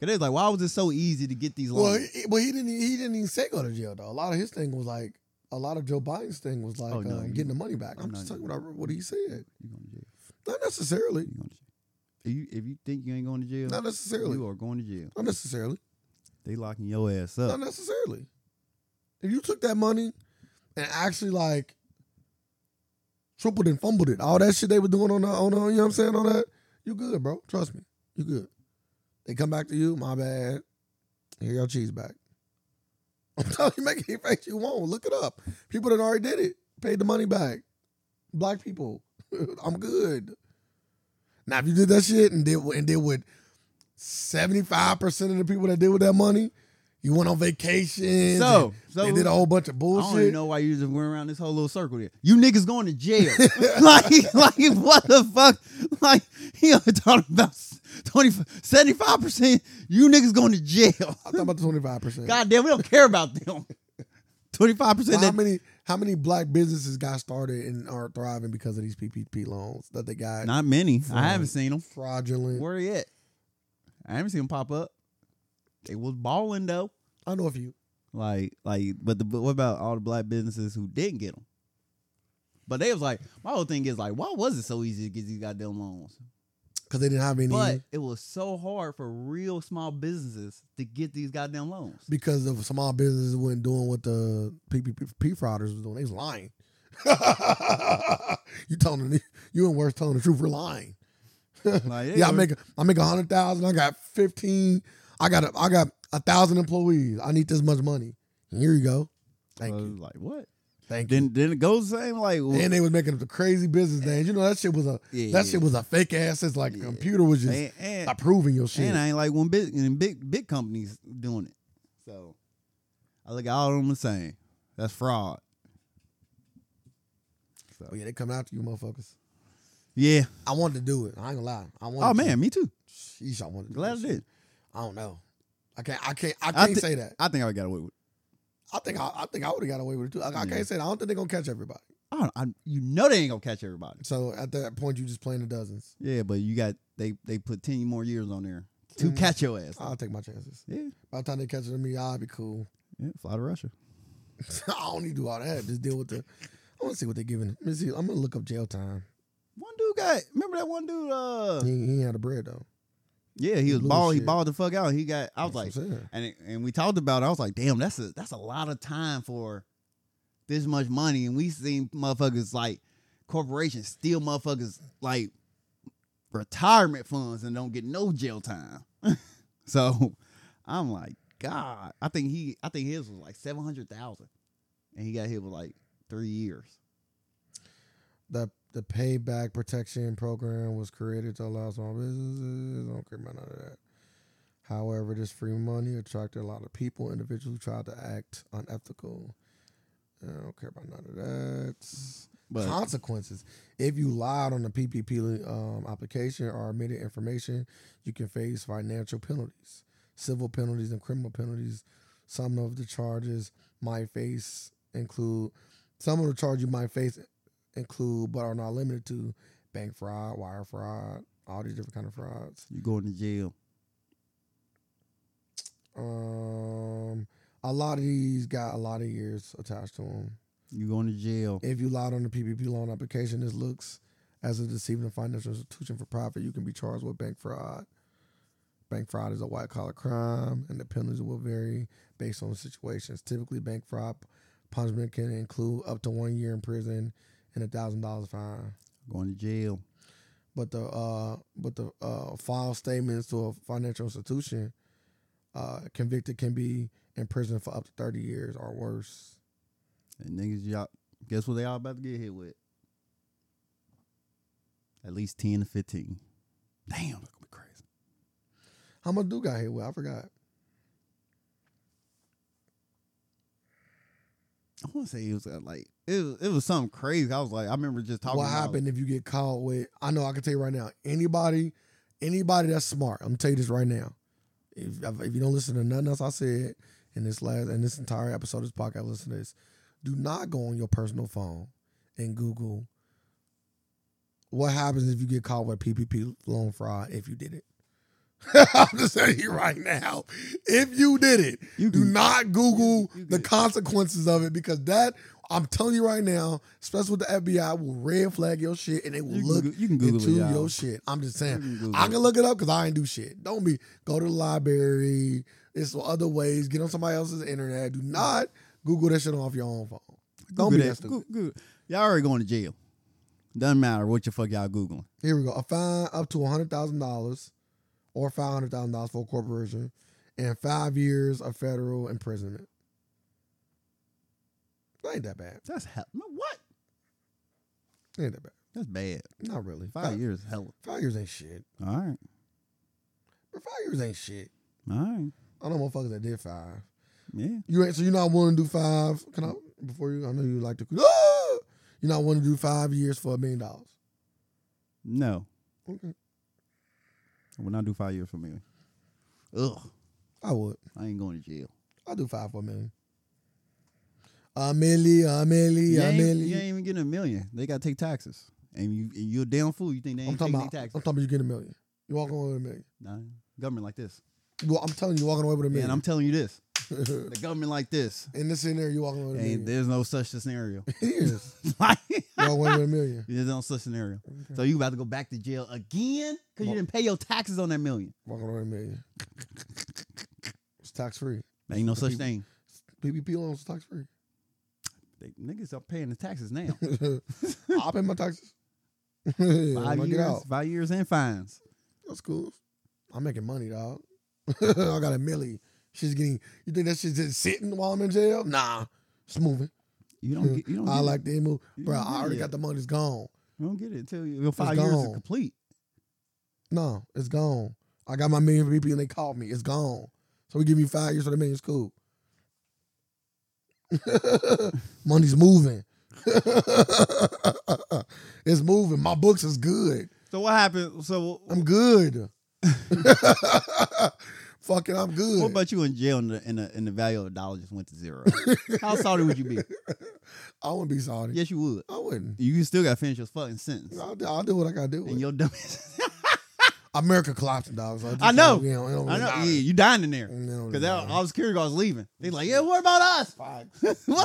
[SPEAKER 1] it's like, why was it so easy to get these
[SPEAKER 2] Well,
[SPEAKER 1] loans?
[SPEAKER 2] he, well, he didn't. e, He didn't even say go to jail though. A lot of his thing was like, a lot of Joe Biden's thing was like
[SPEAKER 1] Oh, no,
[SPEAKER 2] um,
[SPEAKER 1] you-
[SPEAKER 2] getting the money back.
[SPEAKER 1] oh,
[SPEAKER 2] I'm
[SPEAKER 1] no,
[SPEAKER 2] just
[SPEAKER 1] you-
[SPEAKER 2] talking about what he said.
[SPEAKER 1] you going to jail?
[SPEAKER 2] Not necessarily.
[SPEAKER 1] You going to jail? If you if you think you ain't going to jail,
[SPEAKER 2] Not necessarily.
[SPEAKER 1] you are going to jail.
[SPEAKER 2] Not necessarily.
[SPEAKER 1] They locking your ass
[SPEAKER 2] Not
[SPEAKER 1] up.
[SPEAKER 2] necessarily. If you took that money and actually like tripled and fumbled it, all that shit they were doing on the on the, you know what I'm saying on that, you good, bro. Trust me, you good. They come back to you, my bad. Here your cheese back. I'm telling you, make any face you want. Look it up. People that already did it paid the money back. Black people, I'm good. Now if you did that shit and did and did with 75 percent of the people that did with that money, you went on vacation.
[SPEAKER 1] So, so
[SPEAKER 2] they did a whole bunch of
[SPEAKER 1] I
[SPEAKER 2] bullshit.
[SPEAKER 1] don't even know why you just went around this whole little circle there. You niggas going to jail. like, like what the fuck? Like, he only talking about 20, 75%. You niggas going to jail.
[SPEAKER 2] I'm talking about the 25 percent.
[SPEAKER 1] God damn, we don't care about them. 25%
[SPEAKER 2] how
[SPEAKER 1] that
[SPEAKER 2] many how many black businesses got started and are thriving because of these PPP loans that they got?
[SPEAKER 1] not many.
[SPEAKER 2] Fraud.
[SPEAKER 1] I haven't seen them.
[SPEAKER 2] fraudulent.
[SPEAKER 1] Where they at? I haven't seen them pop up. They was balling though.
[SPEAKER 2] I know a few.
[SPEAKER 1] Like, like, but the but what about all the black businesses who didn't get them? But they was like, my whole thing is like, why was it so easy to get these goddamn loans?
[SPEAKER 2] because they didn't have any.
[SPEAKER 1] But it was so hard for real small businesses to get these goddamn loans.
[SPEAKER 2] because the small businesses wasn't doing what the PPP frauders was doing. They was lying. you telling me you and worse telling the truth for lying.
[SPEAKER 1] Like, they
[SPEAKER 2] Yeah, I
[SPEAKER 1] were-
[SPEAKER 2] make a, I make a hundred thousand. I got fifteen. I got a, I got a thousand employees. I need this much money. Here you go. Thank
[SPEAKER 1] I was
[SPEAKER 2] you.
[SPEAKER 1] Like what?
[SPEAKER 2] Thank you.
[SPEAKER 1] Then then it goes the same like
[SPEAKER 2] And they was making up the crazy business names. You know that shit was a
[SPEAKER 1] Yeah.
[SPEAKER 2] that shit was a fake ass. It's like
[SPEAKER 1] Yeah.
[SPEAKER 2] a computer was just
[SPEAKER 1] and, and,
[SPEAKER 2] approving your shit.
[SPEAKER 1] and I ain't like one big and big big companies doing it. So I look at all of them the same. That's fraud. So
[SPEAKER 2] oh yeah, they come after you, motherfuckers.
[SPEAKER 1] yeah.
[SPEAKER 2] I wanted to do it. I ain't gonna lie. I wanted.
[SPEAKER 1] Oh
[SPEAKER 2] to.
[SPEAKER 1] man, me too.
[SPEAKER 2] Sheesh, I wanted. To
[SPEAKER 1] Glad I
[SPEAKER 2] do that shit.
[SPEAKER 1] did.
[SPEAKER 2] I don't know. I can't. I can't. I can't
[SPEAKER 1] thi-
[SPEAKER 2] say that.
[SPEAKER 1] I think I got away with. It.
[SPEAKER 2] I think. I, I think I would have got away with it too. I, I
[SPEAKER 1] Yeah.
[SPEAKER 2] can't say that. I don't think they're gonna catch everybody.
[SPEAKER 1] I don't, I, you know they ain't gonna catch everybody.
[SPEAKER 2] So at that point, you just playing the dozens.
[SPEAKER 1] Yeah, but you got they they put ten more years on there to
[SPEAKER 2] Mm-hmm.
[SPEAKER 1] catch your ass.
[SPEAKER 2] I'll take my chances.
[SPEAKER 1] Yeah,
[SPEAKER 2] By the time they catch it to me, I'll be cool.
[SPEAKER 1] yeah, fly to Russia.
[SPEAKER 2] I don't need to do all that. Just deal with the. I want to see what they're giving. him. Let me see. I'm gonna look up jail time.
[SPEAKER 1] One dude got remember that one dude. Uh,
[SPEAKER 2] He, he ain't had a bread though.
[SPEAKER 1] yeah, he was
[SPEAKER 2] Blue
[SPEAKER 1] bald. He
[SPEAKER 2] shit.
[SPEAKER 1] balled the fuck out. He got. I was
[SPEAKER 2] That's what
[SPEAKER 1] like,
[SPEAKER 2] I'm saying.
[SPEAKER 1] and it, and we talked about. it. I was like, damn, that's a that's a lot of time for this much money. And we seen motherfuckers like corporations steal motherfuckers like retirement funds and don't get no jail time. so I'm like, God, I think he, I think his was like seven hundred thousand, and he got hit with like three years.
[SPEAKER 2] the the payback protection program was created to allow small businesses. I don't care about none of that. However, this free money attracted a lot of people, individuals who tried to act unethical. I don't care about none of that.
[SPEAKER 1] But
[SPEAKER 2] Consequences: If you lied on the PPP um, application or omitted information, you can face financial penalties, civil penalties, and criminal penalties. Some of the charges might face include some of the charges you might face include, but are not limited to bank fraud, wire fraud, all these different kind of frauds.
[SPEAKER 1] you going to jail?
[SPEAKER 2] Um, a lot of these got a lot of years attached to them.
[SPEAKER 1] You going to jail?
[SPEAKER 2] If you lied on the PPP loan application, this looks as a deceiving financial institution for profit. You can be charged with bank fraud. Bank fraud is a white collar crime, and the penalties will vary based on situations. Typically, bank fraud punishment can include up to one year in prison and a thousand dollars fine.
[SPEAKER 1] Going to jail?
[SPEAKER 2] but the uh but the uh file statements to a financial institution uh convicted can be in prison for up to 30 years or worse
[SPEAKER 1] And niggas, y'all, guess what they all about to get hit with? At least ten to fifteen. Damn, that's gonna be crazy.
[SPEAKER 2] how much do got hit with i forgot
[SPEAKER 1] I want to say it was at like it was, it was something crazy. I was like, I remember just talking.
[SPEAKER 2] what
[SPEAKER 1] about,
[SPEAKER 2] happened if you get caught with i know i can tell you right now anybody anybody that's smart i'm gonna tell you this right now if, if you don't listen to nothing else i said in this last in this entire episode of this podcast listen to this do not go on your personal phone and google what happens if you get caught with ppp loan fraud if you did it i'm just telling you right now if you did it
[SPEAKER 1] You
[SPEAKER 2] do
[SPEAKER 1] can-
[SPEAKER 2] not google
[SPEAKER 1] you
[SPEAKER 2] the
[SPEAKER 1] can-
[SPEAKER 2] consequences of it because that I'm telling you right now, especially with the FBI, will red flag your shit and they will
[SPEAKER 1] You can
[SPEAKER 2] look
[SPEAKER 1] Google- you can Google it,
[SPEAKER 2] into
[SPEAKER 1] y'all.
[SPEAKER 2] your shit. I'm just
[SPEAKER 1] You
[SPEAKER 2] saying,
[SPEAKER 1] can Google
[SPEAKER 2] I can
[SPEAKER 1] it.
[SPEAKER 2] look it up because I ain't do shit. Don't be go to the library. It's other ways. Get on somebody else's internet. Do not Google that shit off your own phone.
[SPEAKER 1] Google
[SPEAKER 2] Don't be that
[SPEAKER 1] that.
[SPEAKER 2] stupid.
[SPEAKER 1] Goo- Google. Y'all already going to jail. Doesn't matter what the fuck y'all googling.
[SPEAKER 2] Here we go. A fine up to hundred thousand dollars, or five hundred thousand dollars for a corporation, and five years of federal imprisonment. That ain't that bad.
[SPEAKER 1] That's hell. no, What?
[SPEAKER 2] Ain't that bad.
[SPEAKER 1] That's bad.
[SPEAKER 2] Not really.
[SPEAKER 1] Five years, is hell.
[SPEAKER 2] Five years ain't shit.
[SPEAKER 1] All right,
[SPEAKER 2] Bro, Five years ain't shit.
[SPEAKER 1] all right,
[SPEAKER 2] I know motherfuckers that did five.
[SPEAKER 1] yeah.
[SPEAKER 2] You ain't so you're not willing to do five. Can I before you? I know you like to. Ah! You're not willing to do five years for a million dollars.
[SPEAKER 1] No,
[SPEAKER 2] Okay,
[SPEAKER 1] I will not do five years for me. Ugh,
[SPEAKER 2] I would.
[SPEAKER 1] I ain't going to jail.
[SPEAKER 2] I'll do five for a million. A million, a
[SPEAKER 1] you, ain't,
[SPEAKER 2] million, a
[SPEAKER 1] you ain't
[SPEAKER 2] million.
[SPEAKER 1] even getting a million. They gotta take taxes, and you and you're a damn fool. You think they
[SPEAKER 2] I'm
[SPEAKER 1] ain't
[SPEAKER 2] talking
[SPEAKER 1] taking
[SPEAKER 2] about.
[SPEAKER 1] their
[SPEAKER 2] I'm
[SPEAKER 1] taxes?
[SPEAKER 2] talking about you getting a million. You walking away with a million.
[SPEAKER 1] Nah, government like this.
[SPEAKER 2] You, I'm telling you, you're walking away with a
[SPEAKER 1] Man,
[SPEAKER 2] million.
[SPEAKER 1] I'm telling you this.
[SPEAKER 2] I'm
[SPEAKER 1] The government like this.
[SPEAKER 2] in this scenario, you're walking away with a
[SPEAKER 1] And
[SPEAKER 2] million.
[SPEAKER 1] there's no such scenario.
[SPEAKER 2] Yes.
[SPEAKER 1] like,
[SPEAKER 2] You're walking away with a million.
[SPEAKER 1] there's no such scenario. So you about to go back to jail again because you
[SPEAKER 2] Well-
[SPEAKER 1] didn't pay your taxes on that million.
[SPEAKER 2] Walking away with a million. It's tax free.
[SPEAKER 1] Ain't no such
[SPEAKER 2] people-
[SPEAKER 1] thing.
[SPEAKER 2] PPP loans is tax free.
[SPEAKER 1] They, niggas are paying the taxes now.
[SPEAKER 2] I'll pay my taxes. When
[SPEAKER 1] Five
[SPEAKER 2] I get
[SPEAKER 1] years,
[SPEAKER 2] out.
[SPEAKER 1] five years and fines.
[SPEAKER 2] That's cool. I'm making money, dog. I got a millie. She's getting. You think that shit's just sitting while I'm in jail? Nah, it's moving.
[SPEAKER 1] You don't get, you don't
[SPEAKER 2] I
[SPEAKER 1] get
[SPEAKER 2] like the move,
[SPEAKER 1] You
[SPEAKER 2] bro.
[SPEAKER 1] don't
[SPEAKER 2] I
[SPEAKER 1] get
[SPEAKER 2] already
[SPEAKER 1] it.
[SPEAKER 2] got the money. It's gone.
[SPEAKER 1] it. You don't get it until your five years
[SPEAKER 2] gone.
[SPEAKER 1] is complete.
[SPEAKER 2] No, it's gone. I got my million for PP and they called me. It's gone. So we give me five years for the million. It's cool. Money's moving. it's moving. My books is good.
[SPEAKER 1] So what happened? So
[SPEAKER 2] I'm good. Fucking, I'm good.
[SPEAKER 1] What about you in jail and the, and the, and the value of the dollar just went to zero? How salty would you be?
[SPEAKER 2] I wouldn't be sorry.
[SPEAKER 1] Yes, you would.
[SPEAKER 2] I wouldn't.
[SPEAKER 1] You still got to finish your fucking sentence.
[SPEAKER 2] I'll do, I'll do what I gotta do.
[SPEAKER 1] And
[SPEAKER 2] With.
[SPEAKER 1] your dumb
[SPEAKER 2] America collapsed, dogs. So
[SPEAKER 1] I know.
[SPEAKER 2] We don't, we don't
[SPEAKER 1] I know.
[SPEAKER 2] really-
[SPEAKER 1] Yeah, you dying in there.
[SPEAKER 2] we don't
[SPEAKER 1] Because
[SPEAKER 2] really-
[SPEAKER 1] I was curious, I was leaving. They like, yeah, what about us? what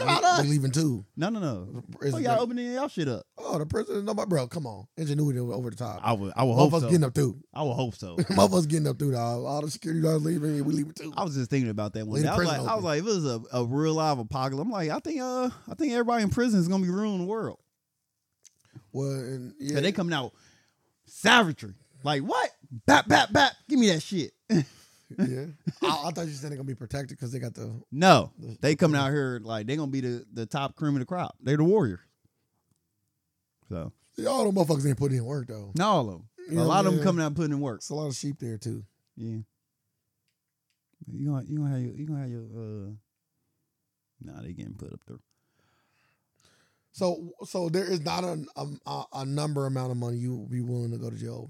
[SPEAKER 1] about
[SPEAKER 2] We-
[SPEAKER 1] us?
[SPEAKER 2] We leaving too.
[SPEAKER 1] No, no, no.
[SPEAKER 2] Is
[SPEAKER 1] Oh,
[SPEAKER 2] it
[SPEAKER 1] y'all
[SPEAKER 2] the-
[SPEAKER 1] opening y'all shit up.
[SPEAKER 2] oh, the president. No, my bro, come on. Ingenuity over over the top.
[SPEAKER 1] I would, I would
[SPEAKER 2] All
[SPEAKER 1] hope
[SPEAKER 2] of us
[SPEAKER 1] so.
[SPEAKER 2] getting up too.
[SPEAKER 1] I would hope so.
[SPEAKER 2] All of us getting up too, dog. All the security guards leaving. yeah, We leaving too.
[SPEAKER 1] I was just thinking about that one.
[SPEAKER 2] Leave
[SPEAKER 1] Day.
[SPEAKER 2] the
[SPEAKER 1] I was like,
[SPEAKER 2] prison
[SPEAKER 1] I was
[SPEAKER 2] open.
[SPEAKER 1] like, if it was a, a real live apocalypse, I'm like, I think, uh, I think everybody in prison is gonna be ruining the world.
[SPEAKER 2] Well, and yeah,
[SPEAKER 1] But they coming out savagery. Like what? Bap, bap, bap. Give me that shit.
[SPEAKER 2] yeah. I, I thought you said they're gonna be protected because they got the.
[SPEAKER 1] No, they coming out here like they gonna be the the top cream of the crop. They're the warriors. So
[SPEAKER 2] All them motherfuckers ain't putting in work though.
[SPEAKER 1] not all of them.
[SPEAKER 2] Yeah,
[SPEAKER 1] a lot of
[SPEAKER 2] yeah.
[SPEAKER 1] them coming out putting in work.
[SPEAKER 2] It's a lot of sheep there too.
[SPEAKER 1] Yeah. You gonna you gonna have your you gonna have your uh. Nah, they getting put up there.
[SPEAKER 2] So, so there is not a a, a number amount of money you would be willing to go to jail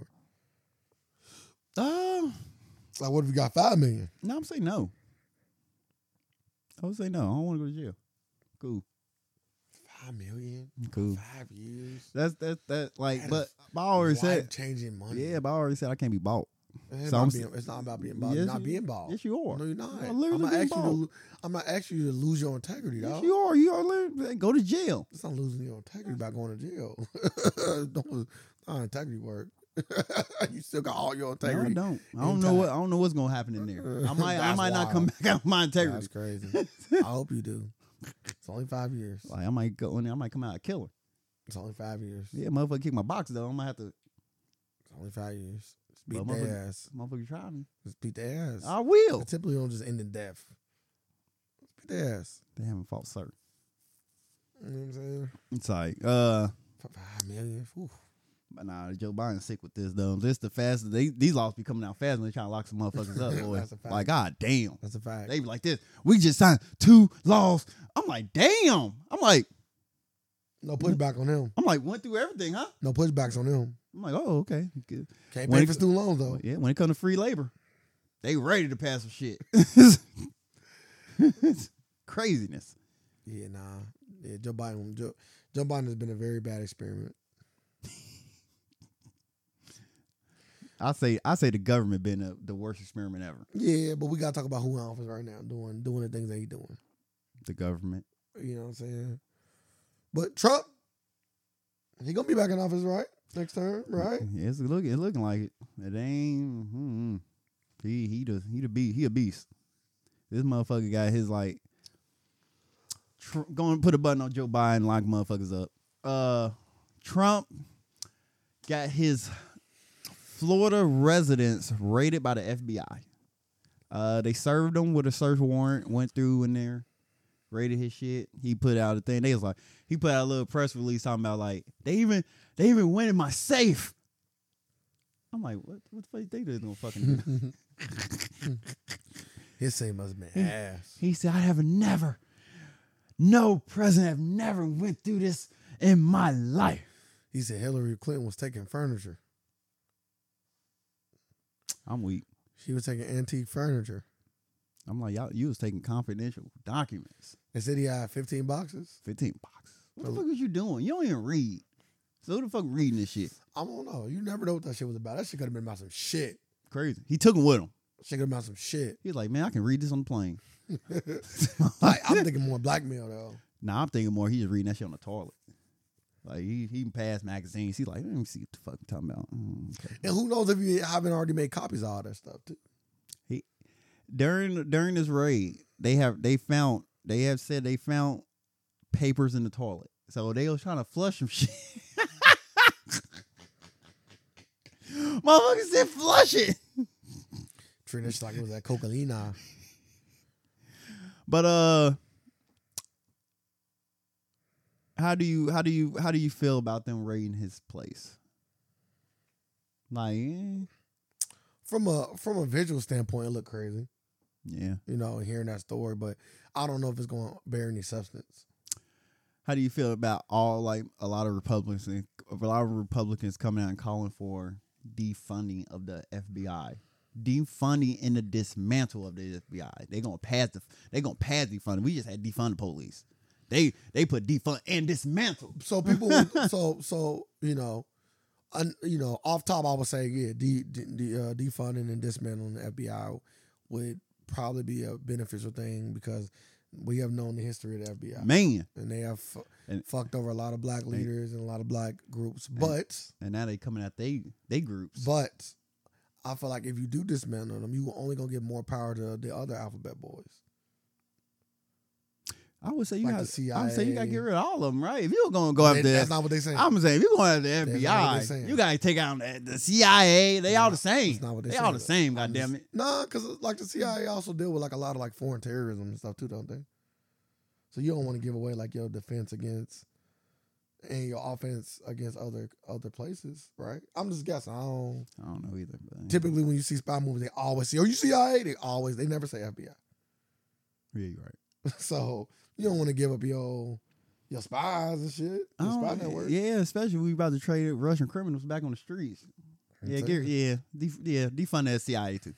[SPEAKER 2] over.
[SPEAKER 1] Uh,
[SPEAKER 2] Like, what if you got five million?
[SPEAKER 1] no, I'm saying no. I would say no. I don't want to go to jail. Cool,
[SPEAKER 2] Five million,
[SPEAKER 1] cool.
[SPEAKER 2] five years.
[SPEAKER 1] That's that's that like,
[SPEAKER 2] That
[SPEAKER 1] but
[SPEAKER 2] is
[SPEAKER 1] but I already said,
[SPEAKER 2] changing money.
[SPEAKER 1] yeah, but I already said I can't be bought.
[SPEAKER 2] it's,
[SPEAKER 1] so
[SPEAKER 2] not
[SPEAKER 1] I'm-
[SPEAKER 2] being, it's not about being bought.
[SPEAKER 1] Yes,
[SPEAKER 2] not
[SPEAKER 1] you-
[SPEAKER 2] being bought.
[SPEAKER 1] Yes, you are.
[SPEAKER 2] no, you're not.
[SPEAKER 1] You're
[SPEAKER 2] I'm
[SPEAKER 1] literally
[SPEAKER 2] not
[SPEAKER 1] being
[SPEAKER 2] asking you. To,
[SPEAKER 1] bought.
[SPEAKER 2] lo- I'm not asking you to lose your integrity,
[SPEAKER 1] Yes,
[SPEAKER 2] dog.
[SPEAKER 1] you are. You are literally go to jail.
[SPEAKER 2] It's not losing your integrity by going to jail. Don't not integrity work. you still got all your
[SPEAKER 1] No, I
[SPEAKER 2] integrity.
[SPEAKER 1] don't. I don't know
[SPEAKER 2] Anytime.
[SPEAKER 1] what I don't know what's gonna happen in there. I might I
[SPEAKER 2] That's
[SPEAKER 1] might not
[SPEAKER 2] wild.
[SPEAKER 1] come back out of my integrity.
[SPEAKER 2] That's crazy. I hope you do. It's only five years.
[SPEAKER 1] Like I might go in there, I might come out a killer.
[SPEAKER 2] It's only five years.
[SPEAKER 1] Yeah, motherfucker kick my box though. I'm gonna have to
[SPEAKER 2] It's only five years. Just beat
[SPEAKER 1] Well,
[SPEAKER 2] their
[SPEAKER 1] motherfucker-
[SPEAKER 2] ass.
[SPEAKER 1] motherfucker try me.
[SPEAKER 2] Just beat their ass.
[SPEAKER 1] I will.
[SPEAKER 2] It typically don't just end in death. Beat their ass.
[SPEAKER 1] They haven't fought sir.
[SPEAKER 2] You know what I'm saying?
[SPEAKER 1] It's like, uh
[SPEAKER 2] F- Five million. Ooh.
[SPEAKER 1] but nah, Joe Biden's sick with this though. This the fastest they these laws be coming out fast when they trying to lock some motherfuckers up, boy.
[SPEAKER 2] That's a fact.
[SPEAKER 1] like, god damn.
[SPEAKER 2] That's a fact.
[SPEAKER 1] They be like this. We just signed two laws. I'm like, damn. I'm like,
[SPEAKER 2] no pushback on them.
[SPEAKER 1] I'm like, went through everything, huh?
[SPEAKER 2] No pushbacks on them.
[SPEAKER 1] I'm like, oh, okay. Good.
[SPEAKER 2] Can't
[SPEAKER 1] When
[SPEAKER 2] pay
[SPEAKER 1] it-
[SPEAKER 2] for student loans though.
[SPEAKER 1] Well, yeah, when it comes to free labor, they ready to pass some shit. Craziness.
[SPEAKER 2] Yeah, nah. Yeah, Joe Biden. Joe, Joe Biden has been a very bad experiment.
[SPEAKER 1] I say, I say the government been a, the worst experiment ever.
[SPEAKER 2] Yeah, but we gotta talk about who in office right now doing doing the things that he doing.
[SPEAKER 1] The government.
[SPEAKER 2] You know what I'm saying? But Trump, he gonna be back in office, right? Next term, right?
[SPEAKER 1] Yeah, it's looking, it's looking like it. It ain't. hmm He he does he the be he a beast. This motherfucker got his like. Tr- going to put a button on Joe Biden, lock motherfuckers up. Uh, Trump got his Florida residence raided by the FBI. Uh, they served him with a search warrant, went through in there, raided his shit. He put out a thing. They was like, he put out a little press release talking about like they even they even went in my safe. I'm like, what what the fuck they just gonna fucking do?
[SPEAKER 2] His thing must have been ass.
[SPEAKER 1] He said, I have never, no president have never went through this in my life.
[SPEAKER 2] He said Hillary Clinton was taking furniture.
[SPEAKER 1] I'm weak.
[SPEAKER 2] She was taking antique furniture.
[SPEAKER 1] I'm like, y'all, you was taking confidential documents.
[SPEAKER 2] They said he had 15 boxes.
[SPEAKER 1] 15 boxes. What the fuck was you doing? You don't even read. So who the fuck reading this shit?
[SPEAKER 2] I don't know. You never know what that shit was about. That shit could have been about some shit.
[SPEAKER 1] Crazy. He took him with him.
[SPEAKER 2] Shit could have been about some shit.
[SPEAKER 1] He's like, man, I can read this on the plane.
[SPEAKER 2] Like, I'm thinking more blackmail though.
[SPEAKER 1] Nah, I'm thinking more. He's reading that shit on the toilet. Like he he passed magazines. He's like, let me see what the fuck I'm talking about. Mm, okay.
[SPEAKER 2] And who knows if you haven't already made copies of all that stuff too.
[SPEAKER 1] during during this raid, they have they found they have said they found papers in the toilet. So they was trying to flush some shit. Motherfucker said flush it.
[SPEAKER 2] Treating that shit like it was that cocaine.
[SPEAKER 1] But uh how do you how do you how do you feel about them raiding his place? Like eh,
[SPEAKER 2] From a from a visual standpoint, it looked crazy.
[SPEAKER 1] yeah.
[SPEAKER 2] you know, hearing that story, but I don't know if it's going to bear any substance.
[SPEAKER 1] How do you feel about all like a lot of Republicans a lot of Republicans coming out and calling for defunding of the FBI, defunding and the dismantle of the FBI? They gonna pass the they gonna pass defunding. We just had defund the police. They they put defund and dismantle.
[SPEAKER 2] So people, would- so so you know, un, you know, off top, I would say, yeah, de, de, de- uh, defunding and dismantling the FBI would probably be a beneficial thing because we have known the history of the FBI.
[SPEAKER 1] Man,
[SPEAKER 2] And they have fu-
[SPEAKER 1] And-
[SPEAKER 2] fucked over a lot of black leaders and a lot of black groups. But,
[SPEAKER 1] and now they coming at they they groups.
[SPEAKER 2] but I feel like if you do dismantle them, you only going to give more power to the other alphabet boys.
[SPEAKER 1] I would say you
[SPEAKER 2] like
[SPEAKER 1] got.
[SPEAKER 2] the
[SPEAKER 1] I would say you got to
[SPEAKER 2] CIA.
[SPEAKER 1] get rid of all of them, right? If you're gonna go
[SPEAKER 2] They-
[SPEAKER 1] after,
[SPEAKER 2] that's not what they saying.
[SPEAKER 1] I'm saying if you're going after
[SPEAKER 2] That's
[SPEAKER 1] the
[SPEAKER 2] not what they saying.
[SPEAKER 1] FBI, you got to take out the, the CIA. They all
[SPEAKER 2] Nah,
[SPEAKER 1] the same.
[SPEAKER 2] that's not what they
[SPEAKER 1] they all
[SPEAKER 2] saying.
[SPEAKER 1] the same. God damn it.
[SPEAKER 2] Nah, because like the CIA also deal with like a lot of like foreign terrorism and stuff too, don't they? So you don't want to give away like your defense against and your offense against other other places, right? I'm just guessing. I don't.
[SPEAKER 1] I don't know either. But
[SPEAKER 2] Typically, when you see spy movies, they always say, "Oh, you CIA." They always they never say FBI.
[SPEAKER 1] yeah, you're right.
[SPEAKER 2] so you don't want to give up your your spies and shit.
[SPEAKER 1] I
[SPEAKER 2] Your spy
[SPEAKER 1] don't-
[SPEAKER 2] network.
[SPEAKER 1] Oh, yeah, especially we about to trade Russian criminals back on the streets. Yeah, get, yeah, def- yeah, defund that CIA too.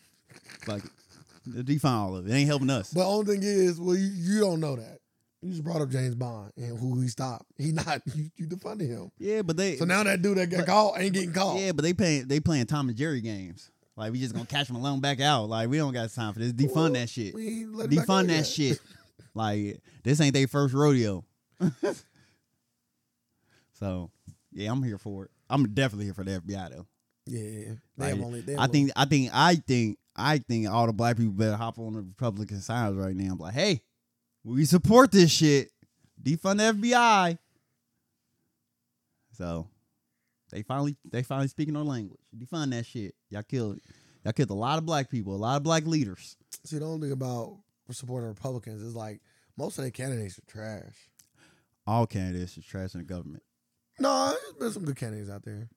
[SPEAKER 1] Like, defund all of it. It ain't helping us.
[SPEAKER 2] But only thing is, well, you, you don't know that. You just brought up James Bond and who he stopped. He not you, you defunded him.
[SPEAKER 1] yeah, but they.
[SPEAKER 2] So now that dude that got
[SPEAKER 1] But-
[SPEAKER 2] called ain't getting called.
[SPEAKER 1] yeah, but they playing they playing Tom and Jerry games. Like we just gonna catch them alone back out. Like we don't got time for this. Defund
[SPEAKER 2] Well,
[SPEAKER 1] that shit.
[SPEAKER 2] We ain't let him back out
[SPEAKER 1] Defund
[SPEAKER 2] yet.
[SPEAKER 1] that shit. Like this ain't their first rodeo. so yeah, I'm here for it. I'm definitely here for the FBI though.
[SPEAKER 2] Yeah, yeah, yeah. They
[SPEAKER 1] Like,
[SPEAKER 2] have only. They
[SPEAKER 1] I
[SPEAKER 2] have
[SPEAKER 1] think I think I think I think all the black people better hop on the Republican sides right now. and be like, hey, we support this shit. Defund the FBI. So they finally they finally speaking our language. Defund that shit. Y'all killed y'all killed a lot of black people, a lot of black leaders.
[SPEAKER 2] only- see the only thing about supporting Republicans is like most of their candidates are trash.
[SPEAKER 1] All candidates is trash in the government.
[SPEAKER 2] No, there's been some good candidates out there.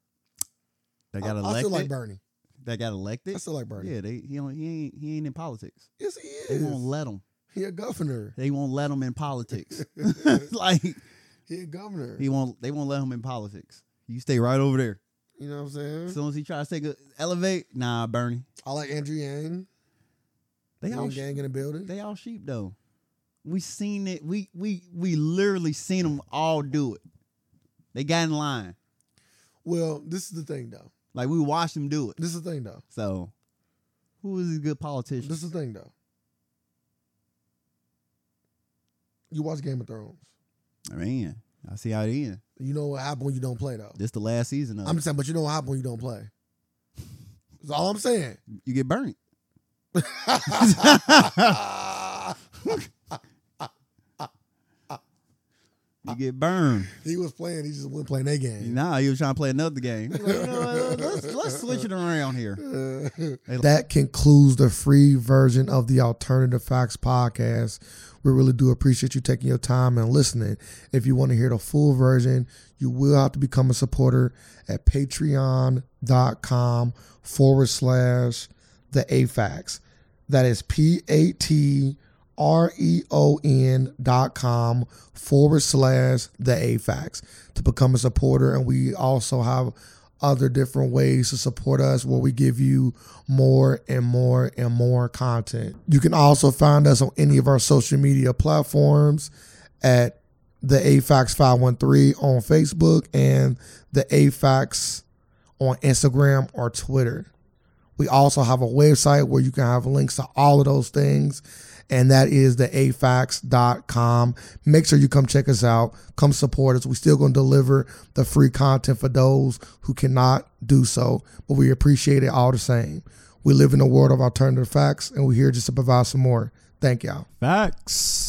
[SPEAKER 1] They got
[SPEAKER 2] I, I
[SPEAKER 1] elected.
[SPEAKER 2] still like Bernie.
[SPEAKER 1] they got
[SPEAKER 2] I
[SPEAKER 1] elected.
[SPEAKER 2] still like Bernie.
[SPEAKER 1] Yeah, they he don't, he ain't he ain't in politics.
[SPEAKER 2] Yes, he is.
[SPEAKER 1] They won't let him.
[SPEAKER 2] he a governor.
[SPEAKER 1] They won't let him in politics. like
[SPEAKER 2] He a governor.
[SPEAKER 1] He won't. They won't let him in politics. You stay right over there.
[SPEAKER 2] you know what I'm saying?
[SPEAKER 1] As soon as he tries to take a elevate, nah, Bernie.
[SPEAKER 2] I like Andrew Yang.
[SPEAKER 1] They
[SPEAKER 2] Yang
[SPEAKER 1] all sh-
[SPEAKER 2] gang in the building.
[SPEAKER 1] they all sheep though. We seen it. We we we literally seen them all do it. They got in line.
[SPEAKER 2] well, this is the thing though.
[SPEAKER 1] Like we watched them do it.
[SPEAKER 2] This is the thing though.
[SPEAKER 1] So, who is a good
[SPEAKER 2] This
[SPEAKER 1] politician?
[SPEAKER 2] is the thing though. You watch Game of Thrones.
[SPEAKER 1] Man, I see how it ends.
[SPEAKER 2] You know what happened when you don't play though.
[SPEAKER 1] This the last season of
[SPEAKER 2] I'm
[SPEAKER 1] it.
[SPEAKER 2] just saying, but you know what happens when you don't play. That's all I'm saying.
[SPEAKER 1] you get burnt. You get burned.
[SPEAKER 2] he was playing, he just wasn't playing that game.
[SPEAKER 1] Nah, he was trying to play another game. Like, you know what, let's let's switch it around here.
[SPEAKER 2] That concludes the free version of the Alternative Facts podcast. We really do appreciate you taking your time and listening. If you want to hear the full version, you will have to become a supporter at patreon.com forward slash the AFAX. That is P A T R E O N dot com forward slash the AFAX to become a supporter. And we also have other different ways to support us where we give you more and more and more content. You can also find us on any of our social media platforms at the AFAX 513 on Facebook and the AFAX on Instagram or Twitter. We also have a website where you can have links to all of those things, and that is the afax.com. Make sure you come check us out, come support us. We're still going to deliver the free content for those who cannot do so, but we appreciate it all the same. We live in a world of alternative facts, and we're here just to provide some more. Thank y'all.
[SPEAKER 1] Facts.